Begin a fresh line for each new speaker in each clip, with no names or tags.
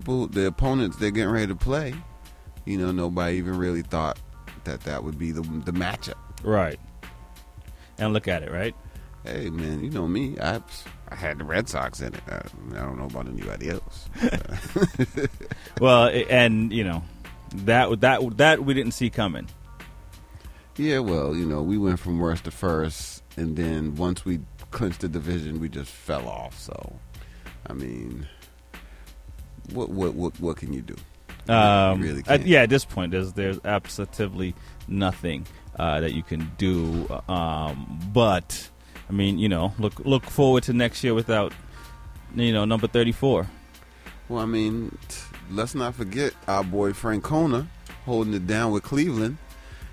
people, the opponents they're getting ready to play, you know, nobody even really thought that that would be the the matchup.
Right. And look at it, right?
Hey man, you know me, I I had the Red Sox in it. I, I don't know about anybody else.
Well, i- and you know, that that that we didn't see coming.
yeah, well, you know, we went from worst to first, and then once we clinched the division, we just fell off. So, I mean, what what what what can you do? You
Um,
really
at-
can't.
yeah, at this point, there's there's absolutely nothing uh, that you can do. Um, but I mean, you know, look look forward to next year without you know number thirty four.
Well, I mean, t- let's not forget our boy Francona holding it down with Cleveland.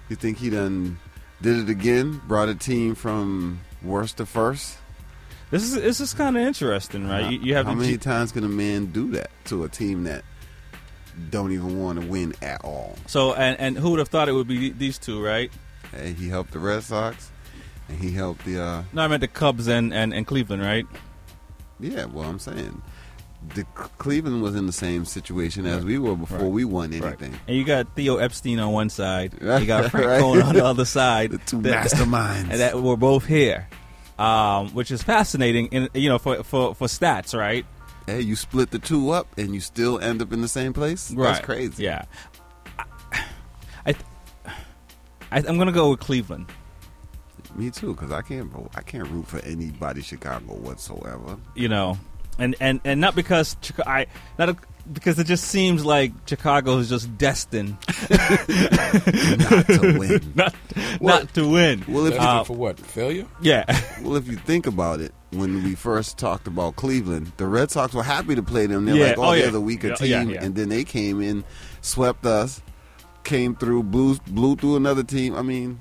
You think he done did it again? Brought a team from worst to first.
This is this is kind of interesting, right? You, you have
how
the
many
G-
times can a man do that to a team that don't even want to win at all?
so and and who would have thought it would be these two, right?
Hey, he helped the Red Sox, and he helped the uh,
No, I meant the Cubs and and, and Cleveland, right?
yeah. Well, I'm saying the C- Cleveland was in the same situation as we were before
Right.
we won anything.
And you got Theo Epstein on one side, you got
Right.
Francona on the other side.
The two
That-
masterminds.
and that we're both here, um, which is fascinating. In you know, for for for stats, right?
hey, you split the two up, and you still end up in the same place. That's crazy.
Yeah, I, I I'm gonna go with Cleveland.
Me too, because I can't vote. I can't root for anybody Chicago whatsoever.
You know, and and and not because Chica- I not a, because it just seems like Chicago is just destined
Not to win.
not
Well-
not to win.
well, if
Uh,
you,
Destined for what? Failure?
Yeah,
well, if you think about it, when we first talked about Cleveland, the Red Sox were happy to play them. They're
Yeah,
like, oh,
oh,
they're
yeah.
the weaker team,
Yeah, yeah, yeah.
and then they came in, swept us, came through, blew blew through another team. I mean,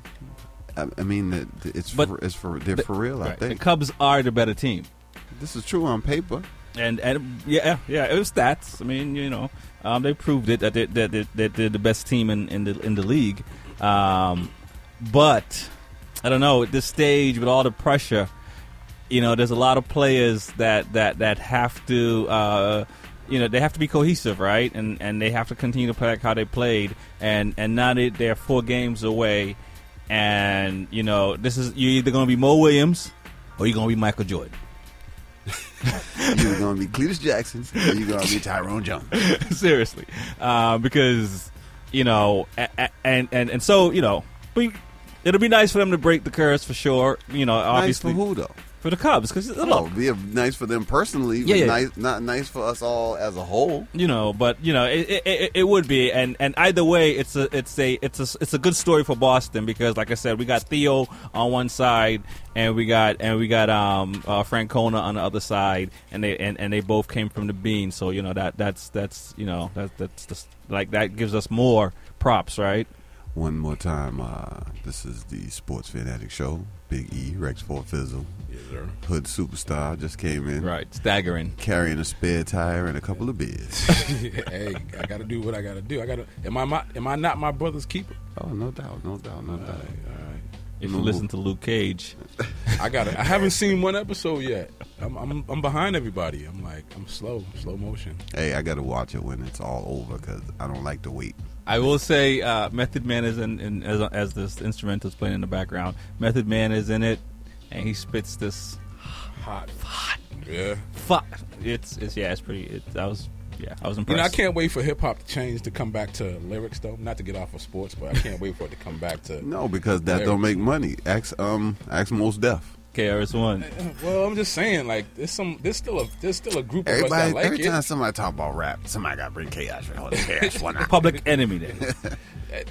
I, I mean, the, the- it's
But
for, it's for they're for real. I
the
think
Cubs are the better team.
this is true on paper.
And and yeah, yeah, it was stats. I mean, you know, um, they proved it that they, that, they, that they're the best team in, in the in the league. Um, but I don't know at this stage with all the pressure, you know, there's a lot of players that that that have to. Uh, you know they have to be cohesive, right? And and they have to continue to play like how they played. And and now they they're four games away, and you know this is you're either going to be Mo Williams or you're going to be Michael Jordan.
You're gonna be Cletus Jackson, or you're gonna be Tyrone Jones.
seriously, uh, because you know, a- a- and and and so you know, we, it'll be nice for them to break the curse for sure. You know, obviously
nice for who though?
for the Cubs because
Oh, be a, nice for them personally, but
Yeah, yeah.
nice, not nice for us all as a whole.
you know, but you know, it, it, it, it would be, and and either way, it's a it's a it's a it's a good story for Boston because, like I said, we got Theo on one side, and we got and we got um uh, Francona on the other side, and they and, and they both came from the bean, so you know that that's that's you know that that's just, like that gives us more props, right?
One more time, uh, this is the Sports Fanatic Show. Big E, Rex Four Fizzle,
Yes, sir.
Hood Superstar just came in,
Right, staggering.
carrying a spare tire and a couple of beers.
hey, I gotta do what I gotta do. I gotta. Am I my, am I not my brother's keeper?
oh, no doubt, no doubt, no doubt.
All right.
If you
Mhm.
listen to Luke Cage,
I gotta. I haven't seen one episode yet. I'm, I'm I'm behind everybody. I'm like I'm slow, slow motion.
Hey, I gotta watch it when it's all over because I don't like to wait.
I will say uh, Method Man is in, in as, as this instrumental is playing in the background. Method Man is in it, and he spits this.
Hot, hot. Yeah.
Fuck! It's it's yeah, it's pretty. It, I was yeah, I was
You know, I
impressed.
can't wait for hip hop to change to come back to lyrics though. Not to get off of sports, but I can't wait for it to come back to.
No, because that don't make money. Ask um, ask most deaf.
KRS One.
Well, I'm just saying, like there's some, there's still a, there's still a group of us
Everybody,
that like
every
it.
time somebody talk about rap, somebody gotta bring chaos. Hold on, chaos, why not?
Public Enemy then.
Uh,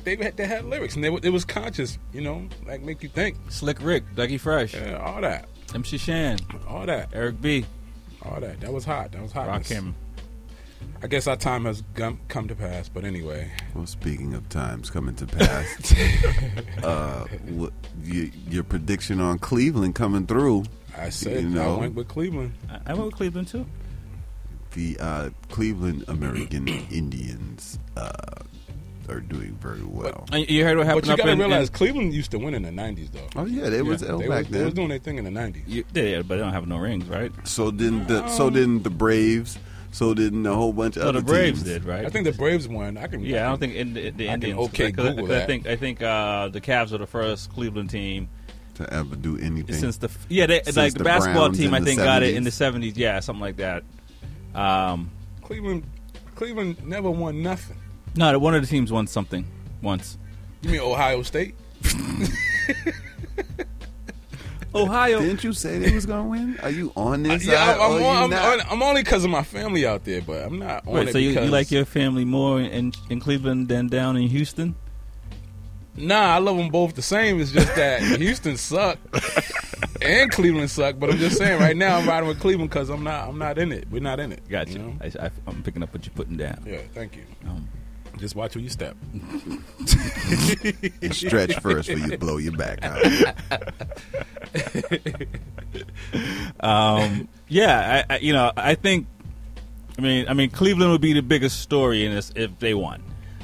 They had, they had lyrics and they, were- it was conscious, you know, like make you think.
Slick Rick, Dougie Fresh,
Yeah, all that,
MC Shan,
all that,
Eric B,
all that. That was hot. That was hot.
Rock him.
I guess our time has gum, come to pass. But anyway,
Well, speaking of times coming to pass, uh, what, your, your prediction on Cleveland coming through,
I said
You know.
I went with Cleveland.
I, I went with Cleveland too.
the uh, Cleveland American Indians uh, are doing very well.
And you heard what happened
But you
up
gotta
in,
realize
in
Cleveland used to win in the '90s, though.
Oh yeah, they was ill
they,
back
was, they was
then.
doing their thing in the '90s.
you, yeah, yeah, but they don't have no rings, right?
So then, the, so then the Braves, So did a whole bunch of
No,
other
the Braves
teams.
did, right?
I think the Braves won. I can.
Yeah, I don't think in the, the
I can
Indians.
okay
'cause I- 'cause I-
Google
'cause I
that.
think I think uh, the Cavs are the first Cleveland team
to ever do anything.
since the yeah they,
Since
like the,
the
basketball
Browns
team
in
I
the
think got it
70s.
in the seventies. Yeah, something like that. Um,
Cleveland. Cleveland never won nothing.
no, one of the teams won something once.
You mean Ohio State?
Ohio.
Didn't you say they was gonna win? Are you on this?
yeah,
side
I'm,
or
I'm,
oh, you
on, I'm,
not?
on, I'm only because of my family out there, but I'm not on
Wait,
it
so you, you
because-
like your family more in, in Cleveland than down in Houston?
Nah, I love them both the same. It's just that Houston suck and Cleveland suck. But I'm just saying, right now I'm riding with Cleveland because I'm not. I'm not in it. We're not in it.
Gotcha.
you know?
I, am picking up what you're putting down.
Yeah. Thank you.
Um,
Just watch who you step.
Stretch first, or you blow your back out.
um, yeah, I, I, you know, I think. I mean, I mean, Cleveland would be the biggest story in this if they won.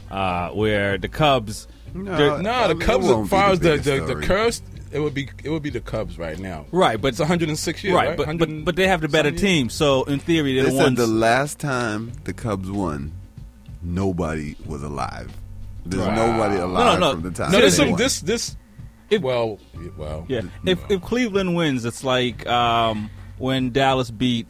Uh, where the Cubs,
No,
No,
I
the
mean, it
Cubs.
won't
As
be
far as the
biggest
the, the
story.
curse, it would be it would be the Cubs right now.
right? But
It's 106 years, right?
right, but,
100
but but they have the better
some years.
team. So in theory, they're
They
the
said
ones.
the last time the Cubs won, nobody was alive. There's
Wow.
nobody
No,
alive
no.
from the time.
No,
they
there's some
won.
this this.
If-
well, well,
yeah,
you
if
know.
if Cleveland wins, it's like um, when Dallas beat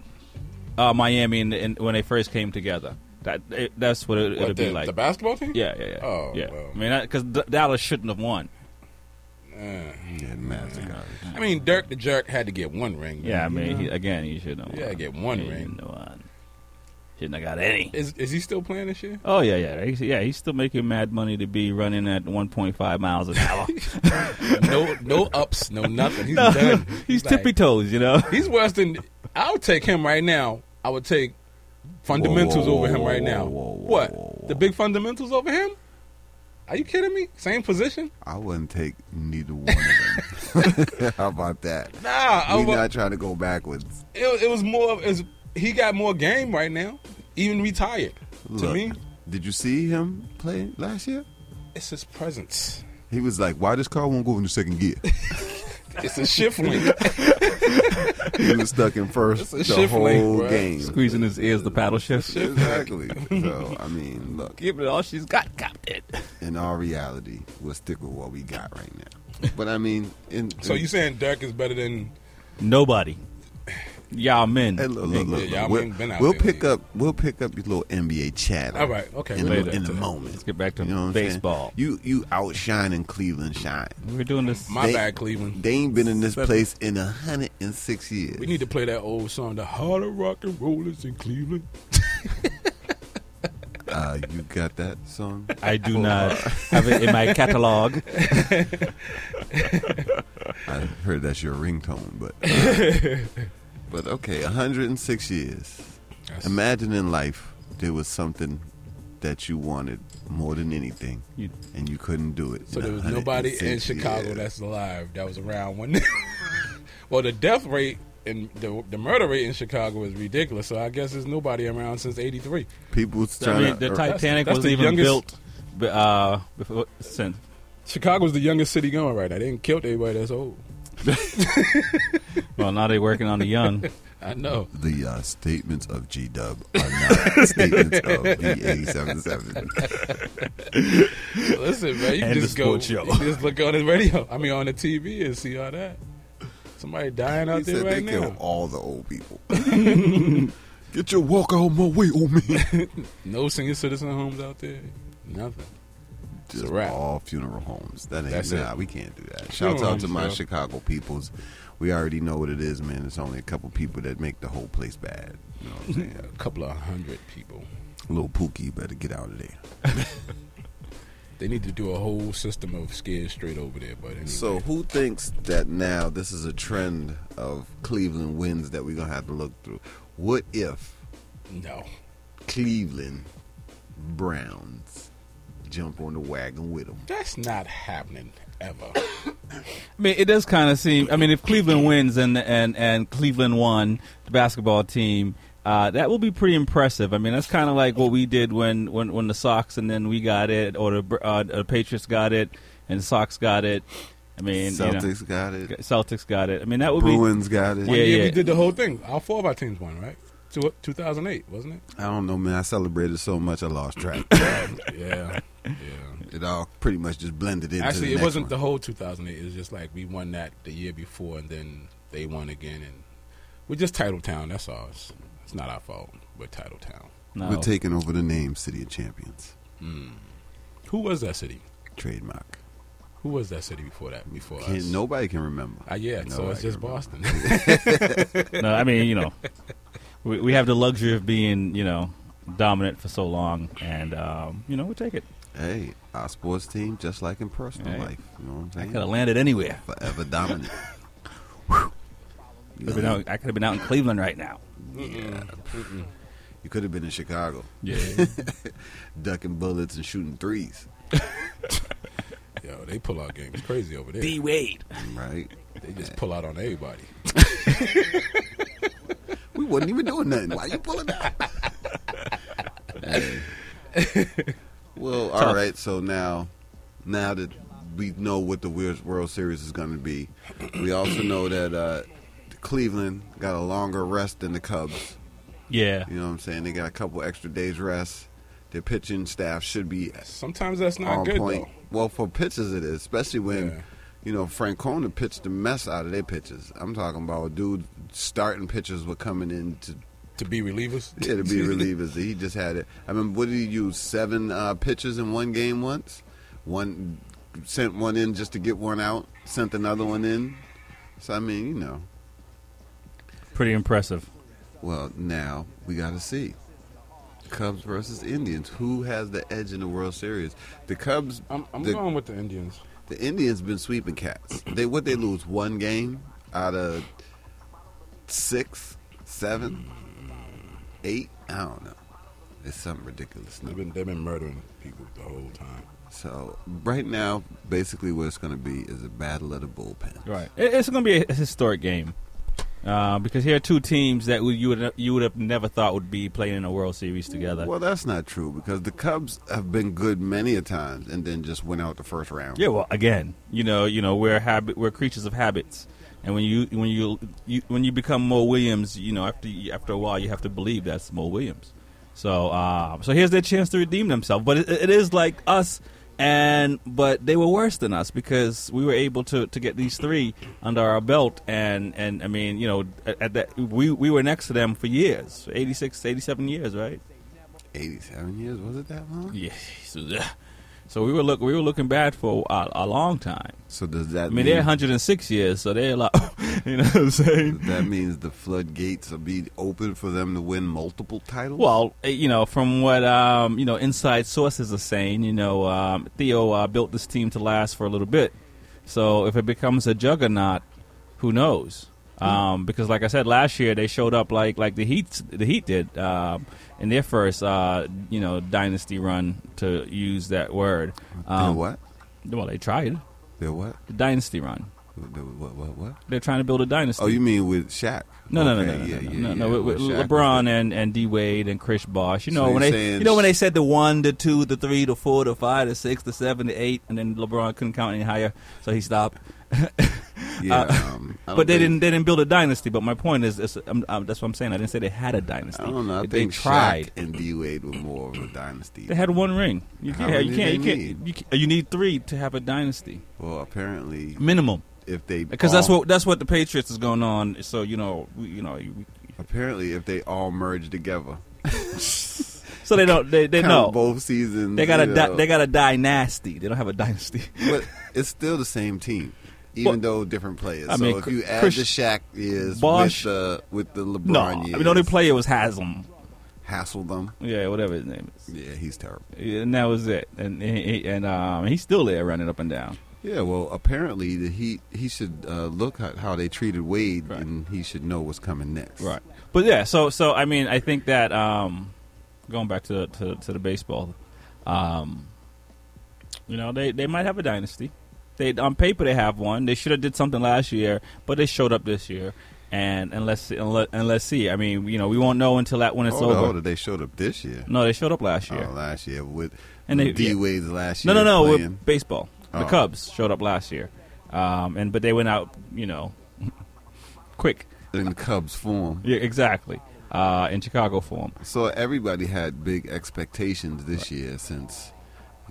uh, Miami in, in, when they first came together. That it, that's what it,
What,
it'll
the,
be like.
the basketball team.
yeah, yeah, yeah.
Oh,
yeah.
well.
I mean, because D- Dallas shouldn't have won.
Uh,
Yeah, Mavs are garbage.
I mean, Dirk the Jerk had to get one ring.
Yeah, I
you
mean,
know?
he, again, he shouldn't have
Yeah,
won.
get one
He
ring.
Shouldn't have won. Shouldn't have got any.
is is he still playing this year?
Oh yeah, yeah, he's, yeah. He's still making mad money to be running at 1.5 miles an hour.
no, no ups, no nothing. He's done.
he's
like-
tippy toes, you know.
He's worse than. I'll take him right now. I would take fundamentals
Whoa, whoa,
over him
whoa,
right
whoa,
now.
whoa, whoa,
what?
whoa, whoa.
The big fundamentals over him? Are you kidding me? Same position?
I wouldn't take neither one of them. How about that?
Nah, I
we
wa-
not trying to go backwards.
it, was- it was more. of- It was, he got more game right now, even retired. to
Look,
me,
did you see him play last year?
it's his presence.
He was like, "Why this car won't go in the second gear?"
It's a shift link.
he was stuck in first
It's a
the
shifling,
whole
bruh.
game.
Squeezing his ears, the paddle shift.
Exactly. so I mean, look.
Give it all she's got, Captain.
In all reality, we'll stick with what we got right now. But I mean, in,
so you saying Dirk is better than?
Nobody. Y'all men.
Hey, look, look, look,
Yeah, y'all
we'll,
been- been out
we'll
there
pick
lately.
up. We'll pick up your little NBA chatter.
All right, okay,
In,
we'll
the-
do that
in the
today.
moment.
Let's get back to
you know what I'm saying?
baseball.
You you outshining Cleveland shine.
we were doing this.
My
They-
bad, Cleveland.
They ain't been in this
Seven.
place in hundred and six years.
we need to play that old song, the Harder Rock and Rollers in Cleveland.
Uh, you got that song?
I do not have it in my catalog.
I heard that's your ringtone, but uh, but okay, hundred and six years.
That's-
Imagine in life there was something that you wanted more than anything,
You-
and you couldn't do it.
So
in
there was nobody in
106
Chicago
years.
that's alive that was around when. well, the death rate and the, the murder rate in Chicago is ridiculous. So I guess there's nobody around since '83.
people was er,
I
trying
mean, the
to.
Titanic
that's
was
the
even
youngest-
built b- uh, before since.
Chicago's the youngest city going right now. They didn't kill anybody that's old.
Well, now they're working on the young.
I know.
the uh, statements of G Dub are not statements of V877.
Listen, man, you
And
can just
the
go,
sports show.
you can just look on the radio. I mean, on the TV and see all that. Somebody dying out
He
there
said
right
they killed
now.
all the old people. Get your walk out my way, old man.
No senior citizen homes out there. Nothing.
Just
a wrap.
all funeral homes. That ain't
That's it.
nah, we can't do that.
Funeral
Shout out to
homes,
my
though.
Chicago peoples. We already know what it is, man. It's only a couple people that make the whole place bad. You know what I'm saying?
A couple of hundred people.
Little Pookie better get out of there.
They need to do a whole system of scared straight over there. But anyway.
So who thinks that now this is a trend of Cleveland wins that we're gonna have to look through? What if
no.
Cleveland Browns jump on the wagon with them?
That's not happening ever.
I mean, it does kind of seem. I mean, if Cleveland wins and and and Cleveland won the basketball team, uh, that will be pretty impressive. I mean, that's kind of like what we did when when when the Sox and then we got it, or the Br- uh, the Patriots got it, and the Sox got it. I mean, you know,
Celtics got it.
Celtics got it. I mean, that would
Bruins got it.
One
Yeah,
year
yeah.
we did the whole thing. All four of our teams won, right? Two- 2008, wasn't it?
I don't know, man. I celebrated so much, I lost track.
Yeah. yeah.
it all pretty much just blended into.
Actually,
the
it
next
wasn't
one.
the whole 2008. It was just like we won that the year before, and then they won again, and we're just title town. That's all. It's, it's not our fault. We're title town.
No.
We're taking over the name City of Champions
Mm. Who was that city?
trademark.
Who was that city before that? Before us?
Can't, nobody can remember.
Ah, yeah, so
Nobody
it's just
can remember.
Boston.
no, I mean, you know, we, we have the luxury of being, you know, dominant for so long, and um, you know, we take it.
Hey, our sports team, just like in personal
Hey.
life, you know what I'm
I
saying?
could have landed anywhere.
Forever dominant.
Could've been out- I could have been out in Cleveland right now.
Mm-mm. Mm-mm.
You could have been in Chicago,
yeah.
ducking bullets and shooting threes,
Yo, they pull out games crazy over there.
D Wade.
right?
They just pull out on everybody.
We wasn't even doing nothing. Why you pulling out? Hey. Well, all right. So now, now that we know what the Weird World Series is going to be, we also know that uh, Cleveland got a longer rest than the Cubs.
Yeah.
You know what I'm saying? They got a couple extra days rest. Their pitching staff should be
Sometimes that's not
on
good
point. Well, for pitchers it is, especially when
Yeah.
you know Francona pitched the mess out of their pitchers. I'm talking about dude starting pitchers were coming in to
though. To be relievers.
yeah, to be relievers. He just had it. I mean, what did he use? Seven uh, pitches in one game once. One sent one in just to get one out. Sent another one in. So I mean, you know.
Pretty impressive.
Well, now we got to see. Cubs versus Indians. Who has the edge in the World Series? The Cubs.
I'm, I'm
the,
going with the Indians.
The Indians been sweeping cats. They what they lose one game out of six, seven, eight. I don't know. It's something ridiculous.
They've
Number.
been they've been murdering people the whole time.
So right now, basically, what it's going to be is a battle of the bullpen.
Right. It, it's going to be a historic game uh, because here are two teams that would you would you would have never thought would be playing in a World Series together.
Well, that's not true because the Cubs have been good many a times and then just went out the first round.
Yeah. Well, again, you know, you know, we're habit, we're creatures of habits, and when you when you, you when you become Mo Williams, you know, after you- after a while, you have to believe that's Mo Williams. So, uh, so here's their chance to redeem themselves. But it, it is like us, and but they were worse than us because we were able to, to get these three under our belt, and, and I mean, you know, at, at that we we were next to them for years, 86, 87 years, right?
eighty-seven years was it that long?
Yeah. So we were look we were looking bad for a, a long time.
So does that
I mean,
mean
they're 106 years, so they're like, you know what I'm saying?
that means the floodgates will be open for them to win multiple titles?
Well, eh, you know, from what um, you know, inside sources are saying, you know, um, Theo uh, built this team to last for a little bit. So if it becomes a juggernaut, who knows?
Hmm.
Um, because, like I said last year, they showed up like like the Heat the Heat did um, in their first uh, you know dynasty run, to use that word.
they're
Um,
what?
Well, they tried
They're what?
the dynasty run.
What, what, what, what?
They're trying to build a dynasty.
Oh, you mean with Shaq?
No, no, no,
Okay,
no, no,
yeah,
no,
yeah,
no,
yeah.
no. With, with
Shaq was
LeBron
the-
and, and D Wade and Chris Bosh. You
So
know
you're
when they
saying-
you know when they said the one, the two, the three, the four, the five, the six, the seven, the eight, and then LeBron couldn't count any higher, so he stopped.
yeah,
uh,
um, I don't
But they
think-
didn't they didn't build a dynasty. But my point is, is um, um, that's what I'm saying. I didn't say they had a dynasty.
I don't know. I
they
think
tried.
Shaq and D Wade were more of a dynasty.
They had one ring. You
How
can't. have- You
many
can't. You
they
can't. You, can't- you need three to have a dynasty
well, apparently,
minimum.
if they
Because that's
all-
what that's what the Patriots is going on. So you know, we, you know, we-
apparently if they all merge together,
so they don't they they
count
know
both seasons.
They got to
you
di-
know.
they got to die nasty. They don't have a dynasty.
but it's still the same team, even though different players.
I
so
mean,
if you add
Chris-
the Shaq years
Bosh-
with the with the LeBron
no, I
years,
mean, the only player was Haslam.
hassle them.
Yeah, whatever his name is,
Yeah, he's terrible.
and that was it. And he- he- and um, he's still there running up and down.
Yeah, well, apparently the Heat he should uh, look at how they treated Wade,
Right.
and he should know what's coming next.
Right. But yeah, so so I mean, I think that um, going back to to, to the baseball, um, you know, they, they might have a dynasty. They on paper they have one. They should have did something last year, but they showed up this year. And and let's see, and, let, and let's see. I mean, you know, we won't know until that when it's
hold on,
over.
hold on, they showed up this year.
No, they showed up last year.
Oh, last year with
And they-
D
yeah.
Wade's last
No,
year.
no, no.
playing.
With baseball, the
Oh.
Cubs showed up last year, um, and but they went out, you know, quick.
in Cubs form.
Yeah, exactly. uh, in Chicago for him.
So everybody had big expectations this year since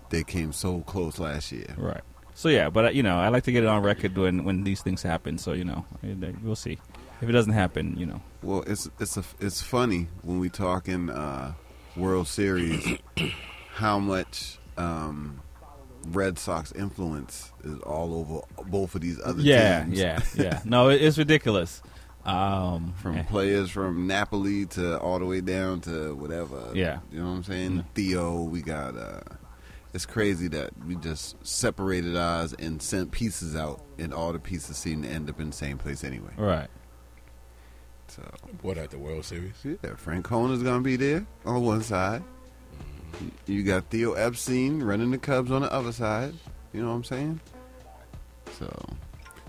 they came so close last year.
Right. So yeah, but uh, you know, I like to get it on record when when these things happen. So you know, eh, we'll see. If it doesn't happen, you know,
Well, it's it's a, it's funny when we talk in uh, World Series how much um, Red Sox influence is all over both of these other
yeah,
teams.
yeah, yeah. No, it, it's ridiculous. Um,
From
eh,
players from Napoli to all the way down to whatever.
Yeah.
You know what I'm saying? Theo, we got uh it's crazy that we just separated ours and sent pieces out and all the pieces seem to end up in the same place anyway.
right.
So
What at the World Series?
yeah, Francona's gonna be there on one side. You got Theo Epstein running the Cubs on the other side. You know what I'm saying? So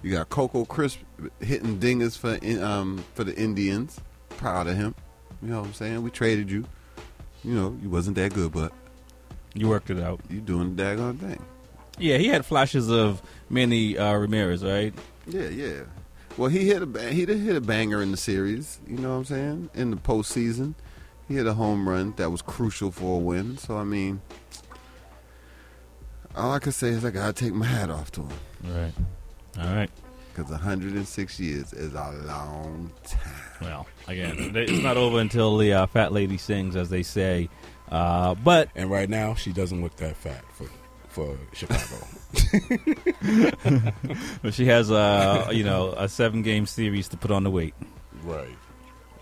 you got Coco Crisp hitting dingers for in- um for the Indians. Proud of him. You know what I'm saying? We traded you. You know you wasn't that good, but
You worked it out.
you doing the daggone thing.
Yeah, he had flashes of Manny uh, Ramirez, right?
Yeah, yeah. Well, he hit a ba- he did hit a banger in the series. You know what I'm saying? In the postseason, he hit a home run that was crucial for a win. So I mean, all I can say is I gotta take my hat off to him
Right. All right.
because 106 years is a long time.
Well, again, it's not over until the uh, fat lady sings, as they say. Uh, but
And right now, she doesn't look that fat for for Chicago.
but she has a you know a seven game series to put on the weight.
right.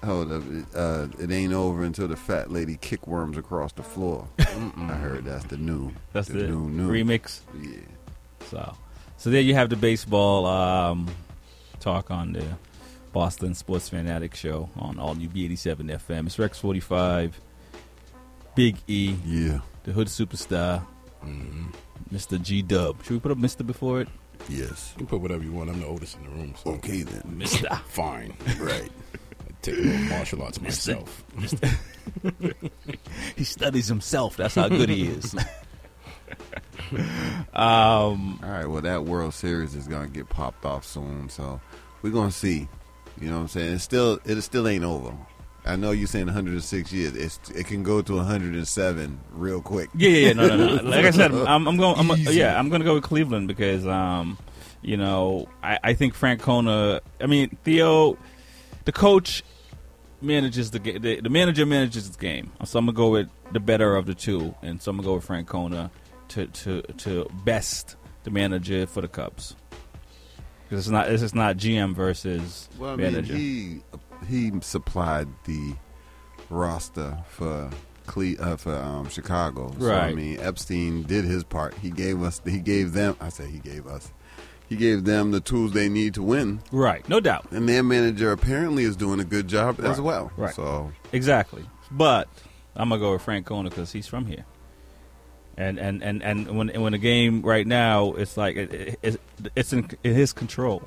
Hold up, it, uh, it ainain't over until the fat lady kick worms across the floor. I heard that's the new.
That's the,
new new.
remix.
Yeah.
So, so there you have the baseball um, talk on the Boston Sports Fanatic Show on All New B87 FM. It's Rex 45, Big E,
Yeah.
the Hood Superstar,
hmm
Mr. G Dub. Should we put up Mr. before it?
Yes.
You can put whatever you want. I'm the oldest in the room, so
Okay then.
Mr.
fine.
Right.
I take a little martial arts myself.
he studies himself. That's how good he is. um,
All right, well, that World Series is gonna get popped off soon, so we're gonna see. You know what I'm saying? It's still, it still ain't over. I know you're saying 106 years. It's, it can go to 107 real quick.
yeah, yeah, yeah, no, no, no. Like I said, I'm, I'm going. I'm, yeah, I'm going to go with Cleveland because, um, you know, I, I think Francona. I mean, Theo, the coach manages the, ga- the the manager manages the game. So I'm gonna go with the better of the two, and so I'm gonna go with Francona to to to best the manager for the Cubs. Because it's not, it's just not GM versus
Well, I mean,
manager.
he he supplied the roster for Cle- uh, for um, Chicago. So, I
Right.
mean, Epstein did his part. He gave us, he gave them. I say he gave us. He gave them the tools they need to win,
right, no doubt.
and their manager apparently is doing a good job as
Right,
well.
right.
So
Exactly. But I'm gonna go with Frank Kona because he's from here. And and and and when when the game right now, it's like it, it, it's- it's in, in his control.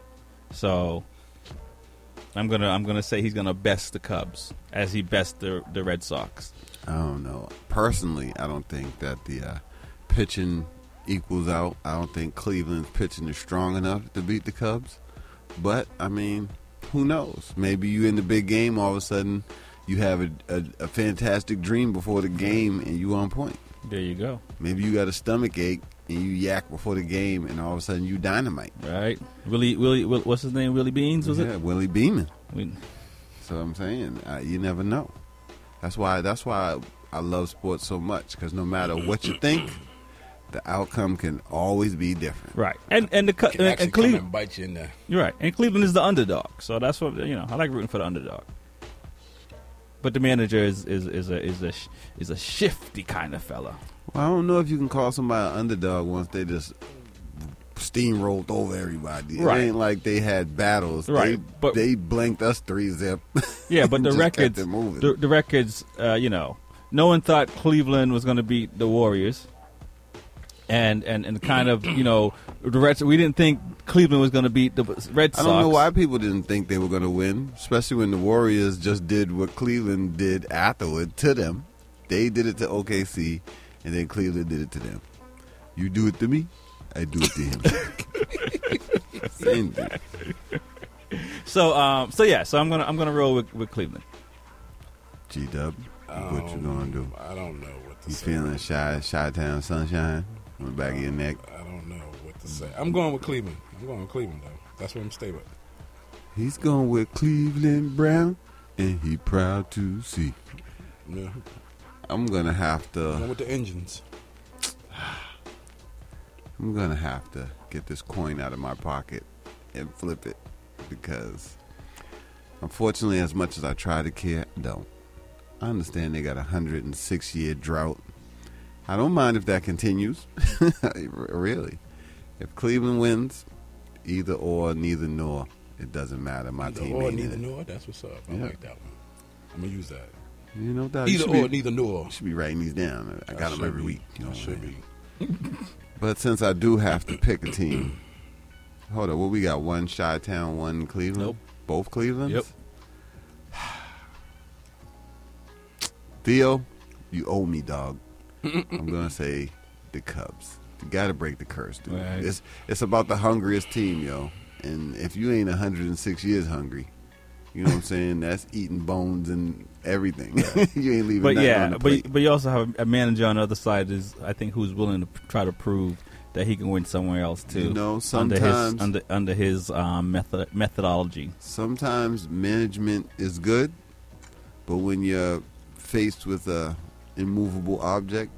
So I'm gonna I'm gonna say he's gonna best the Cubs as he best the the Red Sox.
I don't know. Personally, I don't think that the uh, pitching equals out. I don't think Cleveland's pitching is strong enough to beat the Cubs. But I mean, who knows? Maybe you in the big game all of a sudden. You have a, a, a fantastic dream before the game and you on point.
There you go.
Maybe you got a stomach ache and you yak before the game and all of a sudden you dynamite.
Right, Willie Willie Will, what's his name? Willie Beans was
yeah,
it?
Willie Beeman.
We-
So I'm saying uh, you never know. That's why that's why I love sports so much because no matter what you think, the outcome can always be different.
Right, and and the Cu-
Can
and,
actually
and
come
Cleveland.
and bite you in the.
You're right. And Cleveland is the underdog, so that's what you know. I like rooting for the underdog. But the manager is is, is a is a sh- is a shifty kind of fella.
Well, I don't know if you can call somebody an underdog once they just steamrolled over everybody.
Right.
It ain't like they had battles.
Right,
They,
but-
they blanked us three zip.
Yeah, but the
Just kept
records,
it moving.
the, the records, uh, you know, no one thought Cleveland was going to beat the Warriors, and and and kind of you know the Red. We didn't think Cleveland was going to beat the Red
I
Sox.
don't know why people didn't think they were going to win, especially when the Warriors just did what Cleveland did afterward to them. They did it to OKC, and then Cleveland did it to them. You do it to me, I do it to him. Same thing.
So um, so yeah, so I'm gonna I'm gonna roll with, with Cleveland.
G Dub? What you gonna do?
um, Oh, I don't know what to
You
say.
feeling shy, shy town sunshine on the back of your neck?
I don't know what to say. I'm going with Cleveland. I'm going with Cleveland though. That's what I'm stay with.
He's going with Cleveland Brown, and he proud to see.
Yeah.
I'm gonna have
I'm going
to.
with the engines.
I'm gonna have to get this coin out of my pocket and flip it because, unfortunately, as much as I try to care, I don't. I understand they got a hundred and six year drought. I don't mind if that continues. really, if Cleveland wins, either or, neither nor, it doesn't matter. My
Either
team
or
ain't in
neither
it.
nor. That's what's up. I
Yeah.
like that one. I'm gonna use that.
You know, dog, you
Either
should be-
or neither nor.
should be writing these down. I got them
should
every
be.
week. You know
I
what I
should
mean?
be.
But since I do have to pick a team, hold on. What we got? One Chi Town, one Cleveland.
Nope.
Both Clevelands.
Yep.
Theo, you owe me, dog. I'm gonna say the Cubs. You gotta break the curse, dude.
Right.
It's it's about the hungriest team, yo. And if you ain't 106 years hungry, you know what I'm saying? That's eating bones and everything. you ain't leaving.
But
nothing
yeah,
on the plate.
but but you also have a manager on the other side is I think who's willing to p- try to prove that he can win somewhere else too.
You know,
under his
sometimes-
under under his um, method methodology.
sometimes management is good, but when you're faced with a immovable object,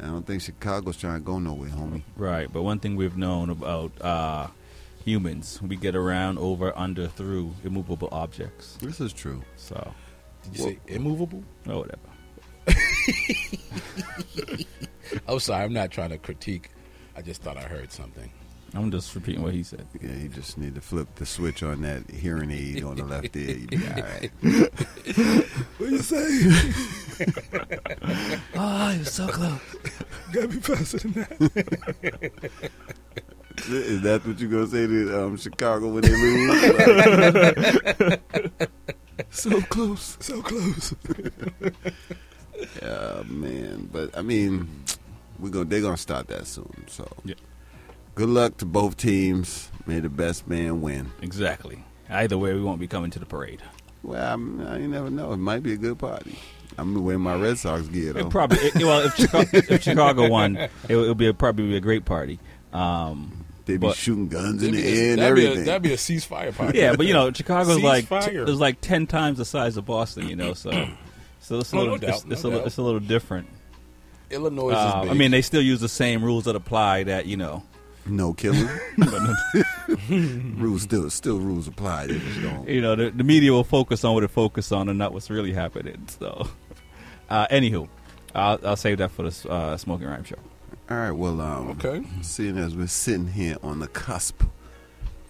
I don't think Chicago's trying to go nowhere, homie.
Right, but one thing we've known about uh, humans, we get around, over, under, through immovable objects.
This is true.
So,
Did you say immovable?
or whatever.
Oh, sorry. I'm not trying to critique. I just thought I heard something.
I'm just repeating what he said.
Yeah, you just need to flip the switch on that hearing aid on the left ear. You be all right.
What you say?
Oh, you're so close.
Gotta be faster than that.
Is that what you gonna say to um, Chicago when they lose? so close, so close. yeah, Uh, man. But I mean, we're gonna they're gonna start that soon. So
Yeah.
good luck to both teams. May the best man win.
Exactly. Either way, we won't be coming to the parade.
Well, I'm, I you never know. It might be a good party. I'm gonna wear my Red Sox gear though.
It probably it- well, if Chicago, if Chicago won, it, it'll be probably be a great party. Um,
they be
but-
shooting guns in
That'd
the
be a-
air and
that'd be a-
everything.
That'd be a ceasefire podcast.
yeah, but you know, Chicago's like t-
Ceasefire.
is like ten times the size of Boston. You know, so so it's a
Oh,
little
no doubt,
it's, it's a,
no
li-
doubt.
it's a little different.
Illinois is
Uh,
big.
I mean, they still use the same rules that apply. That you know,
no killing. rules still still rules apply. They just don't.
you know, the, the media will focus on what it focuses on and not what's really happening. So, uh, anywho, I'll, I'll save that for the s- uh, smoking rhyme show.
All right. Well, um,
okay.
Seeing as we're sitting here on the cusp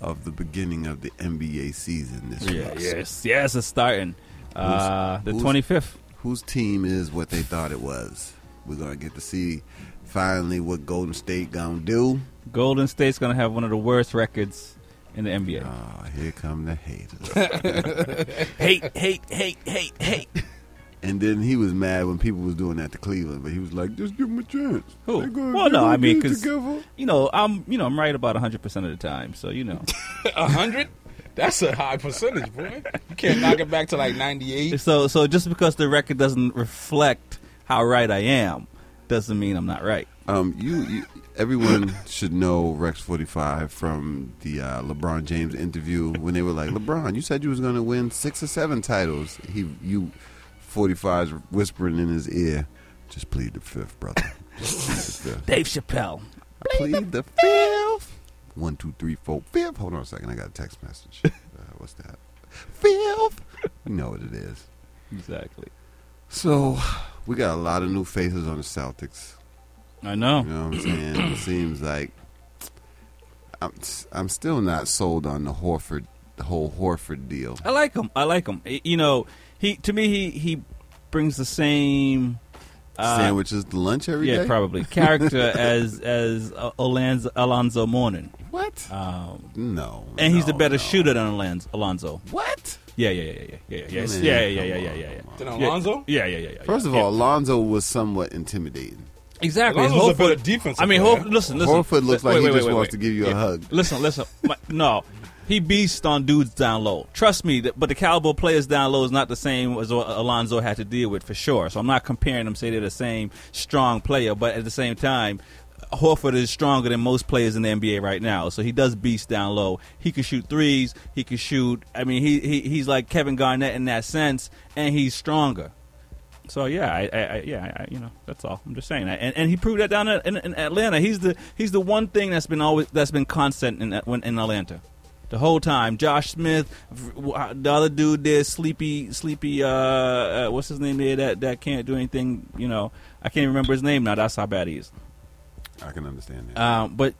of the beginning of the NBA season this year,
yes, yes, it's starting uh, the
who's-
twenty fifth.
whose team is what they thought it was? We're gonna get to see finally what Golden State gonna do.
Golden State's gonna have one of the worst records in the NBA.
Ah, here come the haters.
hate, hate, hate, hate, hate.
and then he was mad when people was doing that to Cleveland, but he was like, "Just give them a chance."
Who?
They're gonna-
Well,
they're
no,
gonna
I mean,
get it
'cause-
together.
You know, I'm you know I'm right about hundred percent of the time. So you know,
A hundred? That's a high percentage, boy. You can't knock it back to like ninety-eight.
so so just because the record doesn't reflect how right I am, doesn't mean I'm not right.
Um, you, you everyone should know Rex Forty Five from the uh, LeBron James interview when they were like, "LeBron, you said you was going to win six or seven titles." He, you, Forty Five's whispering in his ear, "Just plead the fifth, brother. Just plead the fifth.
Dave Chappelle.
I plead the fifth. One, two, three, four, fifth. Hold on a second, I got a text message. Uh, what's that? Fifth. You know what it is.
Exactly.
So, we got a lot of new faces on the Celtics.
I know.
You know what I'm saying? It seems like I'm I'm still not sold on the Horford the whole Horford deal.
I like him. I like him. I- You know, he to me he he brings the same uh,
Sandwiches to lunch every day.
yeah, probably character as as uh, Alonzo, Alonzo Mourning.
What?
Um,
no.
and he's
no,
the better
no.
shooter than Alonzo. Alonzo.
What?
Yeah, yeah, yeah, yeah, yeah, yeah, yes.
Man,
yeah, yeah,
come
yeah, yeah,
on,
yeah, yeah.
come on.
Then Alonzo?
Yeah, yeah, yeah, yeah.
First
yeah,
of
yeah.
all, Alonzo was somewhat intimidating.
exactly.
Alonzo's a
Horford-
better defensive
I mean,
player.
Hope, listen, listen.
Horford looks
Wait,
like he
wait,
just
wait,
wants
wait.
to give you a hug.
Listen, listen. My, no, He beast on dudes down low. Trust me, th- but the caliber of players down low is not the same as what Alonzo had to deal with for sure. So I'm not comparing them. Say they're the same strong player, but at the same time, Horford is stronger than most players in the NBA right now. So he does beast down low. He can shoot threes. He can shoot. I mean, he, he he's like Kevin Garnett in that sense, and he's stronger. So yeah, I, I, I yeah, I, you know, that's all. I'm just saying, and and he proved that down in, in Atlanta. He's the he's the one thing that's been always that's been constant in when in Atlanta, the whole time. Josh Smith, uh, the other dude there, sleepy sleepy. Uh, uh, what's his name there? That that can't do anything. You know, I can't remember his name now. That's how bad he is.
I can understand that.
Um, but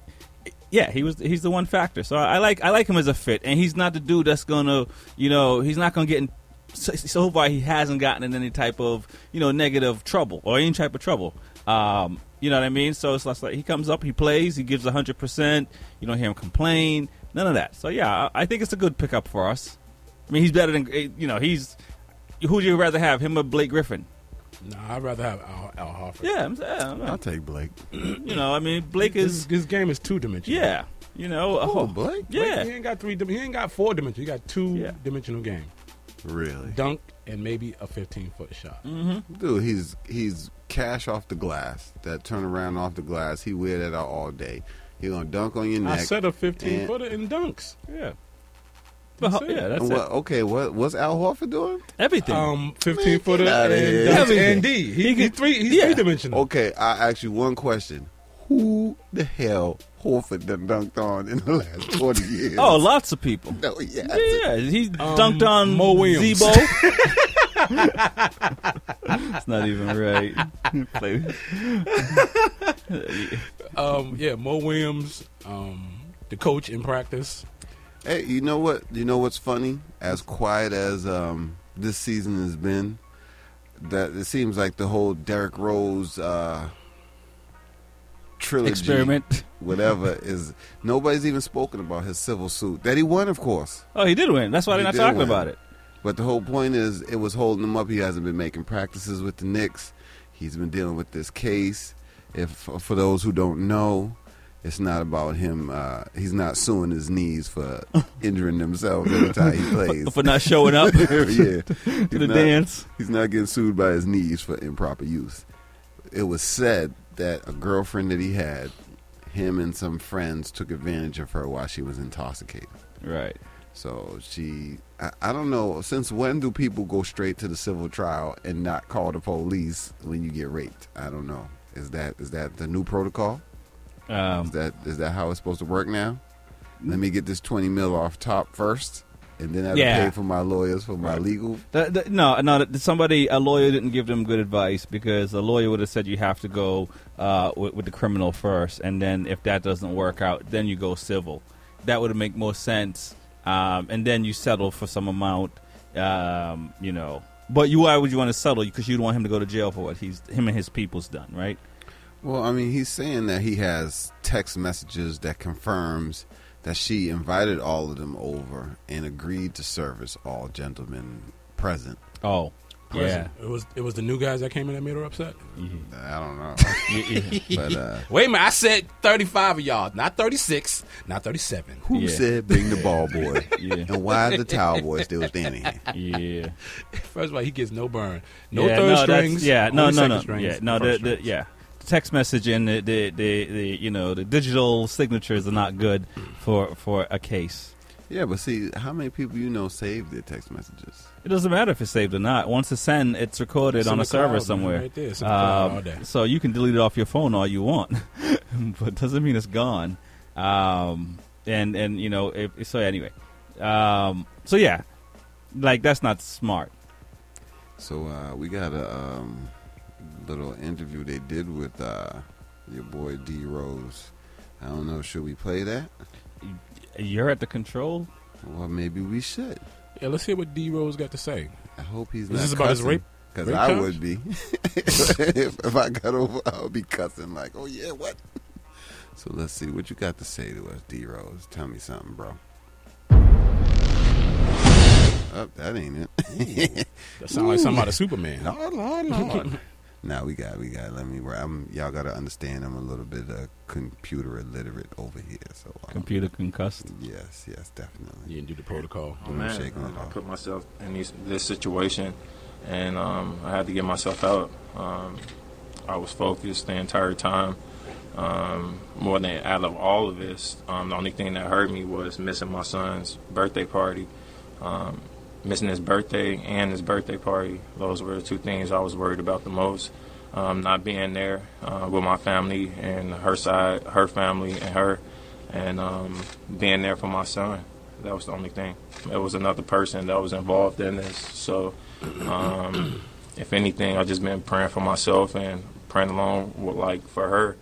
yeah, he was he's the one factor. So I, I like I like him as a fit, and he's not the dude that's gonna you know he's not gonna get in. So, so far, he hasn't gotten in any type of you know negative trouble or any type of trouble. Um, you know what I mean? So it's like he comes up, he plays, he gives hundred percent. You don't hear him complain, none of that. So yeah, I, I think it's a good pickup for us. I mean, he's better than eh, you know he's. Who would you rather have him or Blake Griffin?
Nah, I'd rather have Al, Al Horford.
Yeah, I'm, yeah, I'm-
I'll take Blake.
you know, I mean, Blake
his,
is
his game is two dimensional.
yeah, you know, a
Oh,
whole-
Blake?
yeah,
he ain't got three. dim- He ain't got four dimensions. He got two
Yeah.
dimensional game.
Really?
Dunk and maybe a 15 foot shot.
Mm-hmm.
Dude, he's he's cash off the glass. That turnaround off the glass. He wear that out all day. He gonna dunk on your
I
neck.
said a 15
And-
footer in dunks.
Yeah. But, ho-
That's it.
yeah, that's
And
it.
what, okay, what what's Al Horford doing?
Everything.
Um, 15
Man, get
footer
outta
and
here.
dunks
Everything.
and D. He,
He
he
can-
three. He's
yeah.
three dimensional.
Okay, I ask you one question. Who the hell Horford done dunked on in the last forty years?
oh, lots of people.
no, yeah, that's it.
Yeah, he dunked on
Um, Mo Williams.
Zebo. it's not even right. Play-
Um, yeah, Mo Williams, um, the coach in practice.
Hey, you know what? You know what's funny? As quiet as um, this season has been, that it seems like the whole Derrick Rose uh, trilogy
Experiment.
whatever, is nobody's even spoken about his civil suit that he won, of course.
Oh, he did win. That's why
He
they're not
did
talking
win.
about it.
But the whole point is, it was holding him up. He hasn't been making practices with the Knicks. He's been dealing with this case. If for those who don't know, it's not about him. Uh, he's not suing his knees for injuring themselves every time he plays.
For not showing up to
yeah, He's
the
not-
dance.
He's not getting sued by his knees for improper use. It was said that a girlfriend that he had, him and some friends took advantage of her while she was intoxicated.
Right.
So she, I, I don't know, since when do people go straight to the civil trial and not call the police when you get raped? I don't know. Is that is that the new protocol? Is
Um,
that is that how it's supposed to work now? Let me get this twenty mil off top first, and then I have
Yeah.
to pay for my lawyers for my legal.
th- th- no, no. th- Somebody, a lawyer didn't give them good advice because a lawyer would have said you have to go uh, with, with the criminal first, and then if that doesn't work out, then you go civil. That would make more sense, um, and then you settle for some amount, um, you know. But you, why would you want to settle? Because you don't want him to go to jail for what he's him and his people's done, right?
Well, I mean, he's saying that he has text messages that confirms that she invited all of them over and agreed to service all gentlemen present.
Oh,
Present. It was it was the new guys that came in that made her upset.
I don't know,
yeah. yeah.
but uh,
Wait a minute, I said 35 of y'all, not 36, not 37.
who
Yeah.
said bring the ball boy?
Yeah.
And why is the towel boy still standing here?
yeah.
First of all, he gets no burn, no
yeah,
third
no, that's-
strings.
Yeah, no,
only
no,
second
no.
strings,
yeah, no, the,
first
the,
strings.
yeah. The text message and the, the, the, the you know the digital signatures are not good for for a case.
Yeah, but see, how many people you know saved their text messages?
It doesn't matter if it's saved or not. Once it's sent, it's recorded
It's
on
in
a
the cloud,
server
man,
somewhere.
right there. It's in the cloud
Um,
all day.
So you can delete it off your phone all you want, but it doesn't mean it's gone. Um, and and you know if, so anyway, um, so yeah, like that's not smart.
So uh, we got a um, little interview they did with uh, your boy D Rose. I don't know, should we play that?
You're at the control.
Well, maybe we should.
Yeah, let's hear what D Rose got to say.
I hope he's
Is
not
this about his
cussing,
rape-
Cause
rape
I
charge?
would be if, if I got over, I would be cussing like, "Oh yeah, what?" So let's see what you got to say to us, D Rose. Tell me something, bro. Oh, that ain't it. Oh,
That sounds like something out of Superman.
Lord, Lord, Lord. Now we got we got. Let me. I'm y'all got to understand. I'm a little bit uh, computer illiterate over here. So um,
Computer concussed.
Yes, yes, definitely.
You didn't do the protocol.
I'm
man,
shaking it
um, I
off.
put myself in these, this situation, and um, I had to get myself out. Um, I was focused the entire time. Um, more than out of all of this, um, the only thing that hurt me was missing my son's birthday party, um, missing his birthday and his birthday party. Those were the two things I was worried about the most. Um, not being there uh, with my family and her side, her family and her, and um, being there for my son. That was the only thing. It was another person that was involved in this. So, um, if anything, I've just been praying for myself and praying along with, like for her,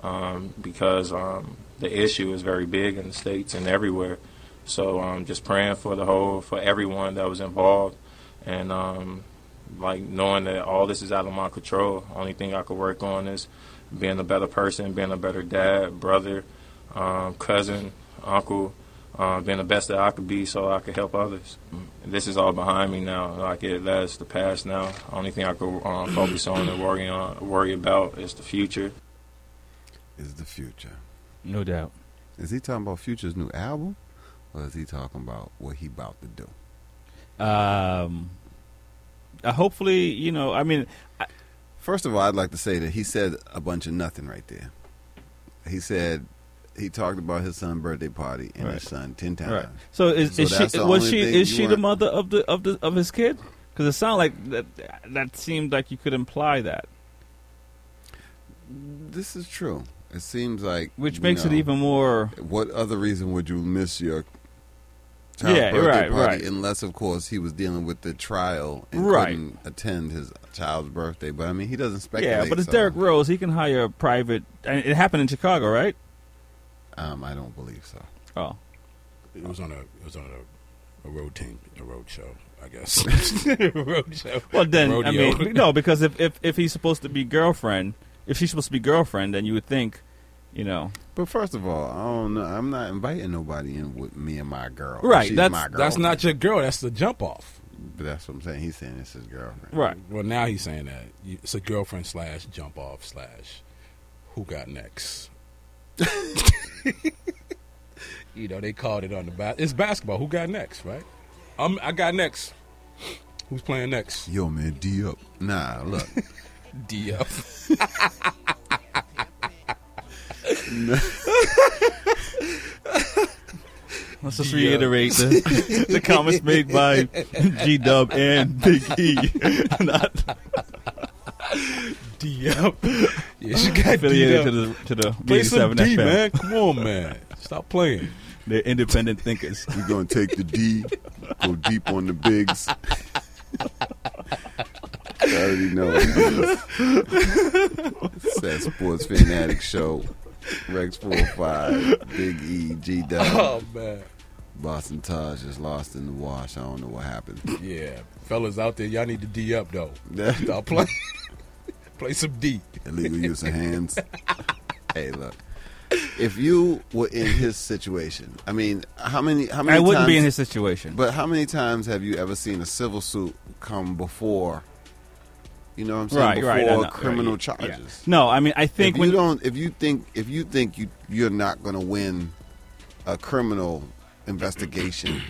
um, because um, the issue is very big in the states and everywhere. So, um, just praying for the whole, for everyone that was involved, and um, like knowing that all this is out of my control. Only thing I could work on is being a better person, being a better dad, brother, um, cousin, uncle, uh, being the best that I could be so I could help others. This is all behind me now. Like it, that's the past now. Only thing I could um, focus on and worry on, worry about is the future.
Is the future?
No doubt.
Is he talking about Future's new album, or is he talking about what he about to do?
Um, uh, hopefully, you know. I mean,
First of all, I'd like to say that he said a bunch of nothing right there. He said he talked about his son's birthday party and
Right.
his son ten times.
right. So is,
So
is
that's
she
the
was
only
she
thing
is
you
she the
weren't-
mother of the of the of his kid? Because it sounded like that. That seemed like you could imply that,
This is true. It seems like
which
you
makes it
know,
even more.
What other reason would you miss your child's
Yeah,
birthday
right,
party?
right.
Unless, of course, he was dealing with the trial and
Right.
couldn't attend his child's birthday. But I mean, he doesn't speculate.
Yeah, but it's
so,
Derek Rose. He can hire a private. And it happened in Chicago, right?
Um, I don't believe so.
Oh,
It was on a it was on a, a road team a road show, I guess. road show.
well then I
Rodeo.
mean no, because if, if if he's supposed to be girlfriend, if she's supposed to be girlfriend, then you would think, you know,
But first of all, I don't know. I'm not inviting nobody in with me and my girl.
Right,
She's
that's-
my girl.
That's not your girl. That's the jump off.
But that's what I'm saying. He's saying it's his girlfriend.
right?
Well, now he's saying that You- it's a girlfriend slash jump off slash who got next. you know they called it on the bat. It's basketball. Who got next? Right. I'm. I got next. Who's playing next?
Yo, man, D up. Nah, look.
DF.
Let's just reiterate the, the comments made by G Dub and Big E, not
DF. Yeah, she got
affiliated to
DF.
the to the
Play some
87
D,
FM.
man. Come on, man. Stop playing.
They're independent thinkers.
We're going to take the D, go deep on the bigs. I already know. what it is. It's that sports fanatic show. Rex 45, Big E, G Dub.
Oh man.
Boston Taj just lost in the wash. I don't know what happened.
Yeah, fellas out there, y'all need to D up though.
That-
Stop playing. Play some D.
illegal use of hands. hey, look. If you were in his situation, I mean, how many? How many?
I wouldn't
times,
be in his situation.
But how many times have you ever seen a civil suit come before? You know what I'm saying?
Right,
before
right, I know, right,
criminal
yeah, yeah.
charges.
no, I mean I think
If
when
you don't, if you think, if you think you you're not going to win a criminal investigation,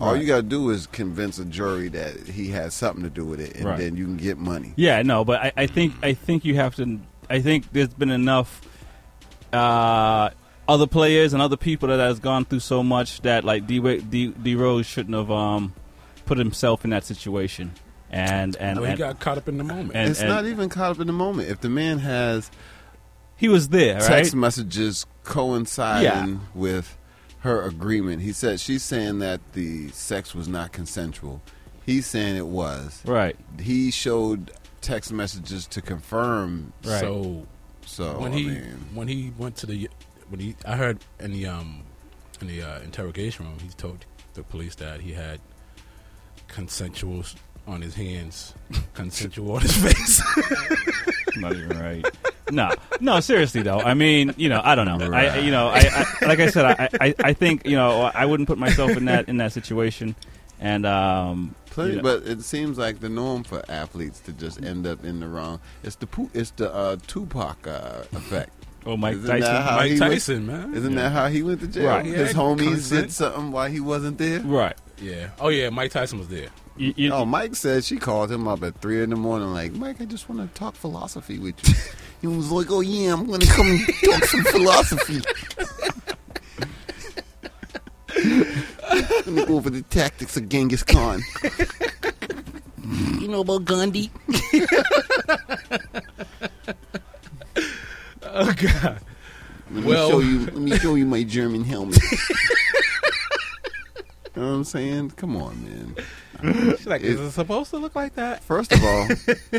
all
Right.
you got to do is convince a jury that he had something to do with it, and
Right.
then you can get money.
Yeah, no, but I, I think I think you have to. I think there's been enough uh, other players and other people that has gone through so much that like D Wa- D, D Rose shouldn't have um, put himself in that situation. And and,
well, he
and
got caught up in the moment.
and-
it's not even caught up in the moment. If the man has
he was there, right?
text messages coinciding
Yeah.
with her agreement, he said she's saying that the sex was not consensual. He's saying it was.
right.
He showed text messages to confirm.
Right.
So
So
when
I
he
mean,
when he went to the when he I heard in the um in the uh, interrogation room he told the police that he had consensual on his hands, consensual on his face.
Not even right. No, no. Seriously though, I mean, you know, I don't know. I, you know, I, I like I said, I, I, I think you know, I wouldn't put myself in that in that situation, and um,
Plenty,
you know-
but it seems like the norm for athletes to just end up in the wrong. It's the Pu- it's the uh, Tupac uh, effect.
oh, Mike
Isn't
Tyson.
that how
Mike
he went-
Tyson, man.
Isn't that how he went to jail?
Right.
His
Yeah,
homies
consent.
did something while he wasn't there.
right?
Yeah. Oh yeah, Mike Tyson was there.
You- you-
Oh, Mike said she called him up at three in the morning, like, Mike, I just want to talk philosophy with you. he was like, Oh yeah, I'm gonna come talk some philosophy. Let me go over the tactics of Genghis Khan.
You know about Gandhi?
Oh god.
Let
Well-
me show you. Let me show you my German helmet. you know what I'm saying? Come on, man.
She's like,
It-
is it supposed to look like that?
First of all,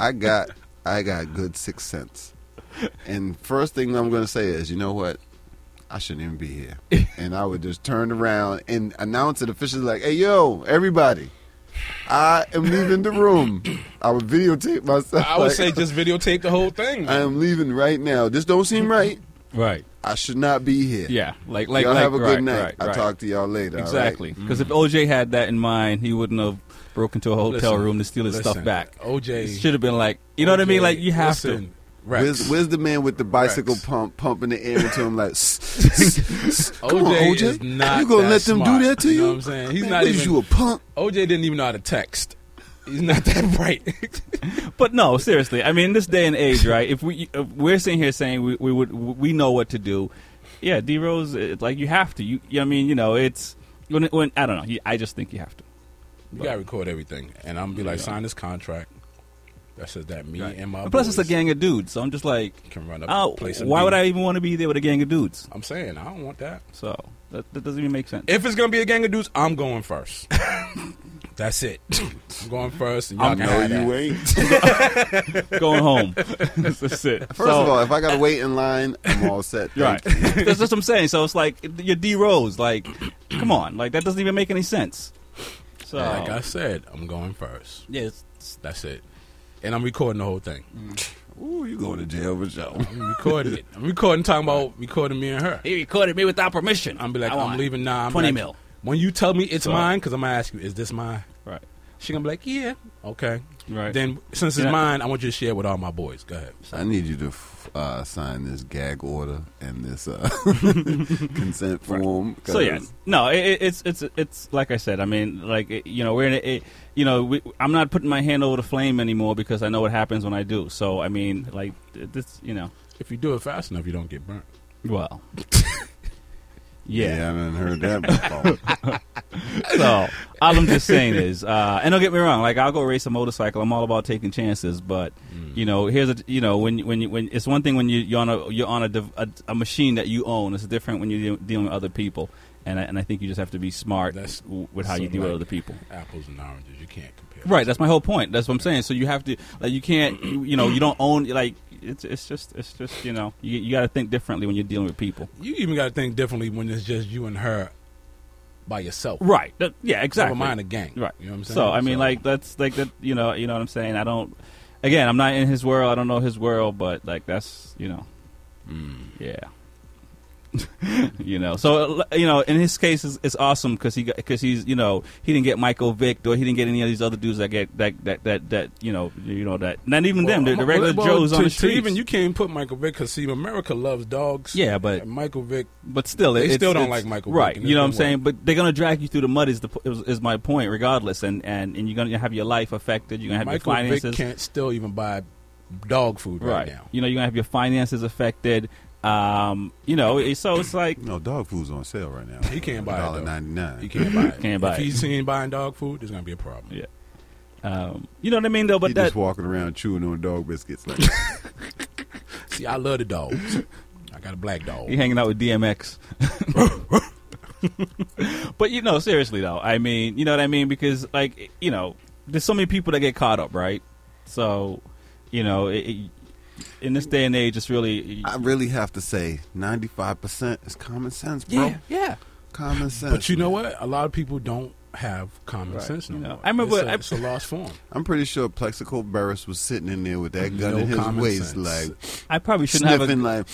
I got I got good sixth sense. And first thing I'm going to say is, you know what? I shouldn't even be here. And I would just turn around and announce it officially, like, "Hey, yo, everybody, I am leaving the room." I would videotape myself.
I would
like,
say just videotape the whole thing.
I am leaving right now. This don't seem right.
right.
I should not be here.
Yeah, like like
y'all
like,
have a
right,
good night.
Right,
I'll
right.
talk to y'all later. all right? Mm-hmm.
exactly because if OJ had that in mind, he wouldn't have broke into a hotel
Listen,
room to steal his stuff
listen,
back. It
OJ
should have been like you know what I mean.
OJ,
Like you have
listen, Rex.
Where's, where's the man with the bicycle
Rex.
pump pumping the air into him like? "Sss, Come on,
OJ
OJ,
is not
you gonna
that
let them
smart.
do that to you?
You know what I'm saying? He's
Man,
not
what is
even-
you a punk.
OJ didn't even know how to text. He's not that bright.
to. But no, seriously. I mean, in this day and age, right? If we if we're sitting here saying we, we would we know what to do, yeah, D Rose, it- like you have to. You, you I mean, you know, it's when when I don't know. You- I just think you have to.
You gotta record everything, and I'm gonna be like, sign this contract. That says that me
Right.
and my
And plus, it's a
boys
gang of dudes, so I'm just like,
can run up.
oh,
play some
why would
beat.
I even want to be there with a gang of dudes?
I'm saying I don't want that.
So that, that doesn't even make sense.
If it's gonna be a gang of dudes, I'm going first. That's it. I'm going first. And y'all
I
can
know
have that.
you ain't.
going home. That's it.
First of all, if I gotta wait in line, I'm all set.
right.
Thank you.
that's, that's what I'm saying. So it's like you're D Rose. Like, come on. Like that doesn't even make any sense. So
Like I said, I'm going first.
yeah, it's- it's-
That's it. And I'm recording the whole thing.
Ooh, you going to jail for sure.
I'm recording it. I'm recording. Talking about recording me and her.
he recorded me without permission.
I'm be like,
I
I'm
want
leaving now. I'm
20
like,
mil.
When you tell me it's
So-
mine, because I'm gonna ask you, is this mine?
Right.
She gonna be like, yeah, okay.
Right.
Then since it's
Yeah.
mine, I want you to share it with all my boys. Go ahead.
I need you to f- uh, sign this gag order and this uh, consent form.
So yeah,
'cause
no, it, it- it's it's it's like I said. I mean, like it, you know, we're in a, it, you know, we, I'm not putting my hand over the flame anymore because I know what happens when I do. So I mean, like th- this, you know,
If you do it fast enough, you don't get burnt.
well,
yeah. I haven't heard that before.
So all I'm just saying is, uh, and don't get me wrong, like I'll go race a motorcycle. I'm all about taking chances, but
Mm.
you know, here's a you know when when you- when it's one thing when you, you're on a you're on a, dev- a a machine that you own. It's different when you're de- dealing with other people, and I, and I think you just have to be smart
That's-
w- with how
so,
you deal
like-
with other people.
Apples and oranges, you can't compare.
Right, that's my whole point. That's what I'm saying. So you have to like you can't you, you know you don't own like it's it's just it's just you know you you got to think differently when you're dealing with people.
You even got to think differently when it's just you and her by yourself.
Right. That- yeah. Exactly.
Never mind a gang.
Right.
You know what I'm saying?
So I mean, like that's like that. You know, you know what I'm saying. I don't. Again, I'm not in his world. I don't know his world, but like that's you know,
mm.
yeah. you know, so uh, you know, in his case, it's, it's awesome because he because he's you know he didn't get Michael Vick or he didn't get any of these other dudes that get that that that that you know you know that not even them the, the
Well,
regular
well,
Joes
to,
on the
to
streets.
even you can't put Michael Vick because see, America loves dogs.
yeah, but
And Michael Vick.
but still,
They
it's,
still don't
it's-
like Michael
right?
Vick, and
you know what I'm
it's been
saying? But they're gonna drag you through the mud is the po- is, is my point, regardless. And, and and you're gonna have your life affected. You're gonna have
Michael
your finances.
Vick can't still even buy dog food right, now.
You know, you're gonna have your finances affected. Um, you know, it- so it's like
no, dog food's on sale right now.
He can't buy it, though.
$1.99.
You can't buy it.
Can't buy
if
it.
he's seen buying dog food, there's gonna be a problem.
Yeah. um, you know what I mean, though.
he
But that
just walking around chewing on dog biscuits like
See, I love the dogs. I got a black dog.
you hanging out with DMX. but you know, seriously though, I mean, you know what I mean because like you know, there's so many people that get caught up, right? So, you know, it, it, in this day and age, it's really
I really have to say, ninety-five percent is common sense, bro.
yeah.
Common sense.
But you know
man.
what? A lot of people don't have common
Right.
sense no
You know,
more.
I remember-
it's a,
I-
it's a lost form.
I'm pretty sure Plexico Burris was sitting in there with that gun
No
in his
common
waist,
sense.
like
I probably shouldn't have a
sniffing, like,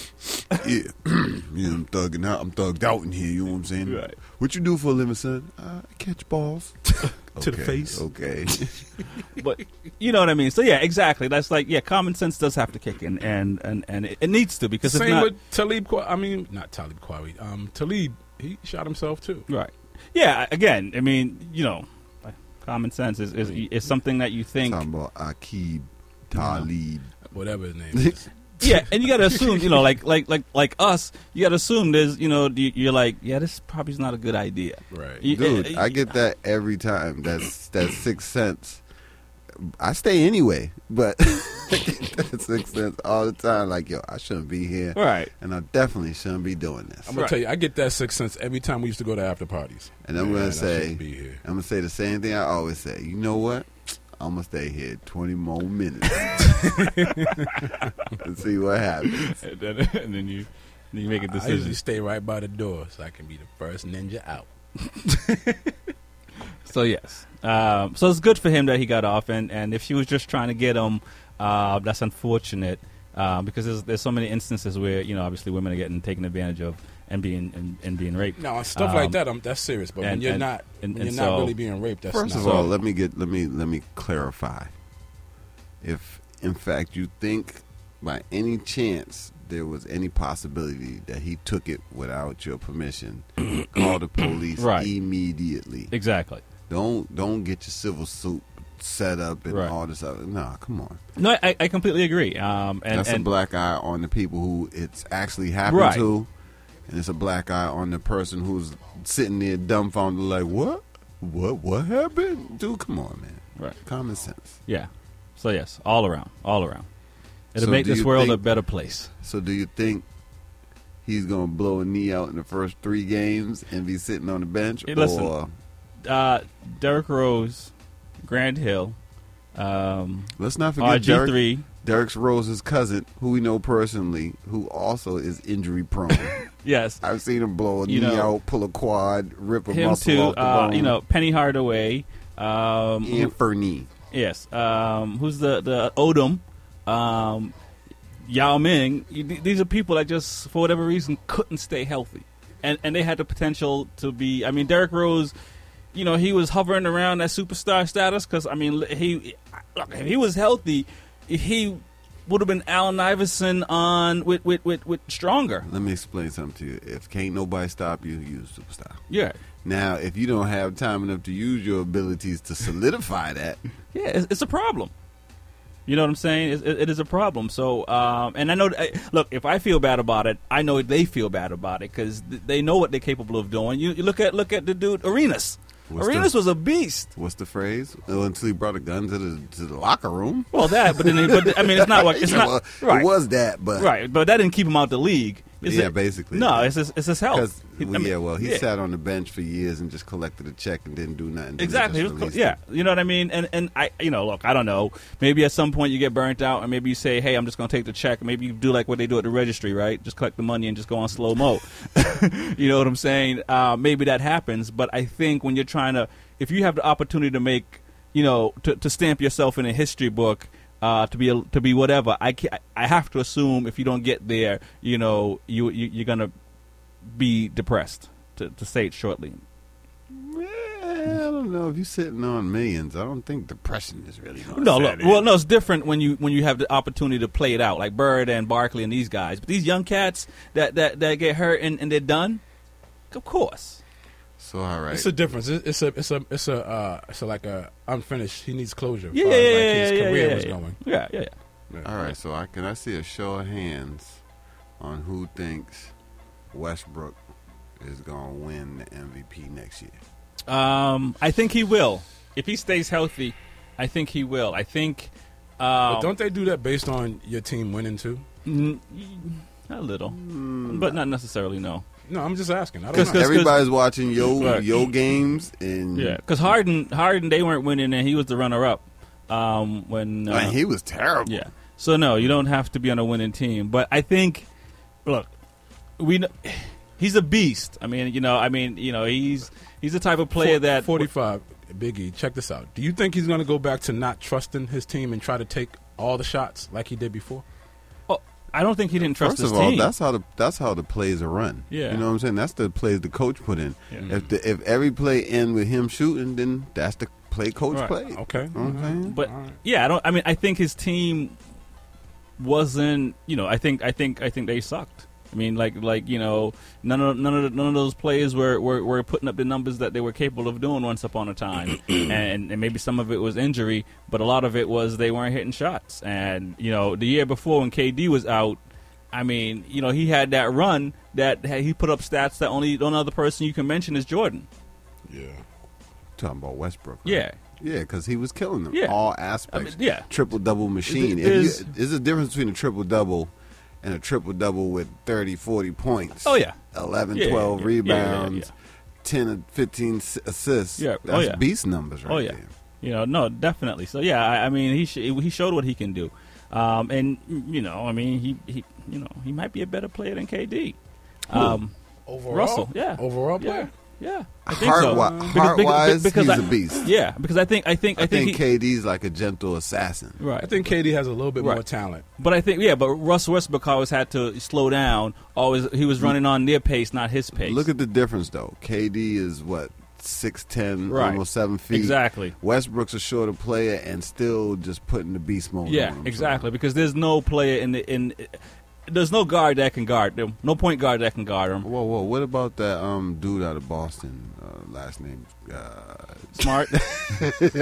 yeah, yeah, I'm thugging out, I'm thugged out in here. You know what I'm saying?
Right.
What you do for a living, son? Uh, I catch balls.
To the
Okay,
face.
Okay.
but you know what I mean. So yeah, exactly. That's like yeah, common sense does have to kick in, and and and it, it needs to because
Same
it's not
with Talib. Kwa- I mean, not Talib Kwawi. Um, Talib. He shot himself too.
right. Yeah, again, I mean, you know, like, common sense is, is is something that you think.
Talking about Akib Talib.
Whatever his name is.
Yeah, and you gotta assume, you know, like like like like us, you gotta assume there's, you know, you- you're like, yeah, this probably is not a good idea.
right.
You-
Dude,
uh,
I get that every time. That's that sixth sense. I stay anyway, but I get that sixth sense all the time. Like, yo, I shouldn't be here,
Right.
and I definitely shouldn't be doing this.
I'm gonna
Right.
tell you, I get that sixth sense every time we used to go to after parties.
And I'm
Man,
gonna
I
say-
shouldn't be here.
I'm gonna say the same thing I always say. You know what? I'm gonna stay here 20 more minutes and see what happens.
And then, and then you then you make a
I usually
decision.
stay right by the door so I can be the first ninja out.
So yes, um, so it's good for him that he got off, and, and if she was just trying to get him, uh, that's unfortunate uh, because there's there's so many instances where you know obviously women are getting taken advantage of and being and, and being raped.
No, stuff
Um,
like that. I'm, that's serious. But when
and-
you're
and-
not,
and-
when
and
you're not
so-
really being raped, that's
First
not.
of all, let me get let me let me clarify. If in fact you think by any chance there was any possibility that he took it without your permission, call the police
Right.
immediately.
Exactly.
Don't don't get your civil suit set up and
Right.
all this other. Nah, come on.
No, I, I completely agree. Um, and,
That's
and
a black eye on the people who it's actually happened
Right.
to, and it's a black eye on the person who's sitting there dumbfounded, like, "What? What? What happened? Dude, come on, man.
right.
Common sense."
Yeah. So yes, all around, all around. It'll
So
make
do
this
you
world a
think-
better place.
So, do you think he's gonna blow a knee out in the first three games and be sitting on the bench,
Hey, listen.
or
Uh, Derrick Rose, Grand Hill, um,
let's not forget
RG
Derek,
three.
Derek's Rose's cousin, who we know personally, who also is injury prone.
Yes,
I've seen him blow a
You
knee
know,
out, pull a quad, rip a
him
muscle
too.
off the
Uh,
bone.
you know, Penny Hardaway. Um, who-
and Fernie.
yes. Um, who's the the Odom? Um, Yao Ming. You- th- These are people that just, for whatever reason, couldn't stay healthy, and and they had the potential to be. I mean, Derrick Rose. You know, he was hovering around that superstar status because I mean, l- he look, if he was healthy, he would have been Allen Iverson on with with with, with stronger.
Let me explain something to you. If can't nobody stop you, you a superstar.
Yeah.
Now, if you don't have time enough to use your abilities to solidify that,
Yeah, it's, it's a problem. You know what I'm saying? It's, it, it is a problem. So, um, and I know. I, look, if I feel bad about it, I know they feel bad about it because th- they know what they're capable of doing. You, you look at look at the dude Arenas.
What's
Arenas
the-
was a beast.
what's the phrase? Oh, Until he brought a gun to the to the locker room.
Well, that, but then, he- but I mean, it's not like it's
Yeah,
not
well,
right,
It was that, but
right. But that didn't keep him out the league. It's
Yeah,
a-
basically.
No, it's his, it's his health.
Because
Oh, He- I
well,
mean,
yeah, well, he
yeah.
sat on the bench for years and just collected a check and didn't do nothing. till they
Exactly.
just
It was-
released
yeah,
him.
you know what I mean. And and I, you know, look, I don't know. Maybe at some point you get burnt out, and maybe you say, "Hey, I'm just going to take the check." Maybe you do like what they do at the registry, right? Just collect the money and just go on slow mo. you know what I'm saying? Uh, maybe that happens, but I think when you're trying to, if you have the opportunity to make, you know, to, to stamp yourself in a history book. Uh, to be a, to be whatever I ca I have to assume if you don't get there you know you, you you're gonna be depressed to, to say it shortly
Eh, I don't know if you're sitting on millions. I don't think depression is really. gonna
No,
set
look,
in.
well, no, it's different when you when you have the opportunity to play it out, like Bird and Barkley and these guys. But these young cats that that, that get hurt and, and they're done, of course.
So all right,
It's a difference. It's, it's a it's a it's a uh, it's a, like a unfinished. He needs closure. as
Yeah,
far
yeah,
as,
yeah,
like,
yeah,
His
yeah,
career
yeah,
was
yeah.
going.
Yeah, yeah, yeah.
All right, so I can I see a show of hands on who thinks Westbrook is gonna win the MVP next year?
Um, I think he will if he stays healthy. I think he will. I think. Um,
But don't they do that based on your team winning too?
n- a little,
Mm.
but not necessarily. No.
No, I'm just asking. I
Cause-
don't know.
cause-
Everybody's watching yo
Look.
yo games and
Yeah, because Harden, Harden, they weren't winning, and he was the runner-up. Um, when uh,
and he was terrible.
Yeah. So no, you don't have to be on a winning team, but I think, look, we kn- he's a beast. I mean, you know, I mean, you know, he's he's the type of player
Four-
that
45 Biggie. Check this out. Do you think he's going to go back to not trusting his team and try to take all the shots like he did before?
Oh, I don't think he didn't trust
First
his
of all,
team.
that's how the that's how the plays are run.
Yeah.
you know what I'm saying. That's the plays the coach put in.
Yeah. Mm-hmm.
If the, if every play end with him shooting, then that's the play coach
Right. Oh. Mm-hmm.
played.
Okay. Mm-hmm.
You know what I'm saying?
But
All right.
yeah, I don't. I mean, I think his team wasn't. You know, I think, I think, I think they sucked. I mean, like, like you know, none of none of the, none of those players were, were were putting up the numbers that they were capable of doing once upon a time, and and maybe some of it was injury, but a lot of it was they weren't hitting shots. And you know, the year before when KD was out, I mean, you know, he had that run that had- he put up stats that only one other person you can mention is Jordan.
Yeah.
Talking about Westbrook. right?
Yeah.
yeah, because he was killing them
Yeah.
all
I
aspects.
mean, yeah,
Triple double machine. If
It-
you-
there's-
there's a difference between a triple double and a triple double with 30, 40 points.
Oh, yeah.
11,
Yeah,
12
yeah, yeah, yeah, yeah,
rebounds,
yeah.
10 and 15 s- assists.
Yeah, oh,
That's
yeah.
beast numbers right
oh yeah,
there.
you know, no, definitely. So yeah, I, I mean, he sh- he showed what he can do, um, and mm, you know, I mean, he, he you know he might be a better player than KD. Um,
Overall.
Russell, yeah.
Overall player.
yeah, yeah, I think
Heart,
so.
wi- heart wise, he's
I-
a beast.
Yeah, because I think I think I,
I think,
think, he,
KD's like a gentle assassin.
right.
I think KD has a little bit
Right.
more talent.
but I think yeah, but Russell Westbrook always had to slow down. Always he was running on their pace, not his pace.
Look at the difference, though. KD is what? 6'10,
Right.
almost 7 feet.
exactly.
Westbrook's a shorter player and still just putting the beast mode on
Yeah,
him, so-
exactly. Because there's no player in the in. There's no guard that can guard them. No point guard that can guard them.
Whoa, whoa! What about that um dude out of Boston? Uh, last name? Uh,
Smart.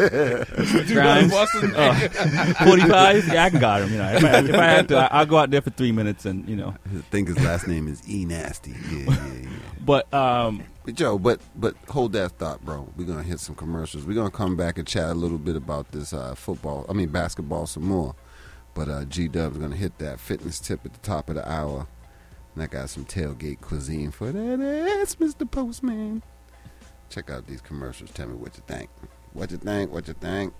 Grimes. Oh, 45? Yeah, I can guard him. You know, if I, if I have to, I, I'll go out there for three minutes and, you know.
I think his last name is E Nasty. Yeah, yeah, yeah.
But, um,
But Joe, but but hold that thought, bro. We're gonna hit some commercials. We're gonna come back and chat a little bit about this uh, football. I mean basketball some more. But uh, G Dub's gonna hit that fitness tip at the top of the hour, and I got some tailgate cuisine for that ass, Mister Postman. Check out these commercials. Tell me what you think. What you think? What you think?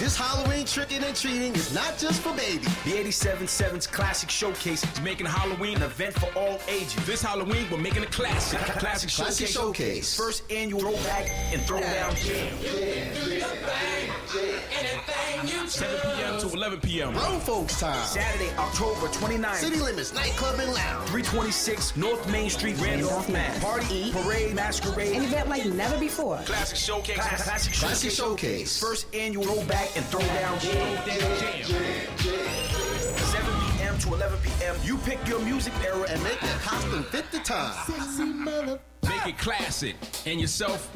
This Halloween tricking and treating is not just for babies.
The 87.7's Classic Showcase is making Halloween an event for all ages. This Halloween, we're making a classic. Classic,
Classic
Showcase.
Showcase.
First annual throwback and throwdown jam. 7 p.m. to 11 p.m.
Grown folks time.
Saturday, October 29th.
City limits, nightclub and lounge.
326 North Main Street, Randolph, Mass. Party, parade,
An
masquerade.
event like never before.
Classic Showcase. Classic,
Classic
Showcase.
showcase.
First annual throwback and throwdown jam. 7 p.m. to 11 p.m. You pick your music era and
and make that costume fit the time.
Make it classic and yourself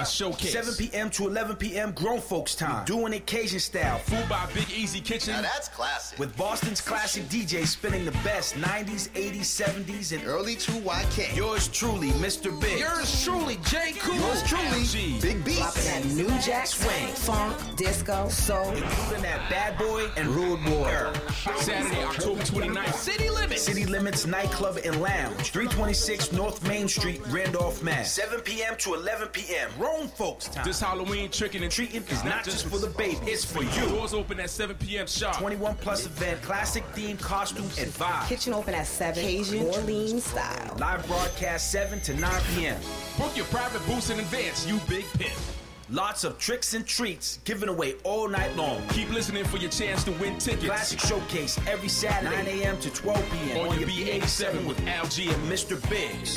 a showcase.
7 p.m. to 11 p.m. grown folks time. Doing it Cajun style. Food
Food by Big Easy Kitchen.
Now that's classic. With
with Boston's classic DJ spinning the best 90s, 80s, 70s, and
early 2YK.
yours truly, Mr. Big.
Yours truly, J. Cool.
Yours truly,
G.
Big
Dropping
Beats.
that new jack swing, funk, disco, soul.
Including that bad boy and rude boy. era.
Saturday, October 29th. City Limits.
City Limits Nightclub and Lounge, 326 North Main Street, Randolph, Mass. 7 p.m. to 11 p.m. Grown folks time.
This Halloween tricking and treating
treating is not just for the baby, it's for you.
Doors open at 7 p.m. sharp.
21 plus event, classic themed costumes and vibe.
Kitchen open at 7. Cajun, Orleans style.
Live broadcast 7 to 9 p.m.
Book your private booths in advance, you big pimp.
Lots of tricks and treats given away all night long.
Keep listening for your chance to win tickets.
Classic Showcase every Saturday, 9 a.m. to 12 p.m.
on your B87 with Al G and
Mr. Biggs.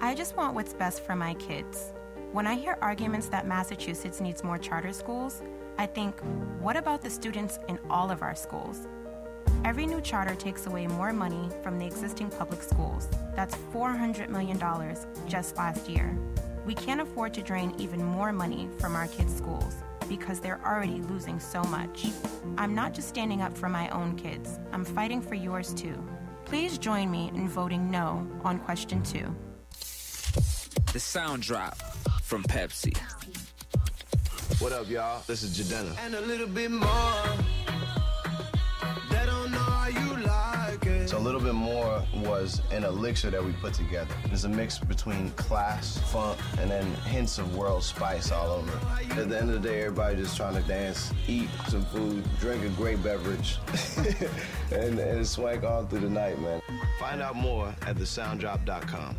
I just want what's best for my kids. When I hear arguments that Massachusetts needs more charter schools, I think, what about the students in all of our schools? Every new charter takes away more money from the existing public schools. That's $400 million just last year. We can't afford to drain even more money from our kids' schools because they're already losing so much. I'm not just standing up for my own kids, I'm fighting for yours too. Please join me in voting no on question two.
The sound drop from Pepsi.
What up, y'all? This is Jadena.
and a little bit more. They don't know how you like it.
So a little bit more was an elixir that we put together. It's a mix between class, funk, and then hints of world spice all over. At the end of the day, everybody just trying to dance, eat some food, drink a great beverage, and, and swank all through the night, man. Find out more at thesounddrop.com.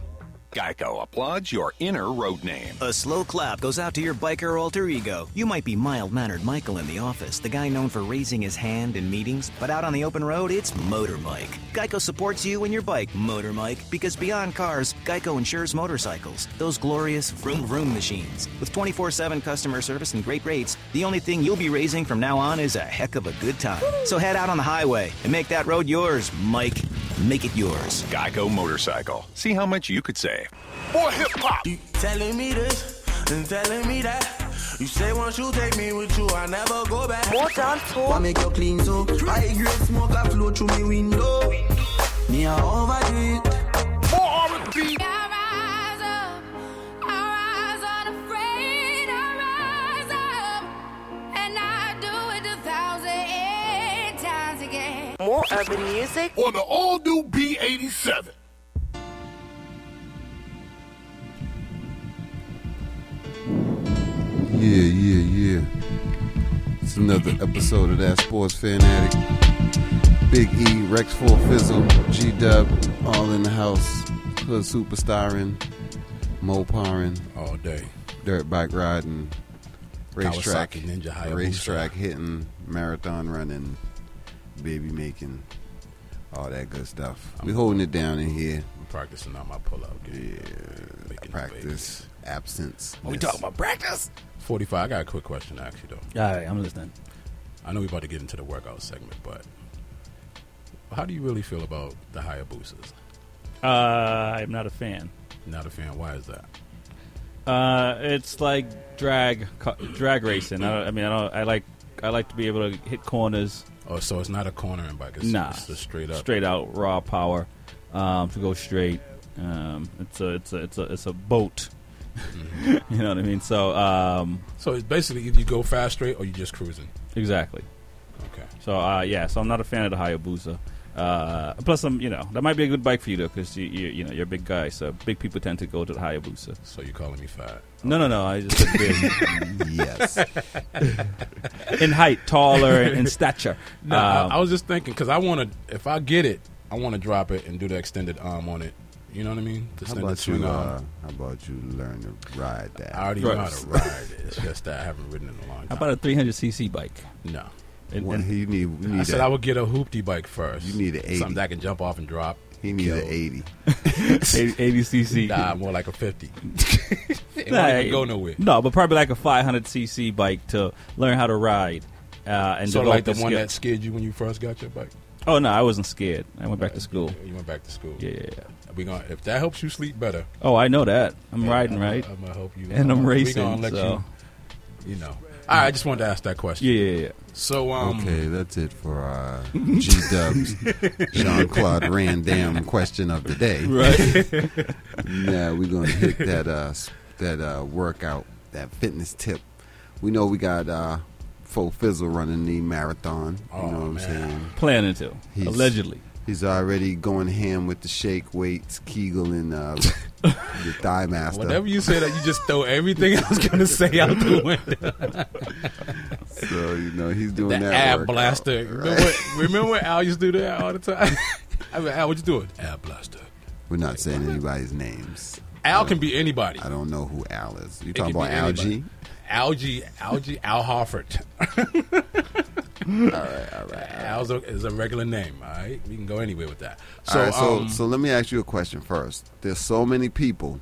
Geico applauds your inner road name.
A slow clap goes out to your biker alter ego. You might be mild mannered Michael in the office, the guy known for raising his hand in meetings, but out on the open road, it's Motor Mike. Geico supports you and your bike, Motor Mike, because beyond cars, Geico insures motorcycles, those glorious vroom vroom machines. With 24 7 customer service and great rates, the only thing you'll be raising from now on is a heck of a good time. So head out on the highway and make that road yours, Mike. Make it yours.
Geico Motorcycle. See how much you could save.
More hip hop. You telling me this and telling me that. You say once you take me with you, I never go back. More times, I make you clean so I grade smoke I flow through me window. Me I overdo it. More R&B.
More urban music on the all new B87.
Yeah, yeah, yeah. It's another episode of that Sports Fanatic. Big E, Rex 4 Fizzle, G Dub, all in the house. Hood superstarin, Moparin.
All day.
Dirt bike riding, racetrack,
Kawasaki Ninja Hayabusa.
racetrack hitting, marathon running, baby making, all that good stuff. We holding it down in here.
I'm practicing on my pull out game. Yeah. Making
Practice, absence.
Are we
miss.
talking about practice? 45. I got a quick question, actually, though.
All right, I'm listening.
I know we're about to get into the workout segment, but how do you really feel about the Hayabusas?
Uh, I'm not a fan.
Not a fan. Why is that?
Uh, it's like drag co- drag racing. I, don't- I mean, I don't. I like I like to be able to hit corners.
Oh, so it's not a cornering bike. It's,
nah,
it's just straight up.
straight out raw power um, to go straight. Um, it's a it's a it's a it's a boat. you know what I mean? So um,
So it's basically either you go fast straight or you just cruising.
Exactly.
Okay.
So uh, yeah, so I'm not a fan of the Hayabusa. Uh, plus, I'm you know that might be a good bike for you though, because you, you you know you're a big guy, so big people tend to go to the Hayabusa.
So you're calling me fat?
No, no, no. I just said big.
yes.
in height, taller in stature.
No,
Um,
I, I was just thinking because I want to. If I get it, I want to drop it and do the extended arm on it. You know what I mean? The
How
extended
about
swing
you?
arm.
Uh, how about you learn to ride that?
um, I already know how to ride it. It's just that I haven't ridden in a long time.
How about a 300cc bike?
No.
And,
Well,
and-
he need, you need
I said
a-
I would get a hoopty bike first. You
need an 80.
Something that I can jump off and drop.
He needs an 80.
80cc.
Nah, more like a 50. it
Nah,
won't even go nowhere.
No, but probably like a 500cc bike to learn how to ride. Uh, and
so
develop
like the one
skill.
that scared you when you first got your bike.
Oh no, I wasn't scared. I went back to school.
You went back to school.
Yeah, yeah, yeah.
We gonna if that helps you sleep better.
Oh, I know that. I'm
Yeah,
riding
I'm-
right.
I'm gonna help you.
and I'm
We
racing.
gonna let
so.
you, you know. All right, I just wanted to ask that question.
Yeah, yeah, yeah.
So um,
okay, that's it for uh, G Dub's Jean Claude Randam question of the day.
Right.
now we're gonna hit that uh, s- that uh, workout, that fitness tip. We know we got uh, Faux Fizzle running the marathon.
Oh,
you know what I'm saying?
Planning to, allegedly.
He's already going ham with the shake weights, Kegel, and uh, the thigh master.
Whenever you say that, you just throw everything I was gonna say out the window.
So you know he's doing
the
that
ab
workout,
blaster. Remember,
right?
when- remember when Al used to do that all the time? I mean, Al, what you doing? Ab blaster.
We're not saying anybody's names.
Al can be anybody.
I don't know who Al is. You
It
talking
can
about
be
Al G?
anybody. Algie, Algie, Al Harford.
all right, all right.
Al's a, is a regular name. All right, we can go anywhere with that.
So,
So,
so,
um,
so let me ask you a question first. There's so many people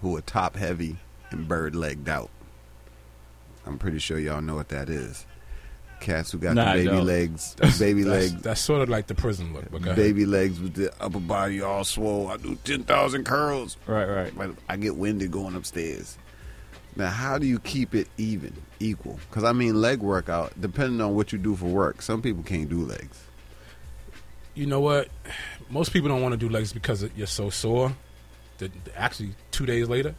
who are top heavy and bird legged out. I'm pretty sure y'all know what that is. Cats who got
Nah, I
the baby
don't.
legs,
That's-
baby
that's-
legs,
That's sort of like the prison look. But go ahead.
baby legs with the upper body all swole. I do ten thousand curls.
Right, right.
But I get winded going upstairs. Now, how do you keep it even, equal? Because I mean, leg workout depending on what you do for work. Some people can't do legs.
you know what? Most people don't want to do legs because you're so sore. That actually, two days later,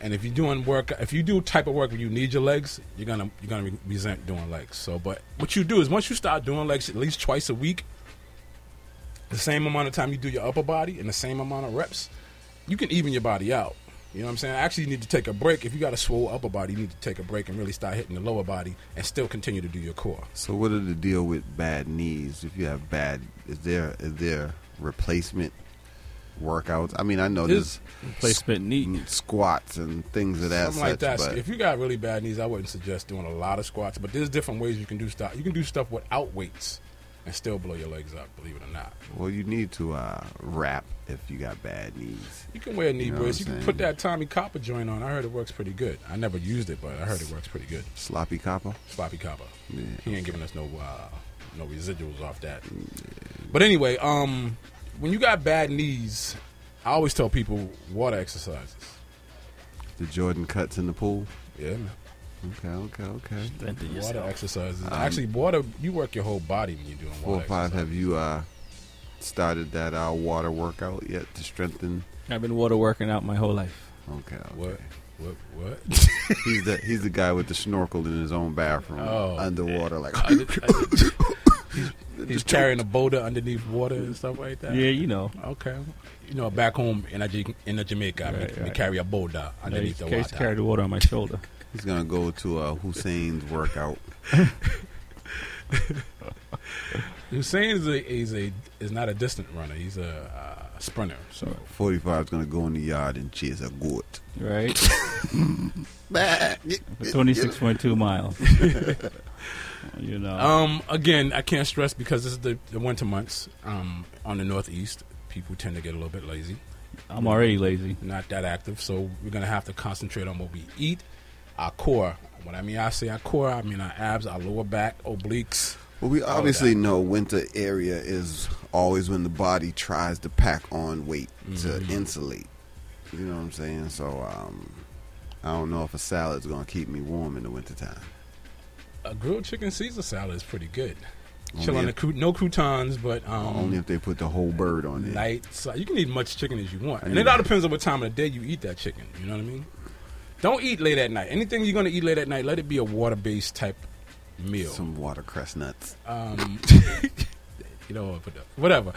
And if you're doing work, if you do type of work where you need your legs, you're gonna you're gonna re- resent doing legs. So, but what you do is once you start doing legs at least twice a week, the same amount of time you do your upper body and the same amount of reps, you can even your body out. You know what I'm saying? Actually, you need to take a break. If you got a swole upper body, you need to take a break and really start hitting the lower body and still continue to do your core.
So what are the deal with bad knees? If you have bad, is there is there replacement workouts? I mean, I know
There's
there's
replacement
knee squats and things of that
Something like
such,
that.
but
if you got really bad knees, I wouldn't suggest doing a lot of squats. But there's different ways you can do stuff. You can do stuff without weights and still blow your legs up. Believe it or not,
well, you need to uh, wrap if you got bad knees.
you can wear knee
You know
brace. You
what I'm
can
saying?
put that Tommy Copper joint on. I heard it works pretty good. I never used it, but I heard it works pretty good.
sloppy copper.
Sloppy Copper.
Yeah.
He ain't giving us no uh, no residuals off that. But anyway, um, when you got bad knees, I always tell people water exercises.
The Jordan cuts in the pool.
Yeah. man.
Okay, okay, okay.
Water exercises.
Um,
Actually, water. You work your whole body when you're doing water.
Four or five. Have you uh, started that uh, water workout yet to strengthen?
I've been water working out my whole life.
Okay.
What? What? What?
he's the he's the guy with the snorkel in his own bathroom
Oh.
underwater, like
I did- I did- he's carrying a boulder underneath water and stuff like that.
Yeah, you know.
Okay. You know, back home in a, J- in a Jamaica,
Right,
we, we
right.
carry a boulder
Yeah, you
underneath the
carry-
water.
carry the water on my shoulder.
He's gonna go to uh, Hussein's workout.
Hussein is a is a is not a distant runner. He's a uh, sprinter. So
Forty five is gonna go in the yard and chase a goat.
Right.
get-
Twenty six point two miles. you know.
Um, again, I can't stress because this is the, the winter months. Um, on the northeast, people tend to get a little bit lazy.
I'm already lazy.
Not that active, so we're gonna have to concentrate on what we eat, our core. What I mean, I say our core. I mean our abs, our lower back, obliques.
Well, we
all of
obviously know winter area is always when the body tries to pack on weight
Mhm.
to insulate. You know what I'm saying? So um, I don't know if a salad's gonna keep me warm in the wintertime.
that. A grilled chicken Caesar salad is pretty good.
Only
Chill on the
if-
cru- no croutons, but um,
Only if they put the whole bird on there.
light. So you can eat much chicken as you want,
I
and
need
it all
that.
depends on what time of the day you eat that chicken. You know what I mean? Don't eat late at night. Anything you're gonna eat late at night, let it be a water-based type meal.
Some watercress nuts.
Um, you know, but, uh, whatever.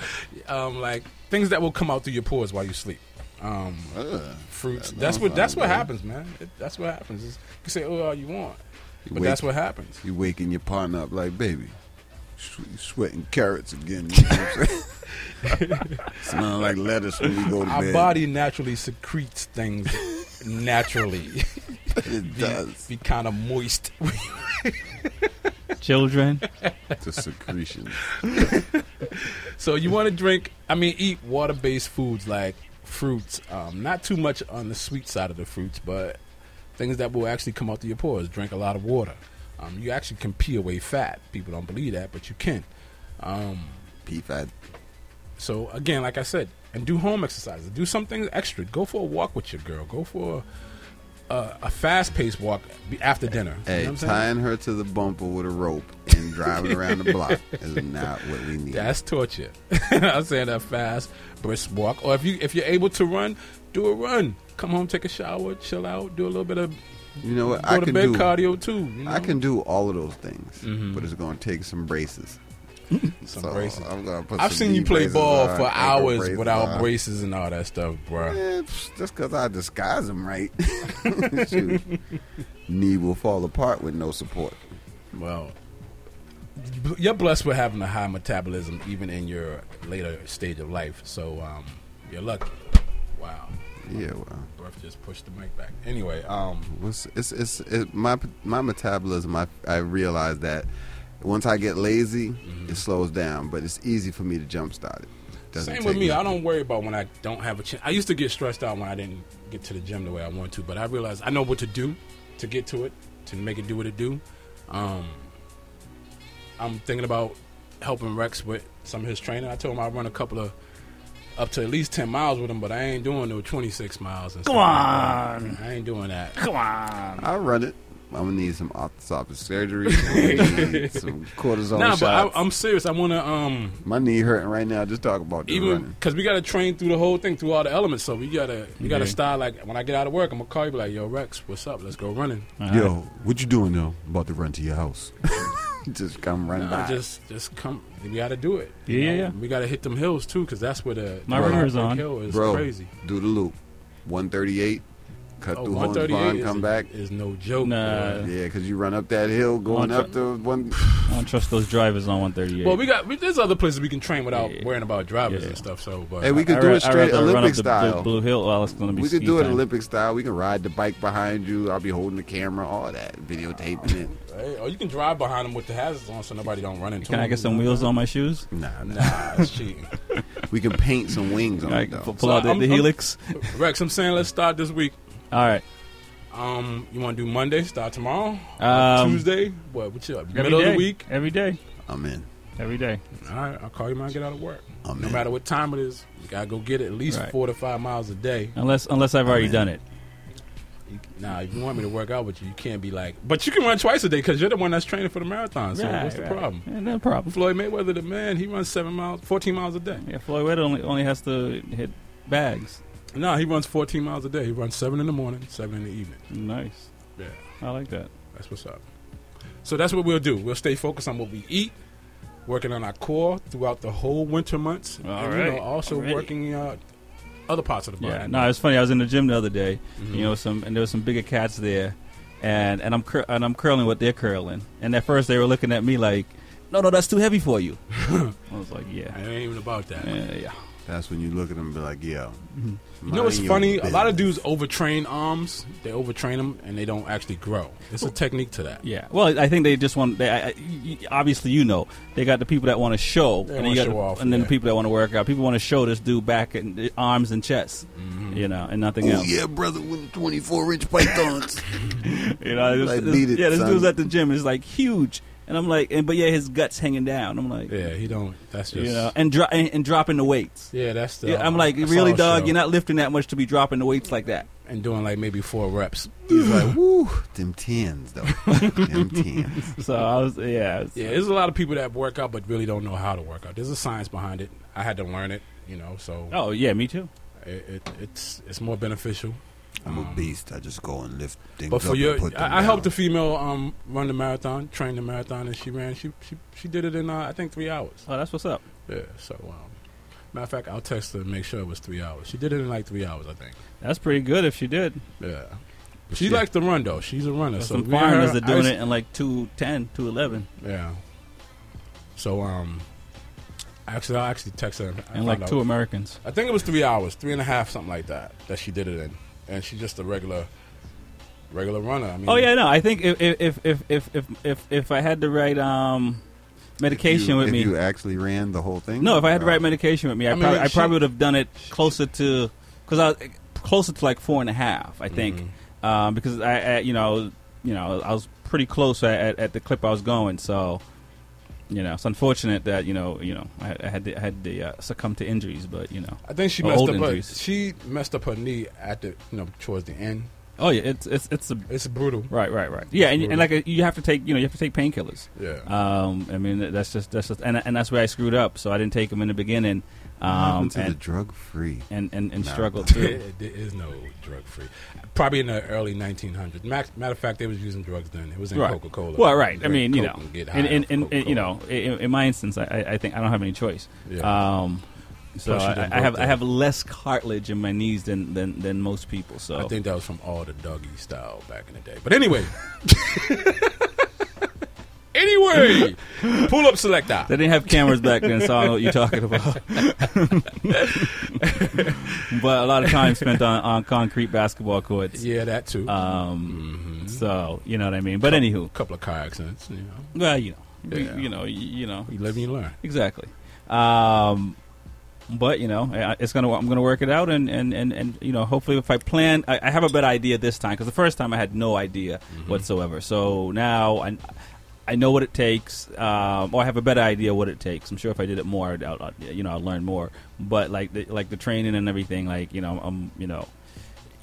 Um, like things that will come out through your pores while you sleep. Um, fruits.
that
That's
don't
what. That's
sound
what
good.
happens, man. It, that's what happens. It's- you can say, "Oh, all you want,"
You
but
wake-
that's what happens.
You waking your partner up like, baby, sh- you sweating carrots again. You know what I'm saying? Smelling like lettuce when we go to
Our
bed.
body naturally secretes things naturally.
it
be,
does.
Be kind of moist.
Children.
The secretions.
so you want to drink? I mean, eat water-based foods like fruits. Um, not too much on the sweet side of the fruits, but things that will actually come out through your pores. Drink a lot of water. Um, you actually can pee away fat. People don't believe that, but you can. Um,
pee fat.
So again, like I said, and do home exercises. Do something extra. Go for a walk with your girl. Go for a, a fast-paced walk be- after dinner. You know
Hey,
what I'm saying?
tying her to the bumper with a rope and driving around the block is not what we need.
That's torture. I'm saying a fast brisk walk, or if you if you're able to run, do a run. Come home, take a shower, chill out, do a little bit of
you know what?
go
I
to
can
bed
do
cardio too. you
I
know? Mm-hmm.
can do all of those things, but it's going to take some braces.
Some
So,
braces.
I'm gonna put
I've
some
seen you
knee
play
braces
ball
on,
for
ankle uh.
hours
braces
without
on.
braces and all that stuff, bruh.
Eh, psh, just because I disguise them right, Shoot. knee will fall apart with no support.
Well, you're blessed with having a high metabolism even in your later stage of life. So um, you're lucky. Wow.
Yeah, well,
Bruff just pushed the mic back. Anyway, um,
what's, it's it's it, my my metabolism. I I realize that once I get lazy,
Mm-hmm.
it slows down, but it's easy for me to jumpstart it. Doesn't
Same with
take
me. I don't worry about when I don't have a chance. I used to get stressed out when I didn't get to the gym the way I wanted to, but I realized I know what to do to get to it, to make it do what it do. Um, I'm thinking about helping Rex with some of his training. I told him I run a couple of up to at least ten miles with him, but I ain't doing no 26 miles. And
Come
stuff like that.
on.
I ain't doing that.
Come on.
I run it. I'm gonna need some arthroscopic surgery, I'm gonna need some cortisone
Nah,
shots.
but I, I'm serious. I want to um
My knee hurting right now. Just talk about this
even
running.
because we got to train through the whole thing through all the elements. So we gotta we gotta
Yeah.
style like when I get out of work, I'm gonna call you be like, "Yo, Rex, what's up? Let's go running."
Uh-huh. what you doing though? About to run to your house. just come run by.
Nah, just just come. We gotta do it.
Yeah, yeah, yeah.
We gotta hit them hills too, because that's where the
My
the
runner
Rock Hill is
Bro,
crazy.
do the loop. 138, cut
Oh,
through Horns
138
Barn,
is
come
a-
back.
Is no joke.
Nah.
Yeah, because you run up that hill going
Wanna
up to one.
I don't trust those drivers on 138.
Well, we got we, there's other places we can train without worrying about drivers and stuff. So, but
Hey, we could
I
do
ra-
it
I'd
straight
rather run up
Olympic
the
style.
Blue, Blue Hill. Well, it's going to be.
we could
ski
do it
time.
Olympic style. We can ride the bike behind you. I'll be holding the camera, all that, videotaping it.
Hey, or you can drive behind them with the hazards on, so nobody don't run into.
Can I
them.
get some wheels on my shoes?
Nah,
Nah, that's cheating.
we can paint some wings on
I
it,
can
though.
pull out the,
I'm-
the
I'm-
helix.
Rex, I'm saying let's start this week.
All right.
Um, you want to do Monday? Start tomorrow.
Um,
Tuesday. What? What's up?
every
Middle of
day.
the week.
Every day.
I'm in.
Every day.
All right, I'll call you when I get out of work.
I'm
no
in.
matter what time it is, you gotta go get it at least
Right.
four to five miles a day.
Unless unless I've already
in.
done it.
Now, if you want me to work out with you, you can't be like. But you can run twice a day because you're the one that's training for the marathon. So
Right,
what's the
right.
problem?
Yeah, no problem.
Floyd Mayweather, the man, he runs seven miles, fourteen miles a day.
Yeah, Floyd Mayweather only only has to hit bags.
No, he runs fourteen miles a day. He runs seven in the morning, seven in the evening.
Nice.
Yeah,
I like that.
That's what's up. So that's what we'll do. We'll stay focused on what we eat, working on our core throughout the whole winter months,
All
and you
right.
know, also
Already.
working uh, other parts of the body.
Yeah, no, it was funny. I was in the gym the other day,
Mhm.
you know, some and there was some bigger cats there, and and I'm cur- and I'm curling what they're curling, and at first they were looking at me like, no, no, that's too heavy for you. I was like, yeah,
it ain't even about that.
yeah, yeah.
That's when you look at them and be like, yeah.
Mm-hmm. You know what's funny? A lot of dudes overtrain arms. They overtrain them, and they don't actually grow. It's a technique to that.
Yeah. Well, I think they just want. They, I, I- y- y- obviously, you know, they got the people that want to show,
They
and,
wanna
you got
show
the-
off,
and then
yeah.
the people that want to work out. People want to show this dude back and uh, arms and chest,
Mm-hmm.
you know, and nothing
Oh,
else.
yeah, brother, with 24 inch pythons.
You know, this,
Like,
this-
beat it,
yeah, this
son.
dude's at the gym is like huge, and I'm like, and but yeah, his guts hanging down. I'm like,
yeah, he don't. That's just
you know, and, dro- and and dropping the weights.
Yeah, that's the-
I'm like,
that's
really,
all
dog?
show.
You're not lifting that much to be dropping the weights like that.
and doing like maybe four reps.
He's like, woo, them tens, though. them tens.
So I was, yeah, it's-
Yeah, there's a lot of people that work out but really don't know how to work out. There's a science behind it. I had to learn it. You know, so
Oh yeah, me too.
it, it, it's it's more beneficial.
I'm a beast. I just go and lift things
But for
up
your,
and put them
I, I
down.
helped a female um, run the marathon, train the marathon, and she ran. She she, she did it in uh, I think three hours.
Oh, that's what's up.
Yeah. So um, matter of fact, I'll text her and make sure it was three hours. She did it in like three hours, I think.
That's pretty good if she did.
Yeah. She liked to run though. She's a runner.
There's
So
some
me and her-
foreigners that
I
doing
was-
it in like 210, 211.
Yeah. So um, actually, I actually texted her I
And, like,
found out-
two Americans.
I think it was three hours, three and a half, something like that, that she did it in, and she's just a regular, regular runner. I mean,
Oh yeah, no. I think if if if if if if, if I had the right um medication
you,
with
if
me,
you actually ran the whole thing?
no, if I had the
Wow.
right medication with me, I,
I mean,
probably I
she-
probably would have done it closer to because I was closer to like four and a half, I think,
Mm-hmm.
um, because I, I you know you know I was pretty close at, at, at the clip I was going, so you know it's unfortunate that you know you know I, I had to, I had to uh, succumb to injuries, but you know
I think she
or
messed
old
up. Her,
injuries.
she messed up her knee at the you know towards the end.
Oh yeah, it's it's it's a,
it's brutal.
Right, right, right. Yeah, and, and like a, you have to take you know you have to take painkillers.
Yeah.
Um, I mean that's just that's just and and that's where I screwed up. So I didn't take them in the beginning.
What
Um,
happened to the
and,
drug free
and and and struggled
there
too.
is no drug free. Probably in the early 1900s. Mac- Matter of fact, they was using drugs then. It was in
right.
Coca Cola.
Well, right. I mean, you know,
get high
in, in,
off
in, in- you
Coca-Cola.
know, i- in, in my instance, I, I- I think I don't have any choice.
Yeah.
Um, so
Plus you
I,
done
I have
worked
I
it.
have less cartilage in my knees than than, than most people. So
I think that was from all the doggy style back in the day. But anyway, anyway, pull up selector.
They didn't have cameras back then, so I don't know what you're talking about. but a lot of time spent on, on concrete basketball courts.
Yeah, that too.
Um, So you know what I mean. But anywho,
couple of car accidents. You know,
well, you know,
Yeah.
you, you know, you, you know,
you live and you learn.
Exactly. Um, but you know, I- it's gonna. I'm gonna work it out, and and and, and you know, hopefully, if I plan, I, I have a better idea this time because the first time I had no idea whatsoever. So now I, I know what it takes, um, or I have a better idea what it takes. I'm sure if I did it more, I'd, I'd, you know, I'd learn more. But like the, like the training and everything, like you know, I'm you know,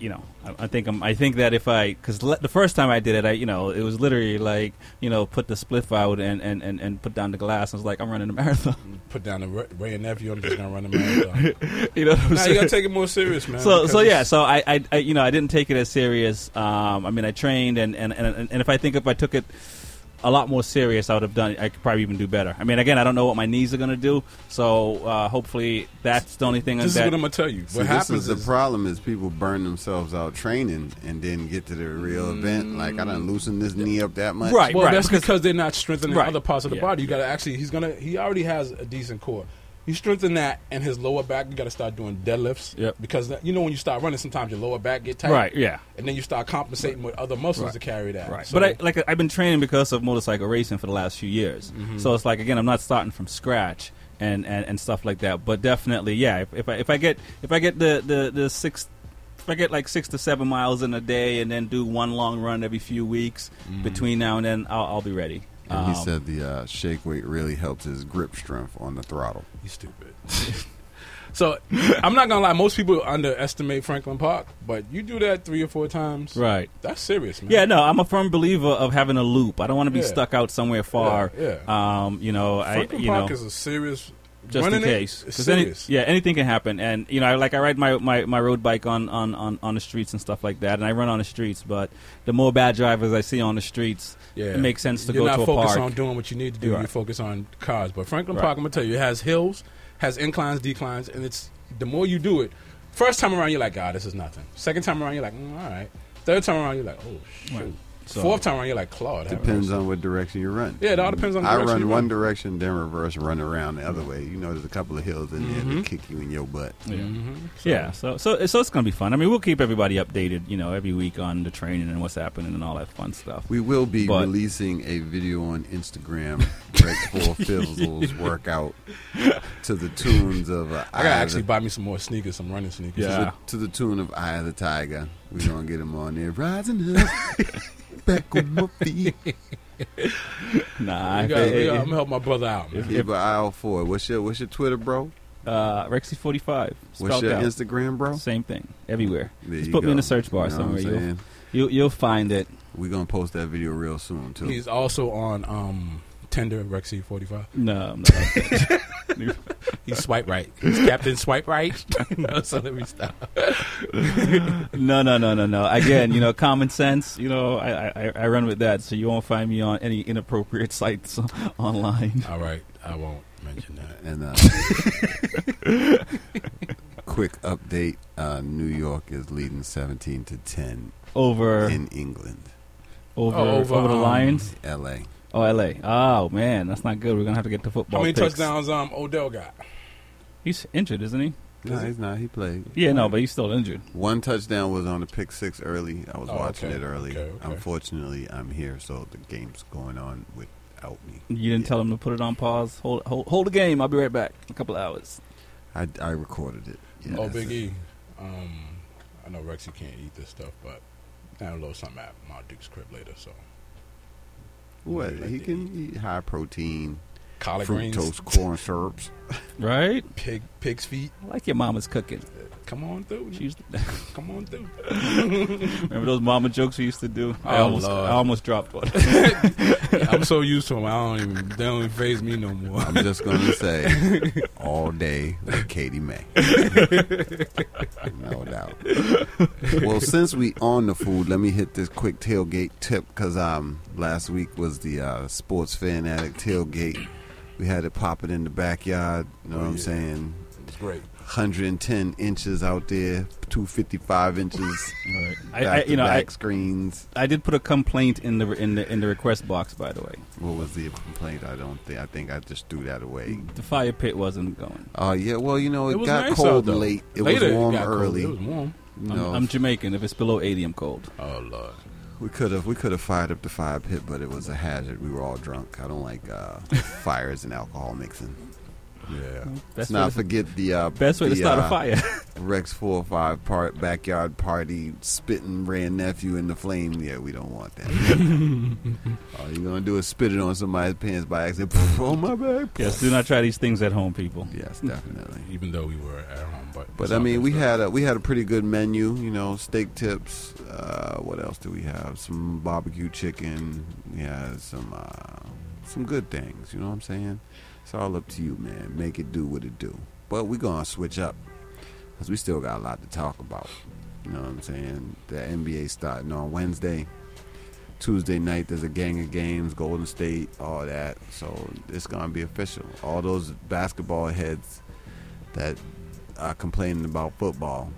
you know, I, I think I'm, I think that if I, because le- the first time I did it, I, you know, it was literally like, you know, put the spliff out and, and, and, and put down the glass. I was like, I'm running a marathon.
Put down the Ray- Ray and nephew. I'm just gonna run a marathon.
you know, what I'm
Nah, you
saying?
gotta take it more serious, man.
So, so
because-
yeah, so I, I, I, you know, I didn't take it as serious. Um, I mean, I trained, and and, and and if I think if I took it a lot more serious, I would have done. I could probably even do better. I mean, again, I don't know what my knees are gonna do, so uh, hopefully that's the only thing.
This is
that,
what I'ma tell you.
See, this is, the problem is people burn themselves out training and then get to the real event. Like I done loosen this knee up that much.
Well, that's because they're not strengthening
Right.
other parts of the
Yeah.
body. You got to actually. He's gonna. He already has a decent core. You strengthen that and his lower back. You got to start doing deadlifts.
Yep.
Because that, you know when you start running, sometimes your lower back get tight.
Right, yeah.
And then you start compensating with other muscles
Right.
to carry that.
Right.
So-
but I, like I've been training because of motorcycle racing for the last few years,
Mhm.
so it's like again I'm not starting from scratch and, and, and stuff like that. But definitely, yeah. If, if I if I get if I get the the, the six. If I get like six to seven miles in a day, and then do one long run every few weeks
Mm-hmm.
Mhm.
between now and then, I'll, I'll be ready.
And he
Um,
said the uh, shake weight really helps his grip strength on the throttle.
You stupid. So I'm not gonna lie. Most people underestimate Franklin Park, but you do that three or four times.
Right.
That's serious, man.
Yeah, no, I'm a firm believer of having a loop. I don't want to be
Yeah.
stuck out somewhere far.
Yeah,
Um, you know,
Franklin
I you
Park
know,
is a serious.
just
running
in case.
It, it's
'Cause any-
serious.
yeah, anything can happen. And you know, I, like I ride my, my, my road bike on, on, on, on the streets and stuff like that, and I run on the streets. But the more bad drivers I see on the streets, it makes sense to
You're
go
not
to a
focused
park.
on doing what you need to do.
Right.
You focus on cars. But Franklin
Right.
Park, I'm gonna tell you, it has hills, has inclines, declines, and it's the more you do it. First time around, you're like, God, this is nothing. Second time around, you're like, mm, all right. Third time around, you're like, oh shoot.
Right. So-
Fourth time around, you're like, Claude. have
Depends
mercy."
on what direction you run.
Yeah, it all depends on the
I
direction
run
you
one
run.
direction, then reverse, run around the other way. You know, there's a couple of hills in there
Mhm.
that kick you in your butt.
Mm-hmm. Yeah. Yeah, so so so it's gonna be fun. I mean, we'll keep everybody updated, you know, every week on the training and what's happening and all that fun stuff.
We will be
But-
releasing a video on Instagram, Greg Paul Fizzle's workout to the tunes of. Uh,
I gotta
Eye of
actually
the-
buy me some more sneakers, some running sneakers.
to the- To, the, tune of "Eye of the Tiger." We're gonna get him on there, rising up, back on my feet.
Nah,
We got- we got- I'm gonna help my brother out, man.
If, if, aisle four, what's your what's your Twitter, bro?
Uh, Rexy forty five.
What's your Instagram, bro?
Same thing everywhere.
There
Just
you
put me in
go.
the search bar
You know what I'm
somewhere. You'll,
saying?
you'll you'll find it.
We're gonna post that video real soon too.
He's also on um, Tinder, Rexy forty five.
No, I'm not like that.
he swipe right. He's Captain Swipe Right. no, so let me stop.
no, no, no, no, no. Again, you know, common sense. You know, I, I- I, I run with that, so you won't find me on any inappropriate sites online.
All right, I won't mention that.
And uh, quick update: uh, New York is leading seventeen to ten
Over-
in England.
Over
Oh,
over,
over,
the
um,
Lions,
L.A.
Oh, L.A. Oh man, that's not good. We're gonna have to get the football.
How many
picks.
touchdowns um, Odell got?
He's injured, isn't he?
No, he's not. He played.
Yeah, no, but he's still injured.
One touchdown was on the pick six early. I was
Oh,
watching
okay.
it early.
Okay, okay.
Unfortunately, I'm here, so the game's going on without me.
You didn't tell him to put it on pause. Hold, hold, hold the game. I'll be right back. in A couple of hours.
I, I recorded it. Yeah,
oh,
that's
Big
it.
E. Um, I know Rexy can't eat this stuff, but I download something at my Duke's crib later. So
What he can eat high protein,
Collard
fructose,
greens.
corn syrups.
Right?
pig pig's feet.
I like your mama's cooking.
Come on through.
She's-
Come on through.
Remember those mama jokes we used to do? I
Oh,
almost,
Lord.
I almost dropped one.
I'm so used to them. I don't even. They don't even phase me no more.
I'm just gonna say all day with Katie May. no doubt. Well, since we on the food, let me hit this quick tailgate tip because um last week was the uh, sports fanatic tailgate. We had it popping in the backyard. You
Oh,
know what I'm saying?
It's great.
110 inches out there, 255 inches.
I- I- you know, I-
back screens.
I did put a complaint in the in the in the request box. By the way,
What was the complaint? I don't think. I think I just threw that away.
the fire pit wasn't going.
Oh yeah, well you know it,
It was
got
nice out,
cold
though.
late. It
Later,
was
it
warm
got cold.
early.
It was warm.
You
I'm,
know,
I'm Jamaican. If it's below 80, I'm cold.
Oh lord.
we could have we could have fired up the fire pit, but it was a hazard. We were all drunk. I don't like uh, fires and alcohol mixing. Yeah. Let's
Best way
not
to-
forget the uh,
best way to
the,
start a
uh,
fire.
Rex four oh five part backyard party spitting Rand nephew in the flame. Yeah, we don't want that. All you're gonna do is spit it on somebody's pants by accident. oh my bad.
Yes, do not try these things at home, people.
Yes, definitely.
Even though we were at home, but
But I mean, we had a we had a pretty good menu. You know, steak tips. Uh, what else do we have? Some barbecue chicken. We had some uh, some good things. You know what I'm saying? It's all up to you, man. Make it do what it do. But we gonna switch up because we still got a lot to talk about. You know what I'm saying? The NBA starting on Wednesday. Tuesday night, there's a gang of games, Golden State, all that. So it's going to be official. All those basketball heads that are complaining about football,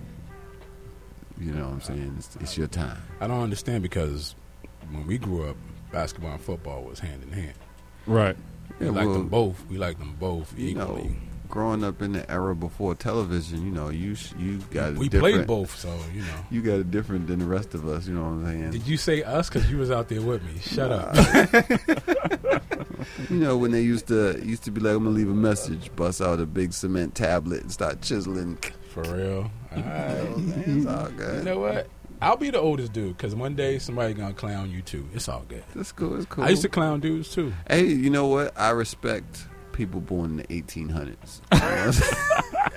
you know what I'm saying? It's, it's your time.
I don't understand because when we grew up, basketball and football was hand in hand.
Right.
We
Yeah,
liked
well,
them both. We liked them both
You
equally.
know, growing up in the era before television, you know, you sh- you got a
we
different,
played both, so you know.
You got it different than the rest of us. You know what I'm saying?
Did you say us? Because you was out there with me. Shut up.
you know when they used to used to be like, I'm gonna leave a message, bust out a big cement tablet and start chiseling.
For real,
it's all good.
You know what? I'll be the oldest dude because one day somebody gonna clown you too. It's all good.
That's cool. It's cool.
I used to clown dudes too.
Hey, you know what? I respect people born in the 1800s.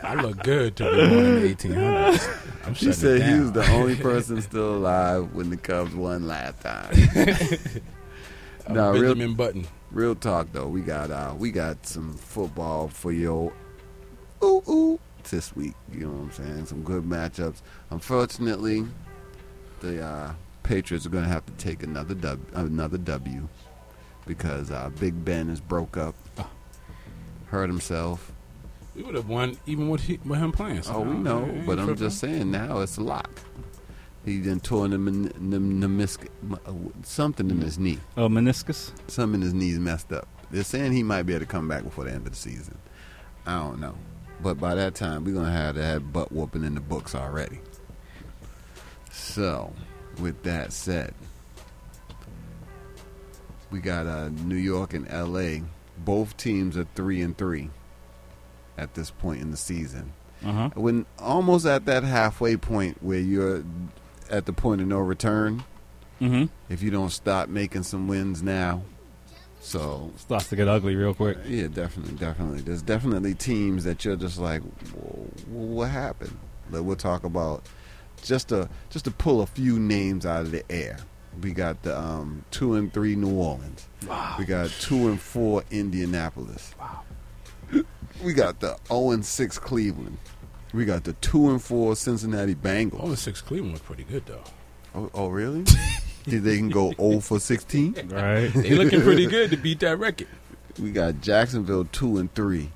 I
look good to be born in the 1800s. I'm
She
shutting
said
it
he
down.
was the only person still alive when the Cubs won last time.
I'm
Nah, real-
Benjamin Button.
Real talk though, we got uh, we got some football for your ooh ooh this week. You know what I'm saying? Some good matchups. Unfortunately, the uh, Patriots are going to have to take another W, another W, because uh, Big Ben is broke up,
Ah.
hurt himself.
We would have won even with, he, with him playing.
Oh, we know, but I'm just saying now it's a lock. He then tore the men- the- the menisc- something in his knee.
Oh, meniscus.
Something in his knee's messed up. They're saying he might be able to come back before the end of the season. I don't know, but by that time we're gonna have that butt whooping in the books already. So, with that said, we got uh, New York and L.A. Both teams are three and three at this point in the season.
Uh-huh.
When almost at that halfway point where you're at the point of no return,
Mm-hmm.
if you don't stop making some wins now, so
Starts to get ugly real quick.
yeah, definitely, definitely. There's definitely teams that you're just like, Whoa, what happened? Like we'll talk about just to just to pull a few names out of the air. We got the um, two and three New Orleans. Wow. We got two and four Indianapolis. Wow. We got the zero and six Cleveland. We got the two and four Cincinnati Bengals.
Oh, six Cleveland was pretty good though.
Oh, oh really? Think they can go 0 for 16?
Right.
they looking pretty good to beat that record.
We got Jacksonville 2 and 3.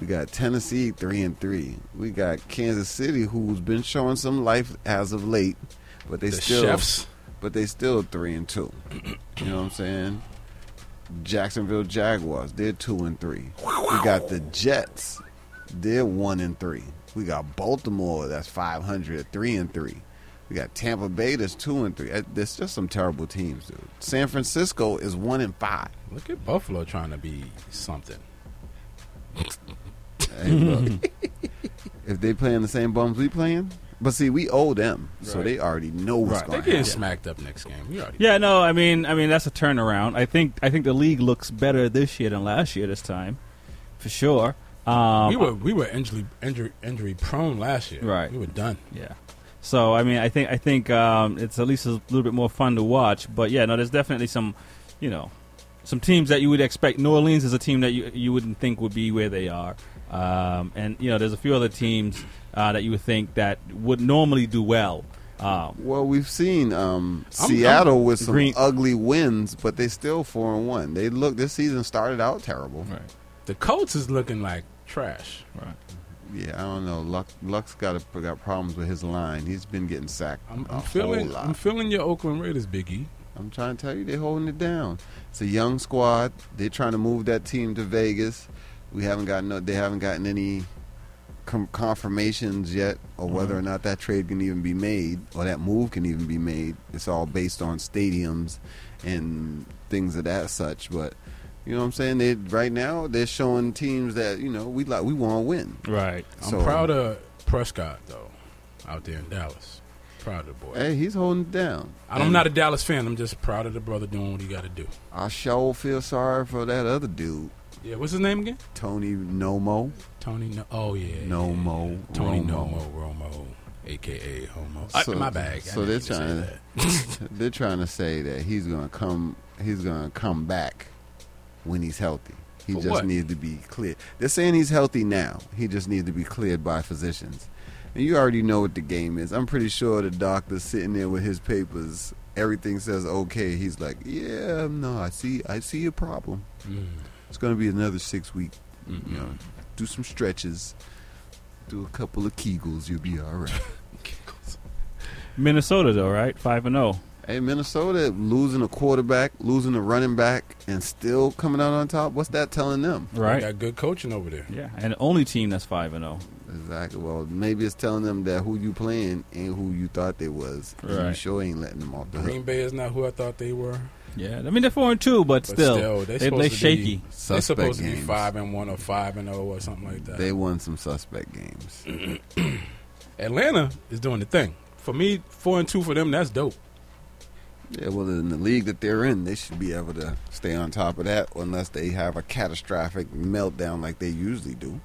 We got Tennessee 3 and 3. We got Kansas City who's been showing some life as of late, but they
The
still
chefs.
but they still 3 and 2. You know what I'm saying? Jacksonville Jaguars, they're 2 and 3. We got the Jets, they're 1 and 3. We got Baltimore, that's 500, 3 and 3. We got Tampa Bay that's 2 and 3. Uh, There's just some terrible teams, dude. San Francisco is 1 and 5.
Look at Buffalo trying to be something.
Hey, look, if they playing the same bums we playing, but see, we owe them, so
Right.
they already know what's
Right.
going
They getting
on.
smacked up next game. We already
Yeah, no, I mean, I mean that's a turnaround. I think I think the league looks better this year than last year this time, for sure. Um,
we were we were injury injury injury prone last year.
Right.
we were done.
Yeah. So I mean, I think I think um, it's at least a little bit more fun to watch. But yeah, no, there's definitely some, you know, some teams that you would expect. New Orleans is a team that you you wouldn't think would be where they are, um, and you know, there's a few other teams uh, that you would think that would normally do well. Um,
Well, we've seen um,
I'm-
Seattle
I'm
with some
green-
ugly wins, but they still four and one. They look this season started out terrible. Right.
The Colts is looking like trash.
Right.
Yeah, I don't know. Luck Luck's got a, got problems with his line. He's been getting sacked
I'm,
a
I'm
whole
feeling
lot.
I'm feeling your Oakland Raiders, Biggie.
I'm trying to tell you, they're holding it down. It's a young squad. They're trying to move that team to Vegas. We haven't gotten no, they haven't gotten any com- confirmations yet of whether or not that trade can even be made or that move can even be made. It's all based on stadiums and things of that such. But you know what I'm saying? They right now they're showing teams that you know we like we want to win.
Right.
I'm proud of Prescott though, out there in Dallas. proud of the boy.
Hey, he's holding it down.
I'm
And
not a Dallas fan. I'm just proud of the brother doing what he got to do.
I sure feel sorry for that other dude.
Yeah, what's his name again?
Tony Nomo.
Tony. No- oh yeah.
Nomo.
Tony
Romo.
Nomo Romo, aka Homo. I- my bag. I
So
didn't
they're
mean to say
trying to they're trying to say that he's gonna come he's gonna come back when he's healthy. He
For
just
what?
needs to be cleared. They're saying he's healthy now. He just needs to be cleared by physicians. And you already know what the game is. I'm pretty sure the doctor's sitting there with his papers. Everything says okay. He's like, yeah, no, I see, I see a problem.
Mm.
It's gonna be another six week. You know, do some stretches, do a couple of Kegels, you'll be all right.
Minnesota, though, right? Five and oh, zero.
Hey, Minnesota losing a quarterback, losing a running back, and still coming out on top. What's that telling them?
Right.
Got good coaching over there.
Yeah, and the only team that's five and oh. zero.
Exactly. Well, maybe it's telling them that who you playing ain't who you thought they was. And You
Right.
sure ain't letting them off the hook.
Green Bay is not who I thought they were.
Yeah, I mean they're four and two, but, still,
they
they
supposed
they
to be-
shaky.
They're
Suspect
supposed to be
games.
five and one or five and zero or something like that.
They won some suspect games.
Atlanta is doing the thing. For me, four and two for them. That's dope.
Yeah, well, in the league that they're in, they should be able to stay on top of that unless they have a catastrophic meltdown like they usually do.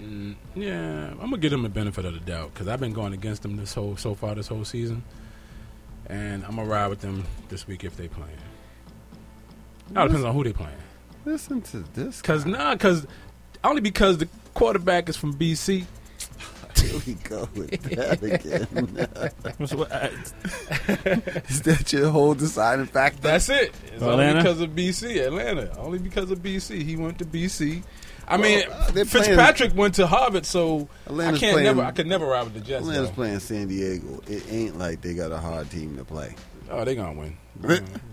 Mm, yeah, I'm gonna give them the benefit of the doubt because I've been going against them this whole so far this whole season, and I'm gonna ride with them this week if they playing. Now it depends on who they playing.
Listen to this.
Cause nah, cause only because the quarterback is from BC.
Here we go with that
uh,
again. Is that your whole deciding factor?
That's it. It's only
Atlanta?
because of BC, Atlanta. Only because of BC, he went to BC. I
Well,
mean,
uh, they're playing-
Fitzpatrick went to Harvard, so
Atlanta's
I can't
playing-
never. I could never ride with the Jets.
Atlanta's
though.
playing San Diego. It ain't like they got a hard team to play.
Oh, they gonna win. They gonna, they gonna win.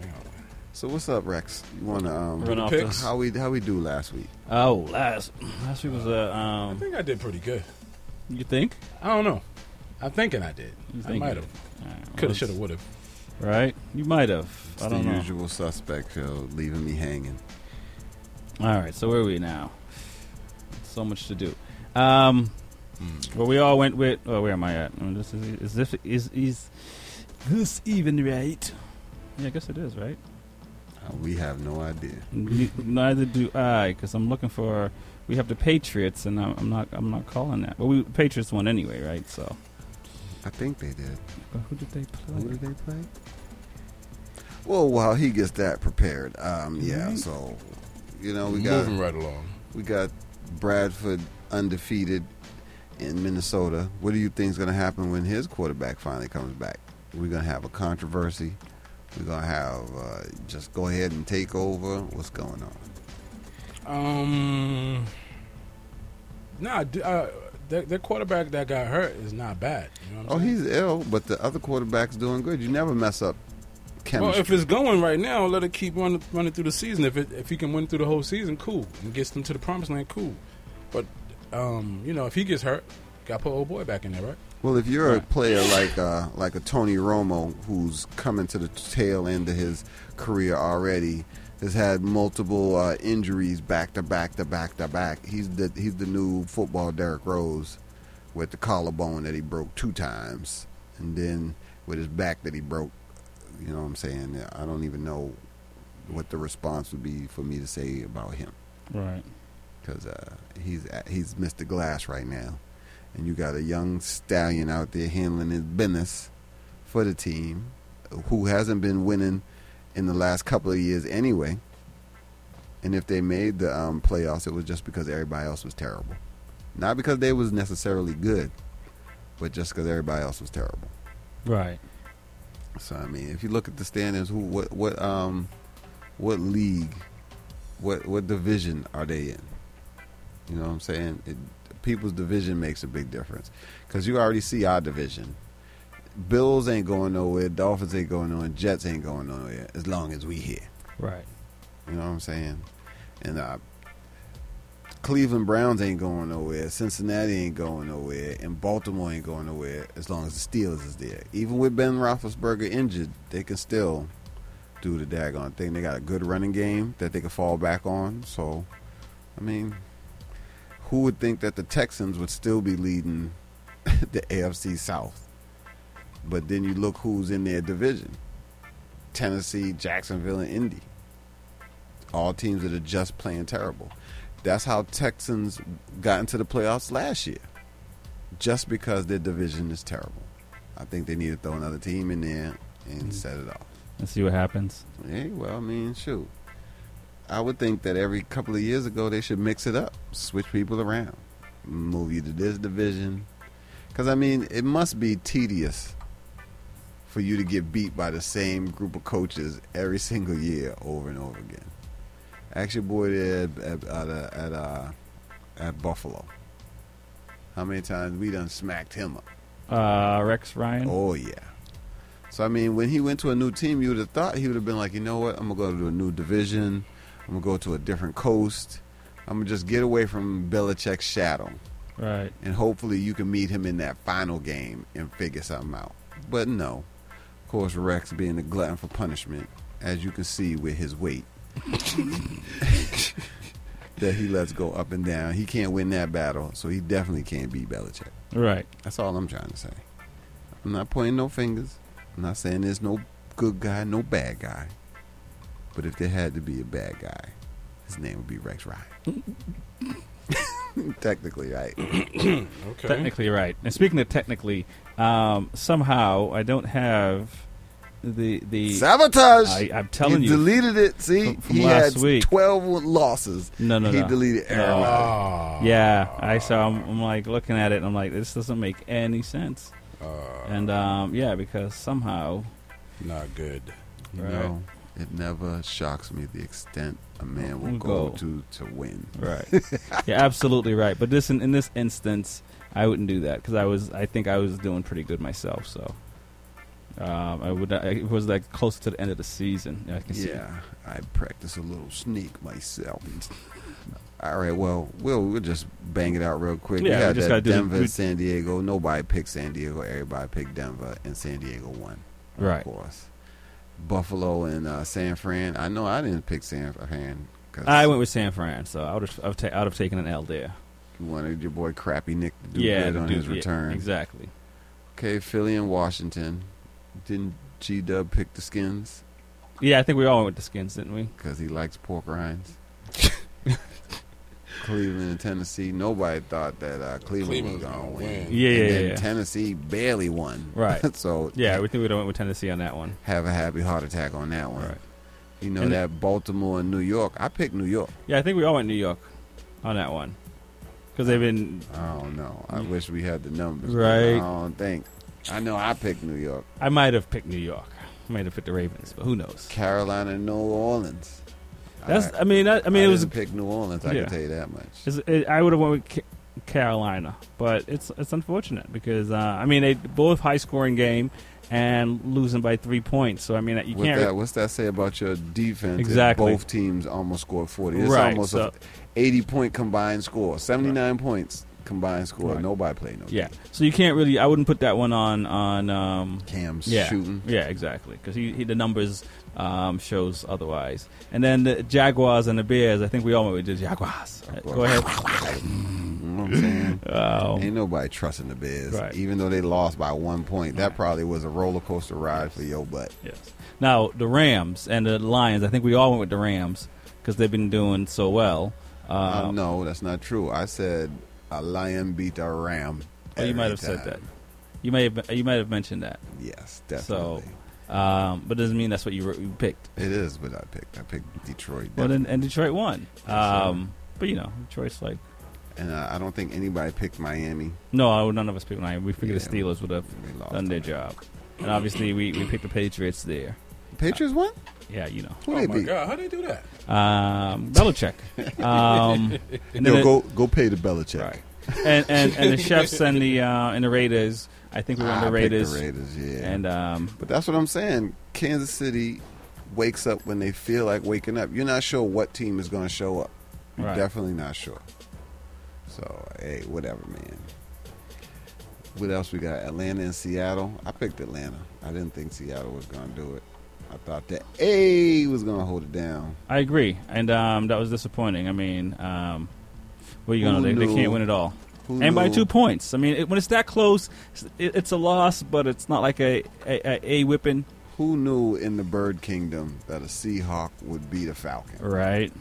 They gonna win.
So what's up, Rex? You want to um,
Run off Picks? the-
how we how we do last week?
Oh, last last week was a.
I
Um,
think I did pretty good.
you think?
I don't know. I'm thinking I did.
You
I
think you
might have.
did. All right, well,
Could have,
let's-
should have, would have.
Right? You might have.
It's
I
the
don't know.
usual suspect, yo, leaving me hanging.
All right, so where are we now? So much to do. Um, Well, we all went with. Oh, where am I at? Mm, This is, is this is is this even right? Yeah, I guess it is right.
Uh, we have no idea.
Ne- Neither do I, because I'm looking for. We have the Patriots, and I'm, I'm not. I'm not calling that. But we Patriots won anyway, right? So
I think they did.
But who did they play?
Who did they play? Well, while he gets that prepared, um, yeah.
Mhm.
So you know we got
moving right along.
we got Bradford undefeated in Minnesota. What do you think's going to happen when his quarterback finally comes back? We're going to have a controversy. We're going to have uh, just go ahead and take over. What's going on?
Um, nah, d- uh, their, their quarterback that got hurt is not bad. You know what I'm
Oh,
saying?
he's ill, but the other quarterback's doing good. You never mess up
well,
chemistry.
if it's going right now, let it keep running running through the season. If it if he can win through the whole season, cool, and gets them to the promised land, cool. But um, you know, if he gets hurt, got to put old boy back in there, right?
well, if you're a player like uh, like a Tony Romo, who's coming to the tail end of his career already, has had multiple uh, injuries back to back to back to back. He's the he's the new football Derrick Rose with the collarbone that he broke two times, and then with his back that he broke. You know what I'm saying? I don't even know what the response would be for me to say about him.
Right.
because uh, he's he's Mr. Glass right now, and you got a young stallion out there handling his business for the team, who hasn't been winning in the last couple of years anyway. And if they made the um, playoffs, it was just because everybody else was terrible, not because they was necessarily good, but just because everybody else was terrible.
Right.
So I mean, if you look at the standings, who, what, what, um, what league, what, what division are they in? You know what I'm saying? It, people's division makes a big difference because you already see our division. Bills ain't going nowhere. Dolphins ain't going nowhere. Jets ain't going nowhere as long as we here.
Right.
You know what I'm saying? And uh, Cleveland Browns ain't going nowhere. Cincinnati ain't going nowhere. And Baltimore ain't going nowhere as long as the Steelers is there. Even with Ben Roethlisberger injured, they can still do the daggone thing. They got a good running game that they can fall back on. So, I mean, who would think that the Texans would still be leading the AFC South? But then you look who's in their division: Tennessee, Jacksonville, and Indy. All teams that are just playing terrible. That's how Texans got into the playoffs last year, just because their division is terrible. I think they need to throw another team in there and set it off.
Let's see what happens.
Hey, well, I mean, shoot. I would think that every couple of years ago they should mix it up, switch people around, move you to this division. Because I mean, it must be tedious for you to get beat by the same group of coaches every single year over and over again. Ask your boy there at at at, uh, at, uh, at Buffalo. How many times we done smacked him up?
Uh, Rex Ryan.
Oh yeah. So I mean, when he went to a new team, you would have thought he would have been like, you know what, I'm gonna go to a new division, I'm gonna go to a different coast, I'm gonna just get away from Belichick's shadow,
Right.
and hopefully you can meet him in that final game and figure something out. But no, of course, Rex being a glutton for punishment, as you can see with his weight, that he lets go up and down. He can't win that battle, so he definitely can't beat Belichick.
Right.
That's all I'm trying to say. I'm not pointing no fingers. I'm not saying there's no good guy, no bad guy. But if there had to be a bad guy, his name would be Rex Ryan. Technically, right.
Technically right. And speaking of technically, um, somehow I don't have the the
Sabotage.
I, I'm telling
he
you,
deleted it. See,
from, from
he
last
had
week.
twelve losses.
No, no,
he
no.
deleted
No.
everything.
Ah,
Yeah, I saw. I'm, I'm like looking at it, and I'm like, this doesn't make any sense. and um, yeah, because somehow,
uh, not good.
You
Right.
know, it never shocks me the extent a man will
We'll
go,
go.
to to win.
Right. You're absolutely right. But this in, in this instance, I wouldn't do that because I was I think I was doing pretty good myself. So um, I would I, it was like close to the end of the season. I can see.
Yeah, I practice a little sneak myself. All right, well, we'll we'll just bang it out real quick.
Yeah, we
we had
just
that
gotta do the-
Denver,
we-
San Diego. Nobody picked San Diego. Everybody picked Denver, and San Diego won.
Right.
Of course. Buffalo and uh, San Fran. I know I didn't pick San Fran because
I went with San Fran, so I would have I would ta- I would have taken an L there.
you wanted your boy Crappy Nick to do
Yeah,
good on
do-
his
yeah,
return.
exactly.
Okay, Philly and Washington. Didn't G Dub pick the Skins?
Yeah, I think we all went with the skins, didn't we?
because he likes pork rinds. Cleveland and Tennessee. Nobody thought that uh, Cleveland was
Cleveland's
going to
gonna
win.
win. Yeah,
and
yeah,
then
yeah.
Tennessee barely won.
Right.
so
yeah, we think we went with Tennessee on that one.
have a happy heart attack on that one.
Right.
You know
And-
that Baltimore and New York. I picked New York.
Yeah, I think we all went New York on that one because they've been
I don't know. I wish we had the numbers. but
Mm. Right.
I don't think. I know I picked New York.
I might have picked New York. I might have picked the Ravens, but who knows?
Carolina, and New Orleans.
That's. I, mean. I, I mean, it was.
didn't pick New Orleans. I
Yeah.
can tell you that much.
It's, it, I would have went with Ca- Carolina, but it's it's unfortunate because uh, I mean they both high scoring game and losing by three points. So I mean you
With
can't.
that, what's that say about your defense? if
Exactly.
both teams almost scored forty. It's
Right,
almost
so-
a eighty point combined score, seventy nine points combined score. Nobody played no.
yeah, so you can't really. I wouldn't put that one on on um,
Cam's
yeah,
shooting.
Yeah, exactly, because he, he the numbers um, shows otherwise. And then the Jaguars and the Bears. I think we all went with the Jaguars. Go ahead.
You know what I'm saying? Ain't nobody trusting the Bears,
Oh. Right.
even though they lost by one point. That probably was a roller coaster ride for your butt.
Yes. Now the Rams and the Lions. I think we all went with the Rams because they've been doing so well.
Uh,
Um,
no, that's not true. I said a lion beat a ram.
Oh, you might
every
have said
time.
that. You may have you might have mentioned that.
Yes,
So, um, but it doesn't mean that's what you, wrote- you picked.
It is what I picked. I picked Detroit.
Well, then, and Detroit won.
sir.
Um, but you know, Detroit's like
And uh, I don't think anybody picked Miami.
no, none of us picked Miami. We figured the
Yeah,
Steelers would have
we lost
done their job, and obviously we, we picked the Patriots there.
Patriots won.
Yeah, you know.
Who
oh
they
my
beat?
god, how they do that?
Um, Belichick. Um, and then
Yo,
it-
go go pay the Belichick.
and, and and the Chefs and the uh, and the Raiders. I think we won
Ah, I
Ah, the
picked the
Raiders.
Raiders, yeah.
And um,
But that's what I'm saying. Kansas City wakes up when they feel like waking up. You're not sure what team is going to show up. You're
Right.
definitely not sure. So hey, whatever, man. What else we got? Atlanta and Seattle. I picked Atlanta. I didn't think Seattle was going to do it. I thought that A was going to hold it down.
I agree, and um, that was disappointing. I mean, um, what are you gonna
Who
do? They
knew?
can't win it all.
Who
and by
knew?
two points. I mean, it, when it's that close, it's, it, it's a loss, but it's not like a a, a, a whipping.
Who knew in the bird kingdom that a Seahawk would beat a Falcon?
Right.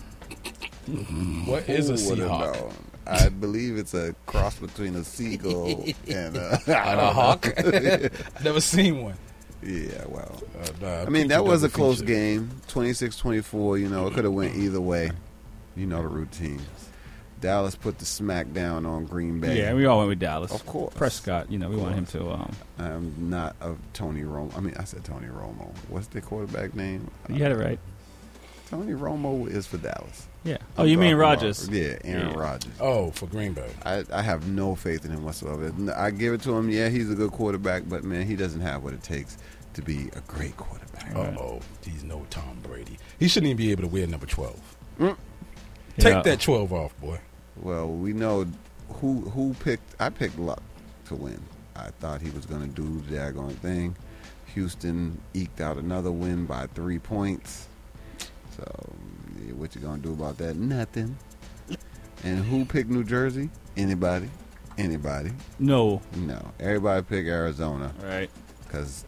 What is a
Who would've
Seahawk?
known? I believe it's a cross between a seagull and a,
And a hawk? I've never seen one.
Yeah, well.
Uh, nah,
I mean, that
picture
was a
doesn't
close
feature.
game 26 24. You know, it could have went either way. You know the routines. Dallas put the smack down on Green Bay.
Yeah, we all went with Dallas.
Of course.
Prescott, you know, we want him to. Um,
I'm not a Tony Romo. I mean, I said Tony Romo. What's the quarterback name?
You had it right.
Tony Romo is for Dallas.
Yeah.
I'm
Oh, you mean
talking
Rodgers.
about- Yeah, Aaron
Yeah.
Rodgers.
Oh, for Green Bay.
I, I have no faith in him whatsoever. N- I give it to him. Yeah, he's a good quarterback, but man, he doesn't have what it takes to be a great quarterback.
Uh oh, he's no Tom Brady. He shouldn't even be able to wear number twelve.
Mm.
Take
Yeah.
that twelve off, boy.
Well, we know who who picked. I picked Luck to win. I thought he was going to do the daggone thing. Houston eked out another win by three points. So, yeah, what you going to do about that? Nothing. And who picked New Jersey? Anybody? Anybody?
No.
No. Everybody picked Arizona.
Right.
Because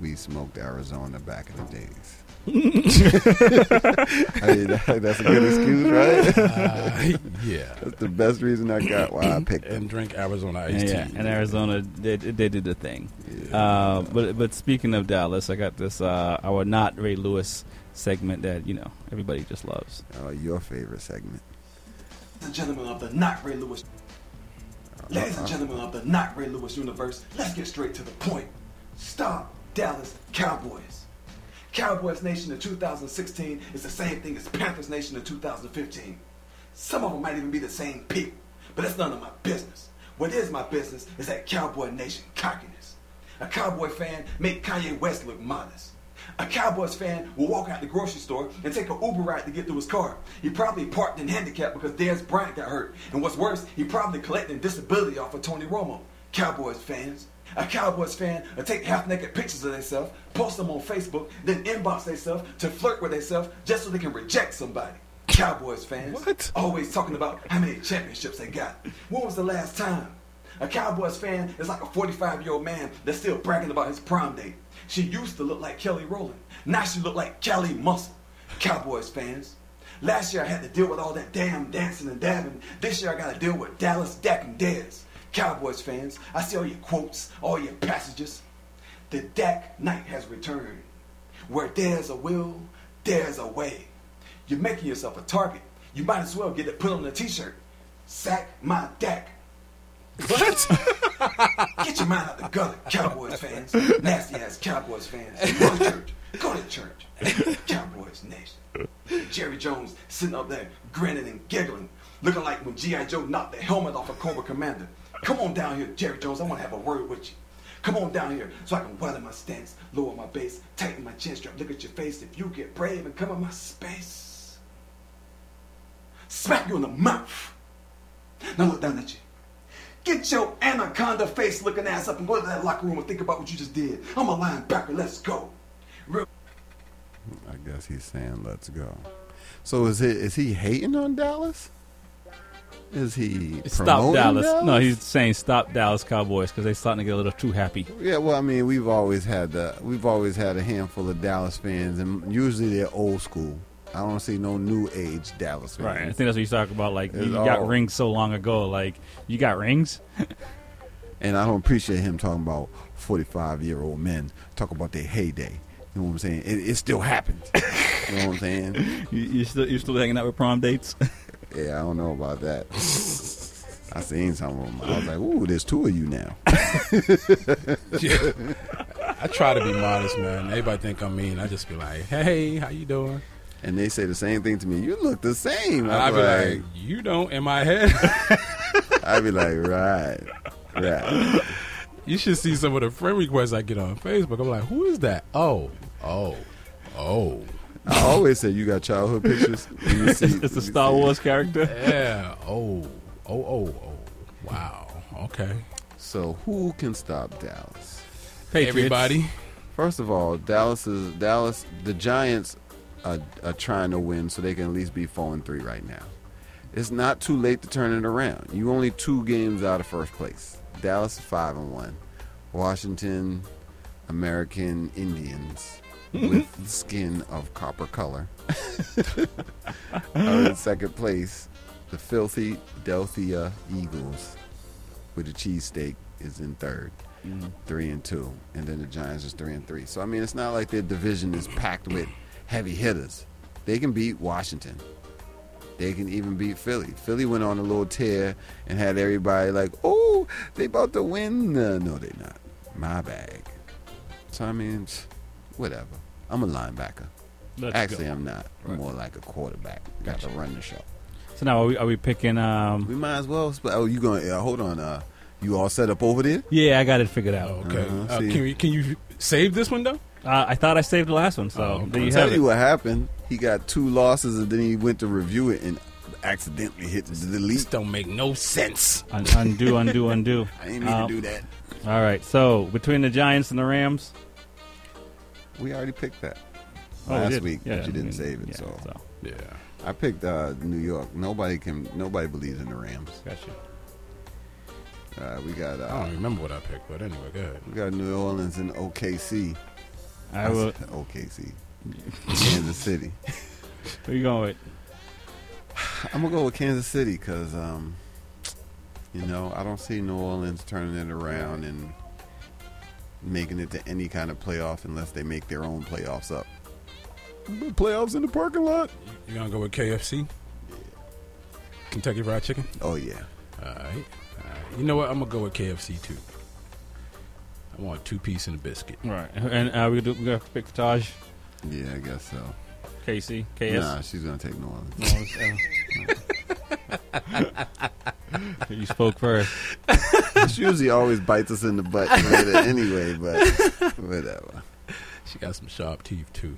we smoked Arizona back in the days. I mean, that- that's a good excuse, right?
Uh, yeah.
That's the best reason I got why I picked
and drink Arizona iced
And,
tea.
yeah, and Arizona, they, they did the thing. Uh, but but speaking of Dallas, I got this uh, our not Ray Lewis segment that you know everybody just loves.
Oh, your favorite segment.
Ladies and gentlemen of the Not Ray Lewis. Ladies and gentlemen of the Not Ray Lewis universe, let's get straight to the point. Stop Dallas Cowboys. Cowboys Nation in 2016 is the same thing as Panthers Nation in 2015. Some of them might even be the same people, but that's none of my business. What is my business is that Cowboy Nation cockiness. A Cowboy fan make Kanye West look modest. A Cowboys fan will walk out the grocery store and take an Uber ride to get to his car. He probably parked in handicap because Dez Bryant got hurt. And what's worse, he probably collecting disability off of Tony Romo. Cowboys fans. A Cowboys fan will take half-naked pictures of themselves, post them on Facebook, then inbox themselves to flirt with themselves just so they can reject somebody. Cowboys fans.
Oh,
Always talking about how many championships they got. When was the last time? A Cowboys fan is like a 45 year old man that's still bragging about his prom date. She used to look like Kelly Rowland. Now she look like Kelly Muscle. Cowboys fans. Last year I had to deal with all that damn dancing and dabbing. This year I gotta deal with Dallas Dak and Dez. Cowboys fans, I see all your quotes, all your passages. The Dak Knight has returned. Where there's a will, there's a way. You're making yourself a target. You might as well get it put on a t-shirt. Sack my Dak. Get your mind out the gutter, Cowboys fans. Nasty ass Cowboys fans. Go to church. Go to church. Cowboys Nation. Jerry Jones sitting up there grinning and giggling, looking like when G.I. Joe knocked the helmet off a Cobra Commander. Come on down here, Jerry Jones. I want to have a word with you. Come on down here so I can weather my stance, lower my base, tighten my chin strap, look at your face. If you get brave and come in my space, smack you in the mouth. Now look down at you. Get your anaconda face looking ass up and go to that locker room and think about what you just did. I'm a linebacker. Let's go. Real-
I guess he's saying let's go. So is it is he hating on Dallas? Is he
Stop
promoting
Dallas.
Dallas?
No, he's saying stop Dallas Cowboys because they're starting to get a little too happy.
Yeah, well, I mean, we've always had the we've always had a handful of Dallas fans, and usually they're old school. I don't see no new age Dallas fans.
Right. I think that's what you talk about. Like
It's
you got
all-
rings so long ago. Like you got rings.
And I don't appreciate him talking about forty-five year old men talk about their heyday. You know what I'm saying? It, it still happened. you know what I'm saying?
You, you're still you're still hanging out with prom dates.
Yeah, I don't know about that. I seen some of them. I was like, "Ooh, there's two of you now."
Yeah. I try to be modest, man. Everybody think I'm mean. I just be like, hey, how you doing?
And they say the same thing to me. You look the same.
I
I'd
be like,
be
you don't in my head.
like, I'd be like, right, right.
you should see some of the friend requests I get on Facebook. I'm like, who is that? Oh, oh, oh.
I always say you got childhood pictures. When you see-
it's a
you
Star
see-
Wars character.
Yeah. Oh, oh, oh, oh. Wow. Okay.
So who can stop Dallas?
Patriots.
Everybody.
First of all, Dallas is Dallas. The Giants are, are trying to win, so they can at least be four and three right now. It's not too late to turn it around. You only two games out of first place. Dallas is five and one. Washington American Indians with skin of copper color are in second place. The filthy Delphia Eagles with the cheesesteak is in third. Three and two. And then the Giants is three and three. So I mean it's not like their division is packed with heavy hitters. They can beat Washington. They can even beat Philly. Philly went on a little tear and had everybody like, oh, they about to win. Uh, no, they not. My bag. So, I mean, psh, whatever. I'm a linebacker.
Let's
Actually,
go.
I'm not. I'm more like a quarterback. Got to run the show.
So now are we, are we picking? Um,
we might as well. But oh, you going? to hold on. Uh, you all set up over there?
Yeah, I got it figured out.
Okay. Uh-huh, Uh, see. can
you can you save this one though? Uh, I thought I saved the last one, so there
I'll
you
tell
have
you
it.
what happened. He got two losses, and then he went to review it and accidentally hit the delete. This
don't make no sense.
Un- undo, undo, undo.
I didn't mean
Um,
to do that.
All right. So between the Giants and the Rams,
We already picked that
Oh, we
last
did.
week,
Yeah,
but you
I
didn't
mean,
save it.
yeah,
so.
so.
yeah,
I picked uh, New York. Nobody can. Nobody believes in the Rams.
Gotcha.
Uh, we got. Uh,
I
Oh.
don't remember what I picked, but anyway, go ahead.
We got New Orleans and OKC.
I will-
said OKC, Kansas City.
where you going with?
I'm gonna go with Kansas City because, um, you know, I don't see New Orleans turning it around and making it to any kind of playoff unless they make their own playoffs up. Playoffs in the parking lot.
You gonna go with KFC? Kentucky Fried Chicken.
Oh yeah.
All right. All right. You know what? I'm gonna go with KFC too. I want two piece and a biscuit.
Right. And uh, we do we gonna pick Taj.
Yeah, I guess so.
KC, KS.
Nah, she's gonna take New Orleans.
you spoke first.
she usually always bites us in the butt later anyway, but whatever.
She got some sharp teeth too.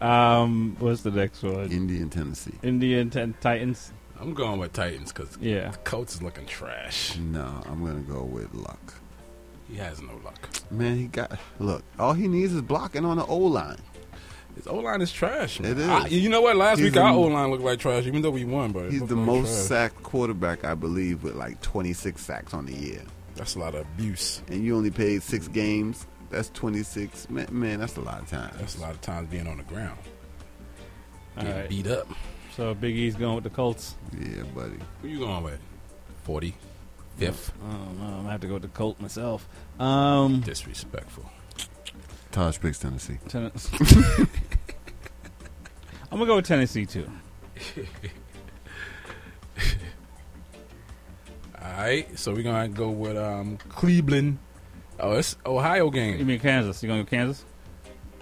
Um, what's the next one?
Indian Tennessee.
Indian ten- Titans.
I'm going with Titans because
Yeah.
the Colts is looking trash.
No, I'm gonna go with luck.
He has no luck.
Man, he got look. All he needs is blocking on the O line.
His O line is trash.
It is.
I- you know what? Last
He's
week our
the-
O line looked like trash, even though we won. But it
He's
looked
the
like
most
trash.
sacked quarterback, I believe, with like 26 sacks on the year.
That's a lot of abuse.
And you only played six games. That's 26. Man, man that's a lot of time.
That's a lot of times being on the ground.
All
Getting
right.
beat up.
So Big E's going with the Colts.
Yeah, buddy.
Who you going with? 40? Fifth?
Oh, no, I'm gonna have to go with the Colt myself. Um,
Disrespectful.
Taj picks Tennessee.
Ten- I'm gonna go with Tennessee too.
All right. So we're going to go with um, Cleveland. Oh, it's Ohio game.
You mean Kansas? You gonna go Kansas?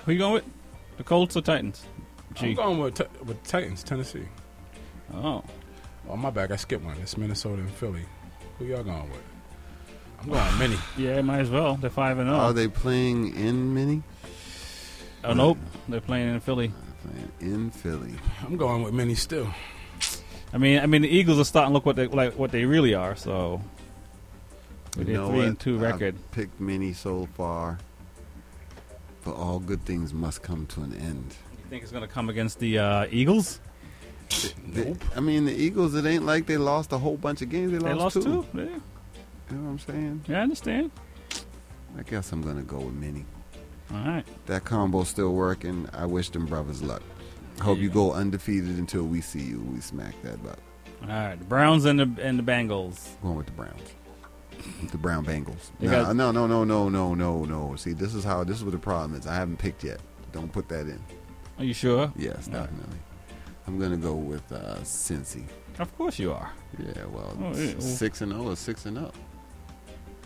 Who you going with? The Colts or Titans?
I'm
Gee.
going with, t- with Titans, Tennessee.
Oh.
Oh, my bad. I skipped one. It's Minnesota and Philly. Who y'all going with? I'm going mini.
Yeah, might as well. They're five and
Are
zero.
they playing in mini?
Oh nope, they're playing in Philly.
Playing in Philly.
I'm going with mini still.
I mean, I mean, the Eagles are starting to look what they like, what they really are. So with
You
their
know
three
what? Uh,
and two
I've
record.
picked mini so far, but all good things must come to an end.
You think it's gonna come against the uh, Eagles?
They- I mean, the Eagles. It ain't like they lost a whole bunch of games. They
They
lost,
lost two. Yeah.
You know what I'm saying?
yeah, I understand.
I guess I'm gonna go with mini.
All right.
That combo's still working. I wish them brothers luck. Hope you go undefeated until we see you. We smack that butt.
All right, the Browns and the and the Bengals.
Going with the Browns. With the Brown Bengals.
They
No,
got-
no, no, no, no, no, no, no. See, this is how this is what the problem is. I haven't picked yet. Don't put that in.
Are you sure?
Yes, definitely. I'm gonna go with uh Cincy.
Of course you are.
Yeah, well,
Oh,
s-
yeah, well-
six and zero is six and oh. up.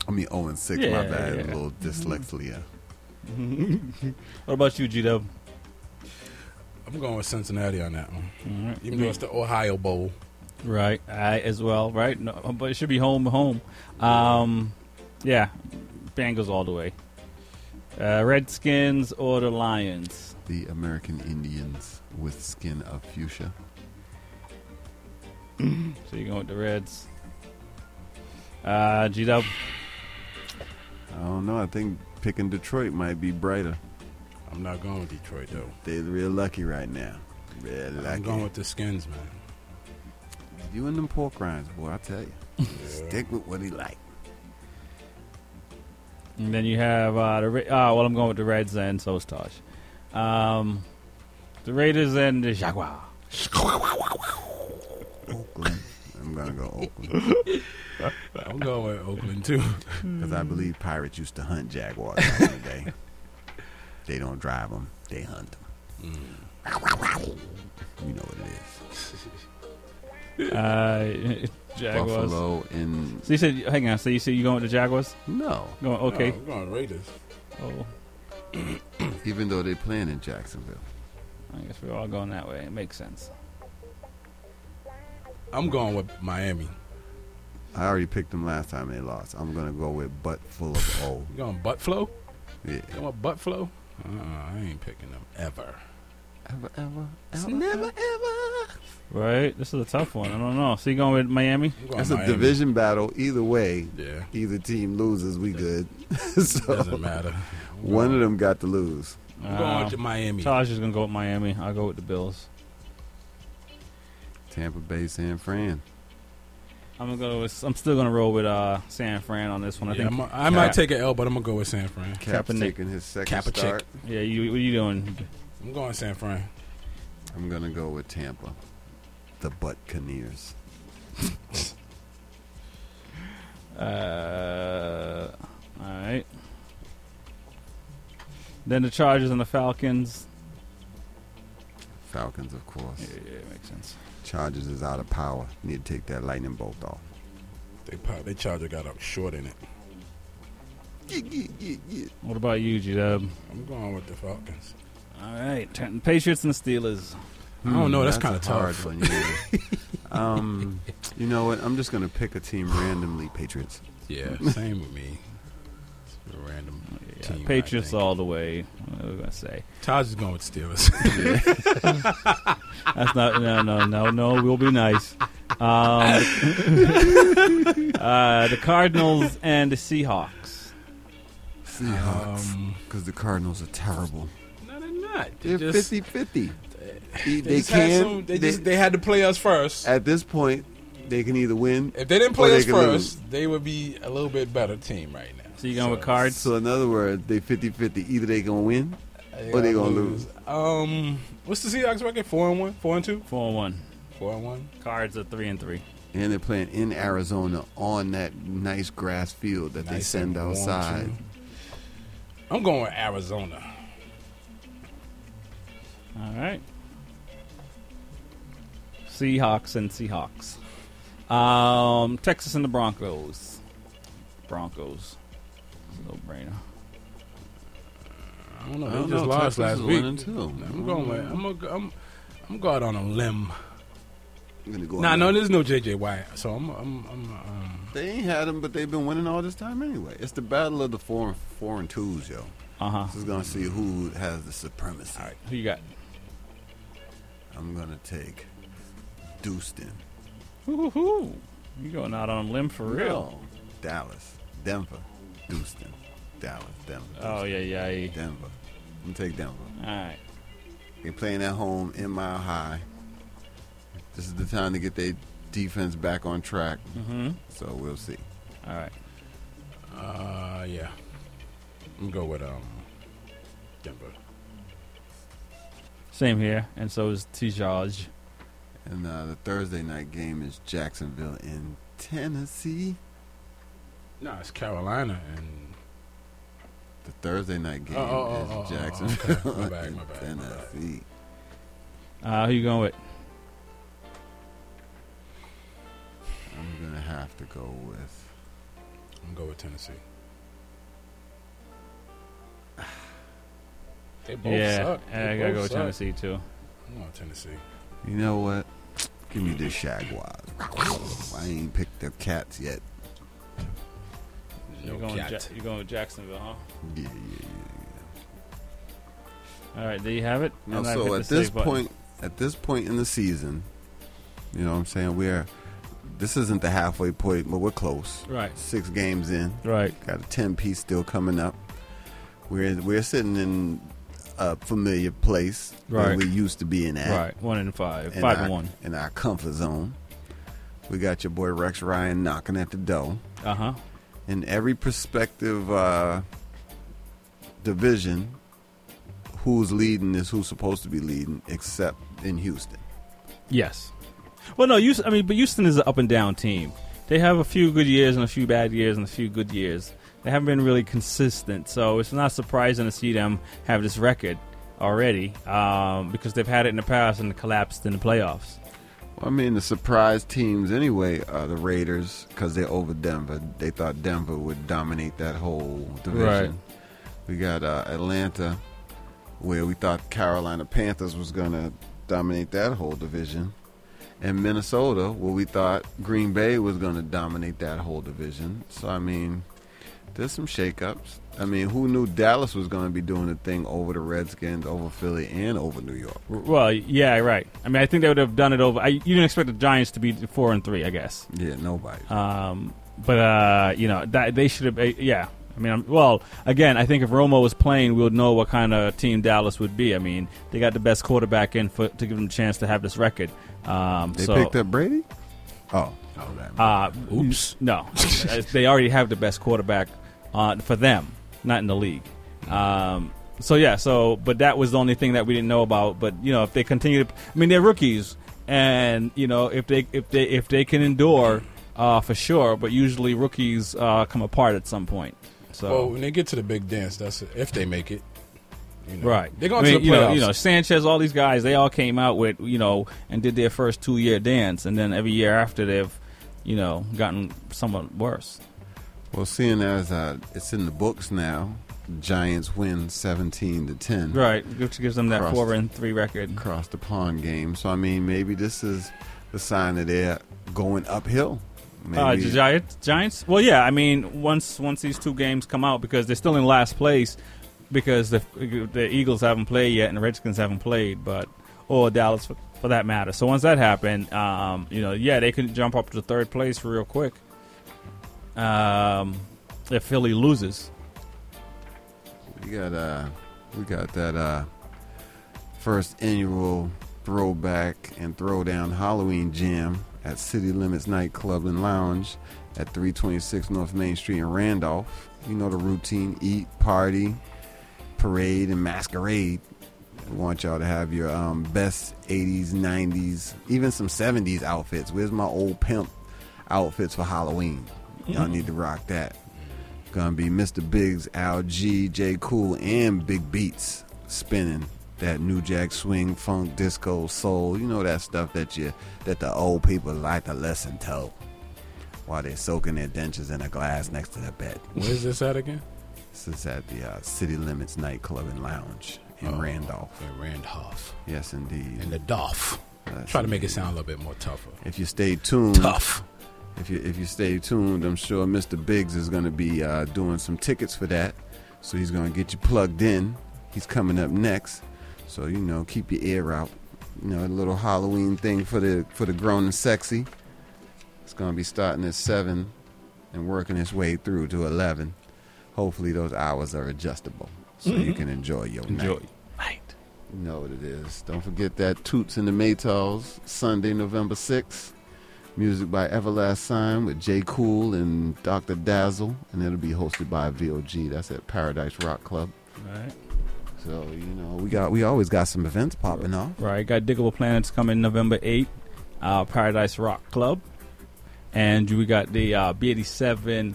I mean, zero and six. my
Yeah,
bad.
yeah.
A little dyslexia.
what about you, G Dub?
I'm going with Cincinnati on that one.
All right.
Even though it's the Ohio Bowl.
Right, I as well. Right, no, but it should be home, home. Um, yeah, Bengals all the way. Uh, Redskins or the Lions?
The American Indians with skin of fuchsia.
So you're going with the Reds. Uh, G Dub.
I don't know. I think picking Detroit might be brighter.
I'm not going with Detroit, though.
They're real lucky right now.
I'm going with the skins, man.
You and them pork rinds, boy, I tell you. Stick with what he like.
And then you have uh, the Ra- uh, well, I'm going with the Reds and Sostosh. Um, the Raiders and the Jaguar.
Oakland. I'm gonna go Oakland.
I'm going with Oakland too,
because I believe pirates used to hunt jaguars back in the day. They don't drive them; they hunt them.
Mm.
You know what it is.
Uh, Jaguars.
Buffalo and
So you said, hang on. So you said you going with the Jaguars?
No.
Going okay.
No, I'm going Raiders.
Oh,
even though they playing in Jacksonville.
I guess we're all going that way. It makes sense.
I'm going with Miami.
I already picked them last time they lost. I'm gonna go with butt full of O.
You going butt flow?
Yeah.
You going butt flow? Uh-uh, I ain't picking them ever.
Ever, ever,
It's never ever.
Right. This is a tough one. I don't know. So you going with Miami?
going
That's a division battle. Either way,
Yeah.
either team loses, we good. so
Doesn't matter.
One of them got to lose.
I'm going to Miami.
Uh, Taj is gonna go with Miami. I'll go with the Bills.
Tampa Bay, San Fran.
I'm gonna go. With, I'm still gonna roll with uh, San Fran on this one. I
Yeah,
think
I'm a- I might take an L, but I'm gonna go with San Fran.
Cap's
Kaepernick.
taking his second
Kappa chick.
start.
Yeah, you. What are you doing?
I'm going San Fran.
I'm gonna go with Tampa, the Butt Buccaneers.
Uh, all right. Then the Chargers and the Falcons.
Falcons, of course.
Yeah, yeah, it makes sense.
Chargers is out of power. Need to take that lightning bolt off.
They pop, they charger got up short in it.
What about you, G Dub?
I'm going with the Falcons.
All right, Trenton Patriots and the Steelers.
I don't know. That's,
Hmm,
kind of
a hard
tough.
one, yeah. um, you know what? I'm just gonna pick a team randomly. Patriots.
Yeah, same with me. It's a random
Yeah,
team.
Patriots all the way. What was I gonna say?
Taj is going with Steelers.
That's not no no no no. We'll be nice. Um, uh, the Cardinals and the Seahawks.
Seahawks, because the Cardinals are terrible.
no, they're not.
They're
just-
50-50. They,
they just had
can.
some- they just- they had to play us first.
At this point, they can either win.
If they didn't
or
play us
can
first, they would be a little bit better team right now.
So you going with
lose.
cards?
So in other words, they 50-50. Either they gonna win or they gonna lose.
Um, what's the Seahawks record? Four and one, four and two,
Four and one.
four and one.
Cards are three and three.
And they're playing in Arizona on that nice grass field that they
Nice
send
and warm,
outside.
too. I'm going with Arizona.
All right. Seahawks and Seahawks. Um, Texas and the Broncos. Broncos. No brainer.
I don't know.
I
They
don't
just
know,
lost
Texas
last
is
week.
one and two.
I'm going. With, I'm, a, I'm I'm going on a limb.
I'm gonna go.
Nah,
on
no,
that.
there's no JJ Watt. So I'm I'm I'm. Um,
They ain't had them, but they've been winning all this time anyway. It's the battle of the four and four and twos, yo.
Uh huh.
This is gonna see who has the supremacy.
All right. Who you got?
I'm gonna take Houston,
Woo-hoo-hoo. You going out on a limb for real?
Dallas, Denver, Houston, Dallas, Denver.
Oh yeah, yeah. yeah.
Denver. I'm gonna take Denver.
All right.
They're playing at home in Mile High. This is the time to get their defense back on track.
Mm-hmm.
So we'll see.
All right.
uh, yeah. I'm going with um, Denver.
Same here. And so is Tijaj.
And uh, the Thursday night game is Jacksonville in Tennessee.
No, it's Carolina and
The Thursday night game
Oh, oh, oh,
is
oh,
Jacksonville
okay. My bad,
in
my bad, my bad.
Tennessee.
Uh, who you going with?
I'm gonna have to go with.
I'm going with Tennessee. They both
yeah,
suck.
and I
They
gotta
both
go with
suck.
Tennessee too.
I'm going with Tennessee.
You know what? Give me the Jaguars. I ain't picked the Cats yet.
You're going, with ja- you're going with Jacksonville, huh?
Yeah, yeah, yeah.
All right, there you have it.
No,
And I hit
so
the
at this
save button.
point, at this point in the season, you know what I'm saying? We're this isn't the halfway point, but we're close.
Right.
Six games in.
Right.
Got a ten piece still coming up. We're we're sitting in a familiar place
Right.
that we used to be in at.
Right. One and five. Five
our,
and one.
In our comfort zone. We got your boy Rex Ryan knocking at the door.
Uh huh.
In every prospective uh, division, who's leading is who's supposed to be leading, except in Houston.
Yes. Well, no, Houston. I mean, but Houston is an up and down team. They have a few good years and a few bad years and a few good years. They haven't been really consistent, so it's not surprising to see them have this record already um, because they've had it in the past and collapsed in the playoffs.
Well, I mean, the surprise teams anyway are the Raiders because they're over Denver. They thought Denver would dominate that whole division.
Right.
We got uh, Atlanta, where we thought Carolina Panthers was going to dominate that whole division. And Minnesota, where we thought Green Bay was going to dominate that whole division. So, I mean, there's some shakeups. I mean, who knew Dallas was going to be doing the thing over the Redskins, over Philly, and over New York?
R- Well, yeah, right. I mean, I think they would have done it over. I, you didn't expect the Giants to be four and three, I guess.
Yeah, nobody.
Um, but uh, you know, that, they should have. Uh, yeah, I mean, I'm, well, again, I think if Romo was playing, we would know what kind of team Dallas would be. I mean, they got the best quarterback in for to give them a chance to have this record. Um,
They
so,
picked up Brady? Oh, oh that
Uh, Oops. No, Uh, they already have the best quarterback uh, for them, not in the league. Um, so yeah, so but that was the only thing that we didn't know about. But you know, if they continue, to, I mean, they're rookies, and you know, if they if they if they can endure, uh, for sure. But usually, rookies uh, come apart at some point. So
Well, when they get to the big dance, that's it, if they make it. You know.
Right.
They're going
I mean,
to the
you
playoffs.
know, you know, Sanchez, all these guys, they all came out with, you know, and did their first two year dance. And then every year after, they've, you know, gotten somewhat worse.
Well, seeing as uh, it's in the books now, Giants win seventeen to ten.
Right, which gives them that
Crossed-
four and three record.
Cross the pond game. So I mean, maybe this is the sign that they're going uphill. Maybe
Uh, the Giants, Giants. Well, yeah. I mean, once once these two games come out, because they're still in last place, because the the Eagles haven't played yet and the Redskins haven't played, but or Dallas for, for that matter. So once that happened, um, you know, yeah, they can jump up to third place real quick. Um, if Philly loses,
we got uh, we got that uh, first annual throwback and throwdown Halloween jam at City Limits Nightclub and Lounge at 326 North Main Street in Randolph. You know the routine: eat, party, parade, and masquerade. I want y'all to have your um, best 80s, 90s, even some 70s outfits. Where's my old pimp outfits for Halloween? Y'all need to rock that. Gonna be Mr. Biggs, Al G, J. Cool, and Big Beats spinning that new jack swing, funk, disco, soul. You know that stuff that you that the old people like to listen to while they're soaking their dentures in a glass next to their bed.
Where's this at again?
This is at the uh, City Limits Nightclub and Lounge in Randolph.
In Randolph.
Yes, indeed.
In the Dolph. Try to make it sound a little bit more tougher.
If you stay tuned,
Mm.
tough. If you if you stay tuned, I'm sure Mr. Biggs is going to be uh, doing some tickets for that. So he's going to get you plugged in. He's coming up next. So you know, keep your ear out. You know, a little Halloween thing for the for the grown and sexy. It's going to be starting at seven and working its way through to eleven. Hopefully, those hours are adjustable so you can enjoy your
Enjoy.
night. You know what it is. Don't forget that Toots and the Maytals, Sunday, November 6th. Music by Everlast Sign with J. Cool and Dr. Dazzle. And it'll be hosted by VOG. That's at Paradise Rock Club.
Right.
So, you know, we got we always got some events popping off.
Right, got Diggable Planets coming November 8th, uh, Paradise Rock Club. And we got the uh, B87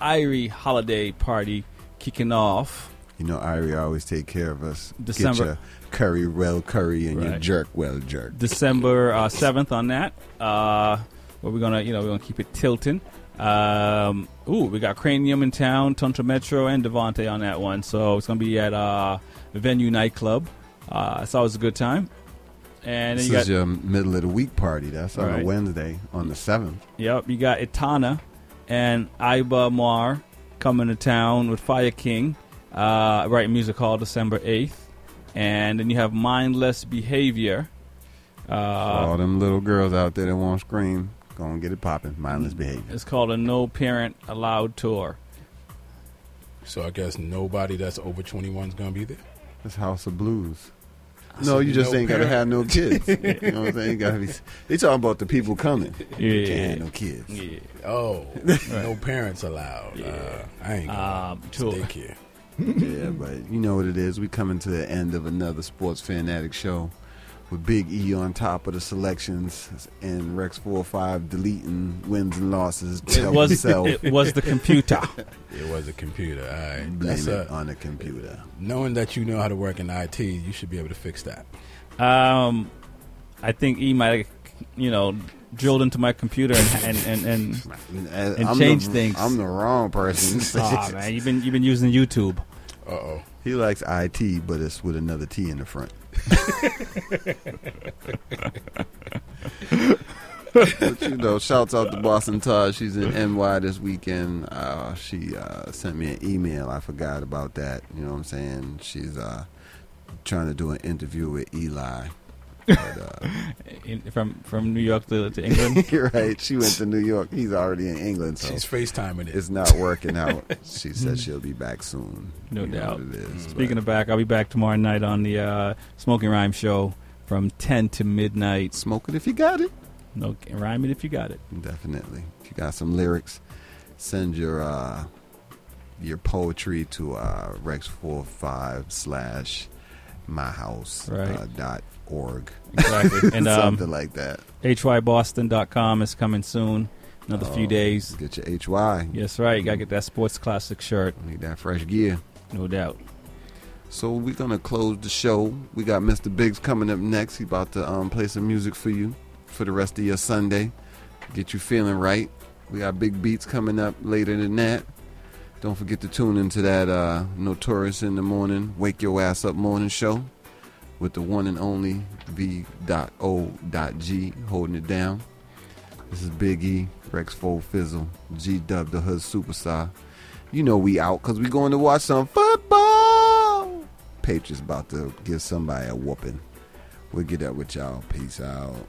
Irie Holiday Party kicking off.
You know, Irie always take care of us.
December-
Get your curry well curry and your
Right.
jerk well jerk.
December uh, 7th on that. Uh, where we're going to, you know, we're going to keep it tilting. Um, ooh, we got Cranium in town, Tantra Metro, and Devante on that one. So it's going to be at uh, Venue Nightclub. Uh, it's always a good time. And then
this
you got
is your middle of the week party. That's on
Right.
a Wednesday on the 7th.
Yep, you got Itana and Iba Mar coming to town with Fire King, uh, right in Music Hall December 8th. And then you have Mindless Behavior.
All
Uh,
them little girls out there that won't scream, go and get it popping. Mindless behavior.
it's called a No Parent Allowed Tour.
So I guess nobody that's over 21 is going to be there.
It's House of Blues.
I
No,
said
you just
no
ain't gotta have
parent.
no kids. you know what I'm saying? Ain't gotta be. They talking about the people coming. You can't have no kids.
Yeah. Oh, no parents allowed. Uh, I ain't gonna um, daycare.
yeah, but you know what it is. We coming to the end of another sports fanatic show with Big E on top of the selections and Rex four five deleting wins and losses. Tell
was-
himself.
it was the computer.
It was a computer. All
Blame
right. That's
it
a-
on the computer.
Knowing that you know how to work in IT, you should be able to fix that.
Um, I think E might, you know, drilled into my computer and and and, and, and
I'm
changed
the-
things.
I'm the wrong person.
Ah,
Aw, Ah, man, you've been you've been using YouTube.
Uh oh.
He likes IT, but it's with another T in the front. but you know, shouts out to Boston Taj. She's in NY this weekend. Uh, she uh, sent me an email. I forgot about that. You know what I'm saying? She's uh, trying to do an interview with Eli.
In, from from New York to, to England.
You're right. She went to New York. He's already in England. So
She's FaceTiming it.
It's not working out. she said she'll be back soon.
No
You know
doubt. Mm.
what it is.
Speaking of back, I'll be back tomorrow night on the uh, Smoking Rhyme show from 10 to midnight.
Smoke it if you got it.
No, rhyme it if you got it.
Definitely. If you got some lyrics, send your uh, your poetry to uh, rex45 slash myhouse uh,
Right.
dot org.
Exactly. And um,
something like that.
HYBoston.com is coming soon. Another
Oh,
few days.
Get your HY.
Yes, right. You got to get that sports classic shirt.
Need that fresh gear.
No doubt.
So we're gonna close the show. We got Mr. Biggs coming up next. He about to um, play some music for you for the rest of your Sunday. Get you feeling right. We got big beats coming up later than that. Don't forget to tune into that uh, Notorious in the Morning, Wake Your Ass Up Morning Show with the one and only V.O.G holding it down. This is Big E, Rex Fold Fizzle, G Dub, the Hood Superstar. You know we out because we going to watch some football. Patriots about to give somebody a whooping. We'll get up with y'all. Peace out.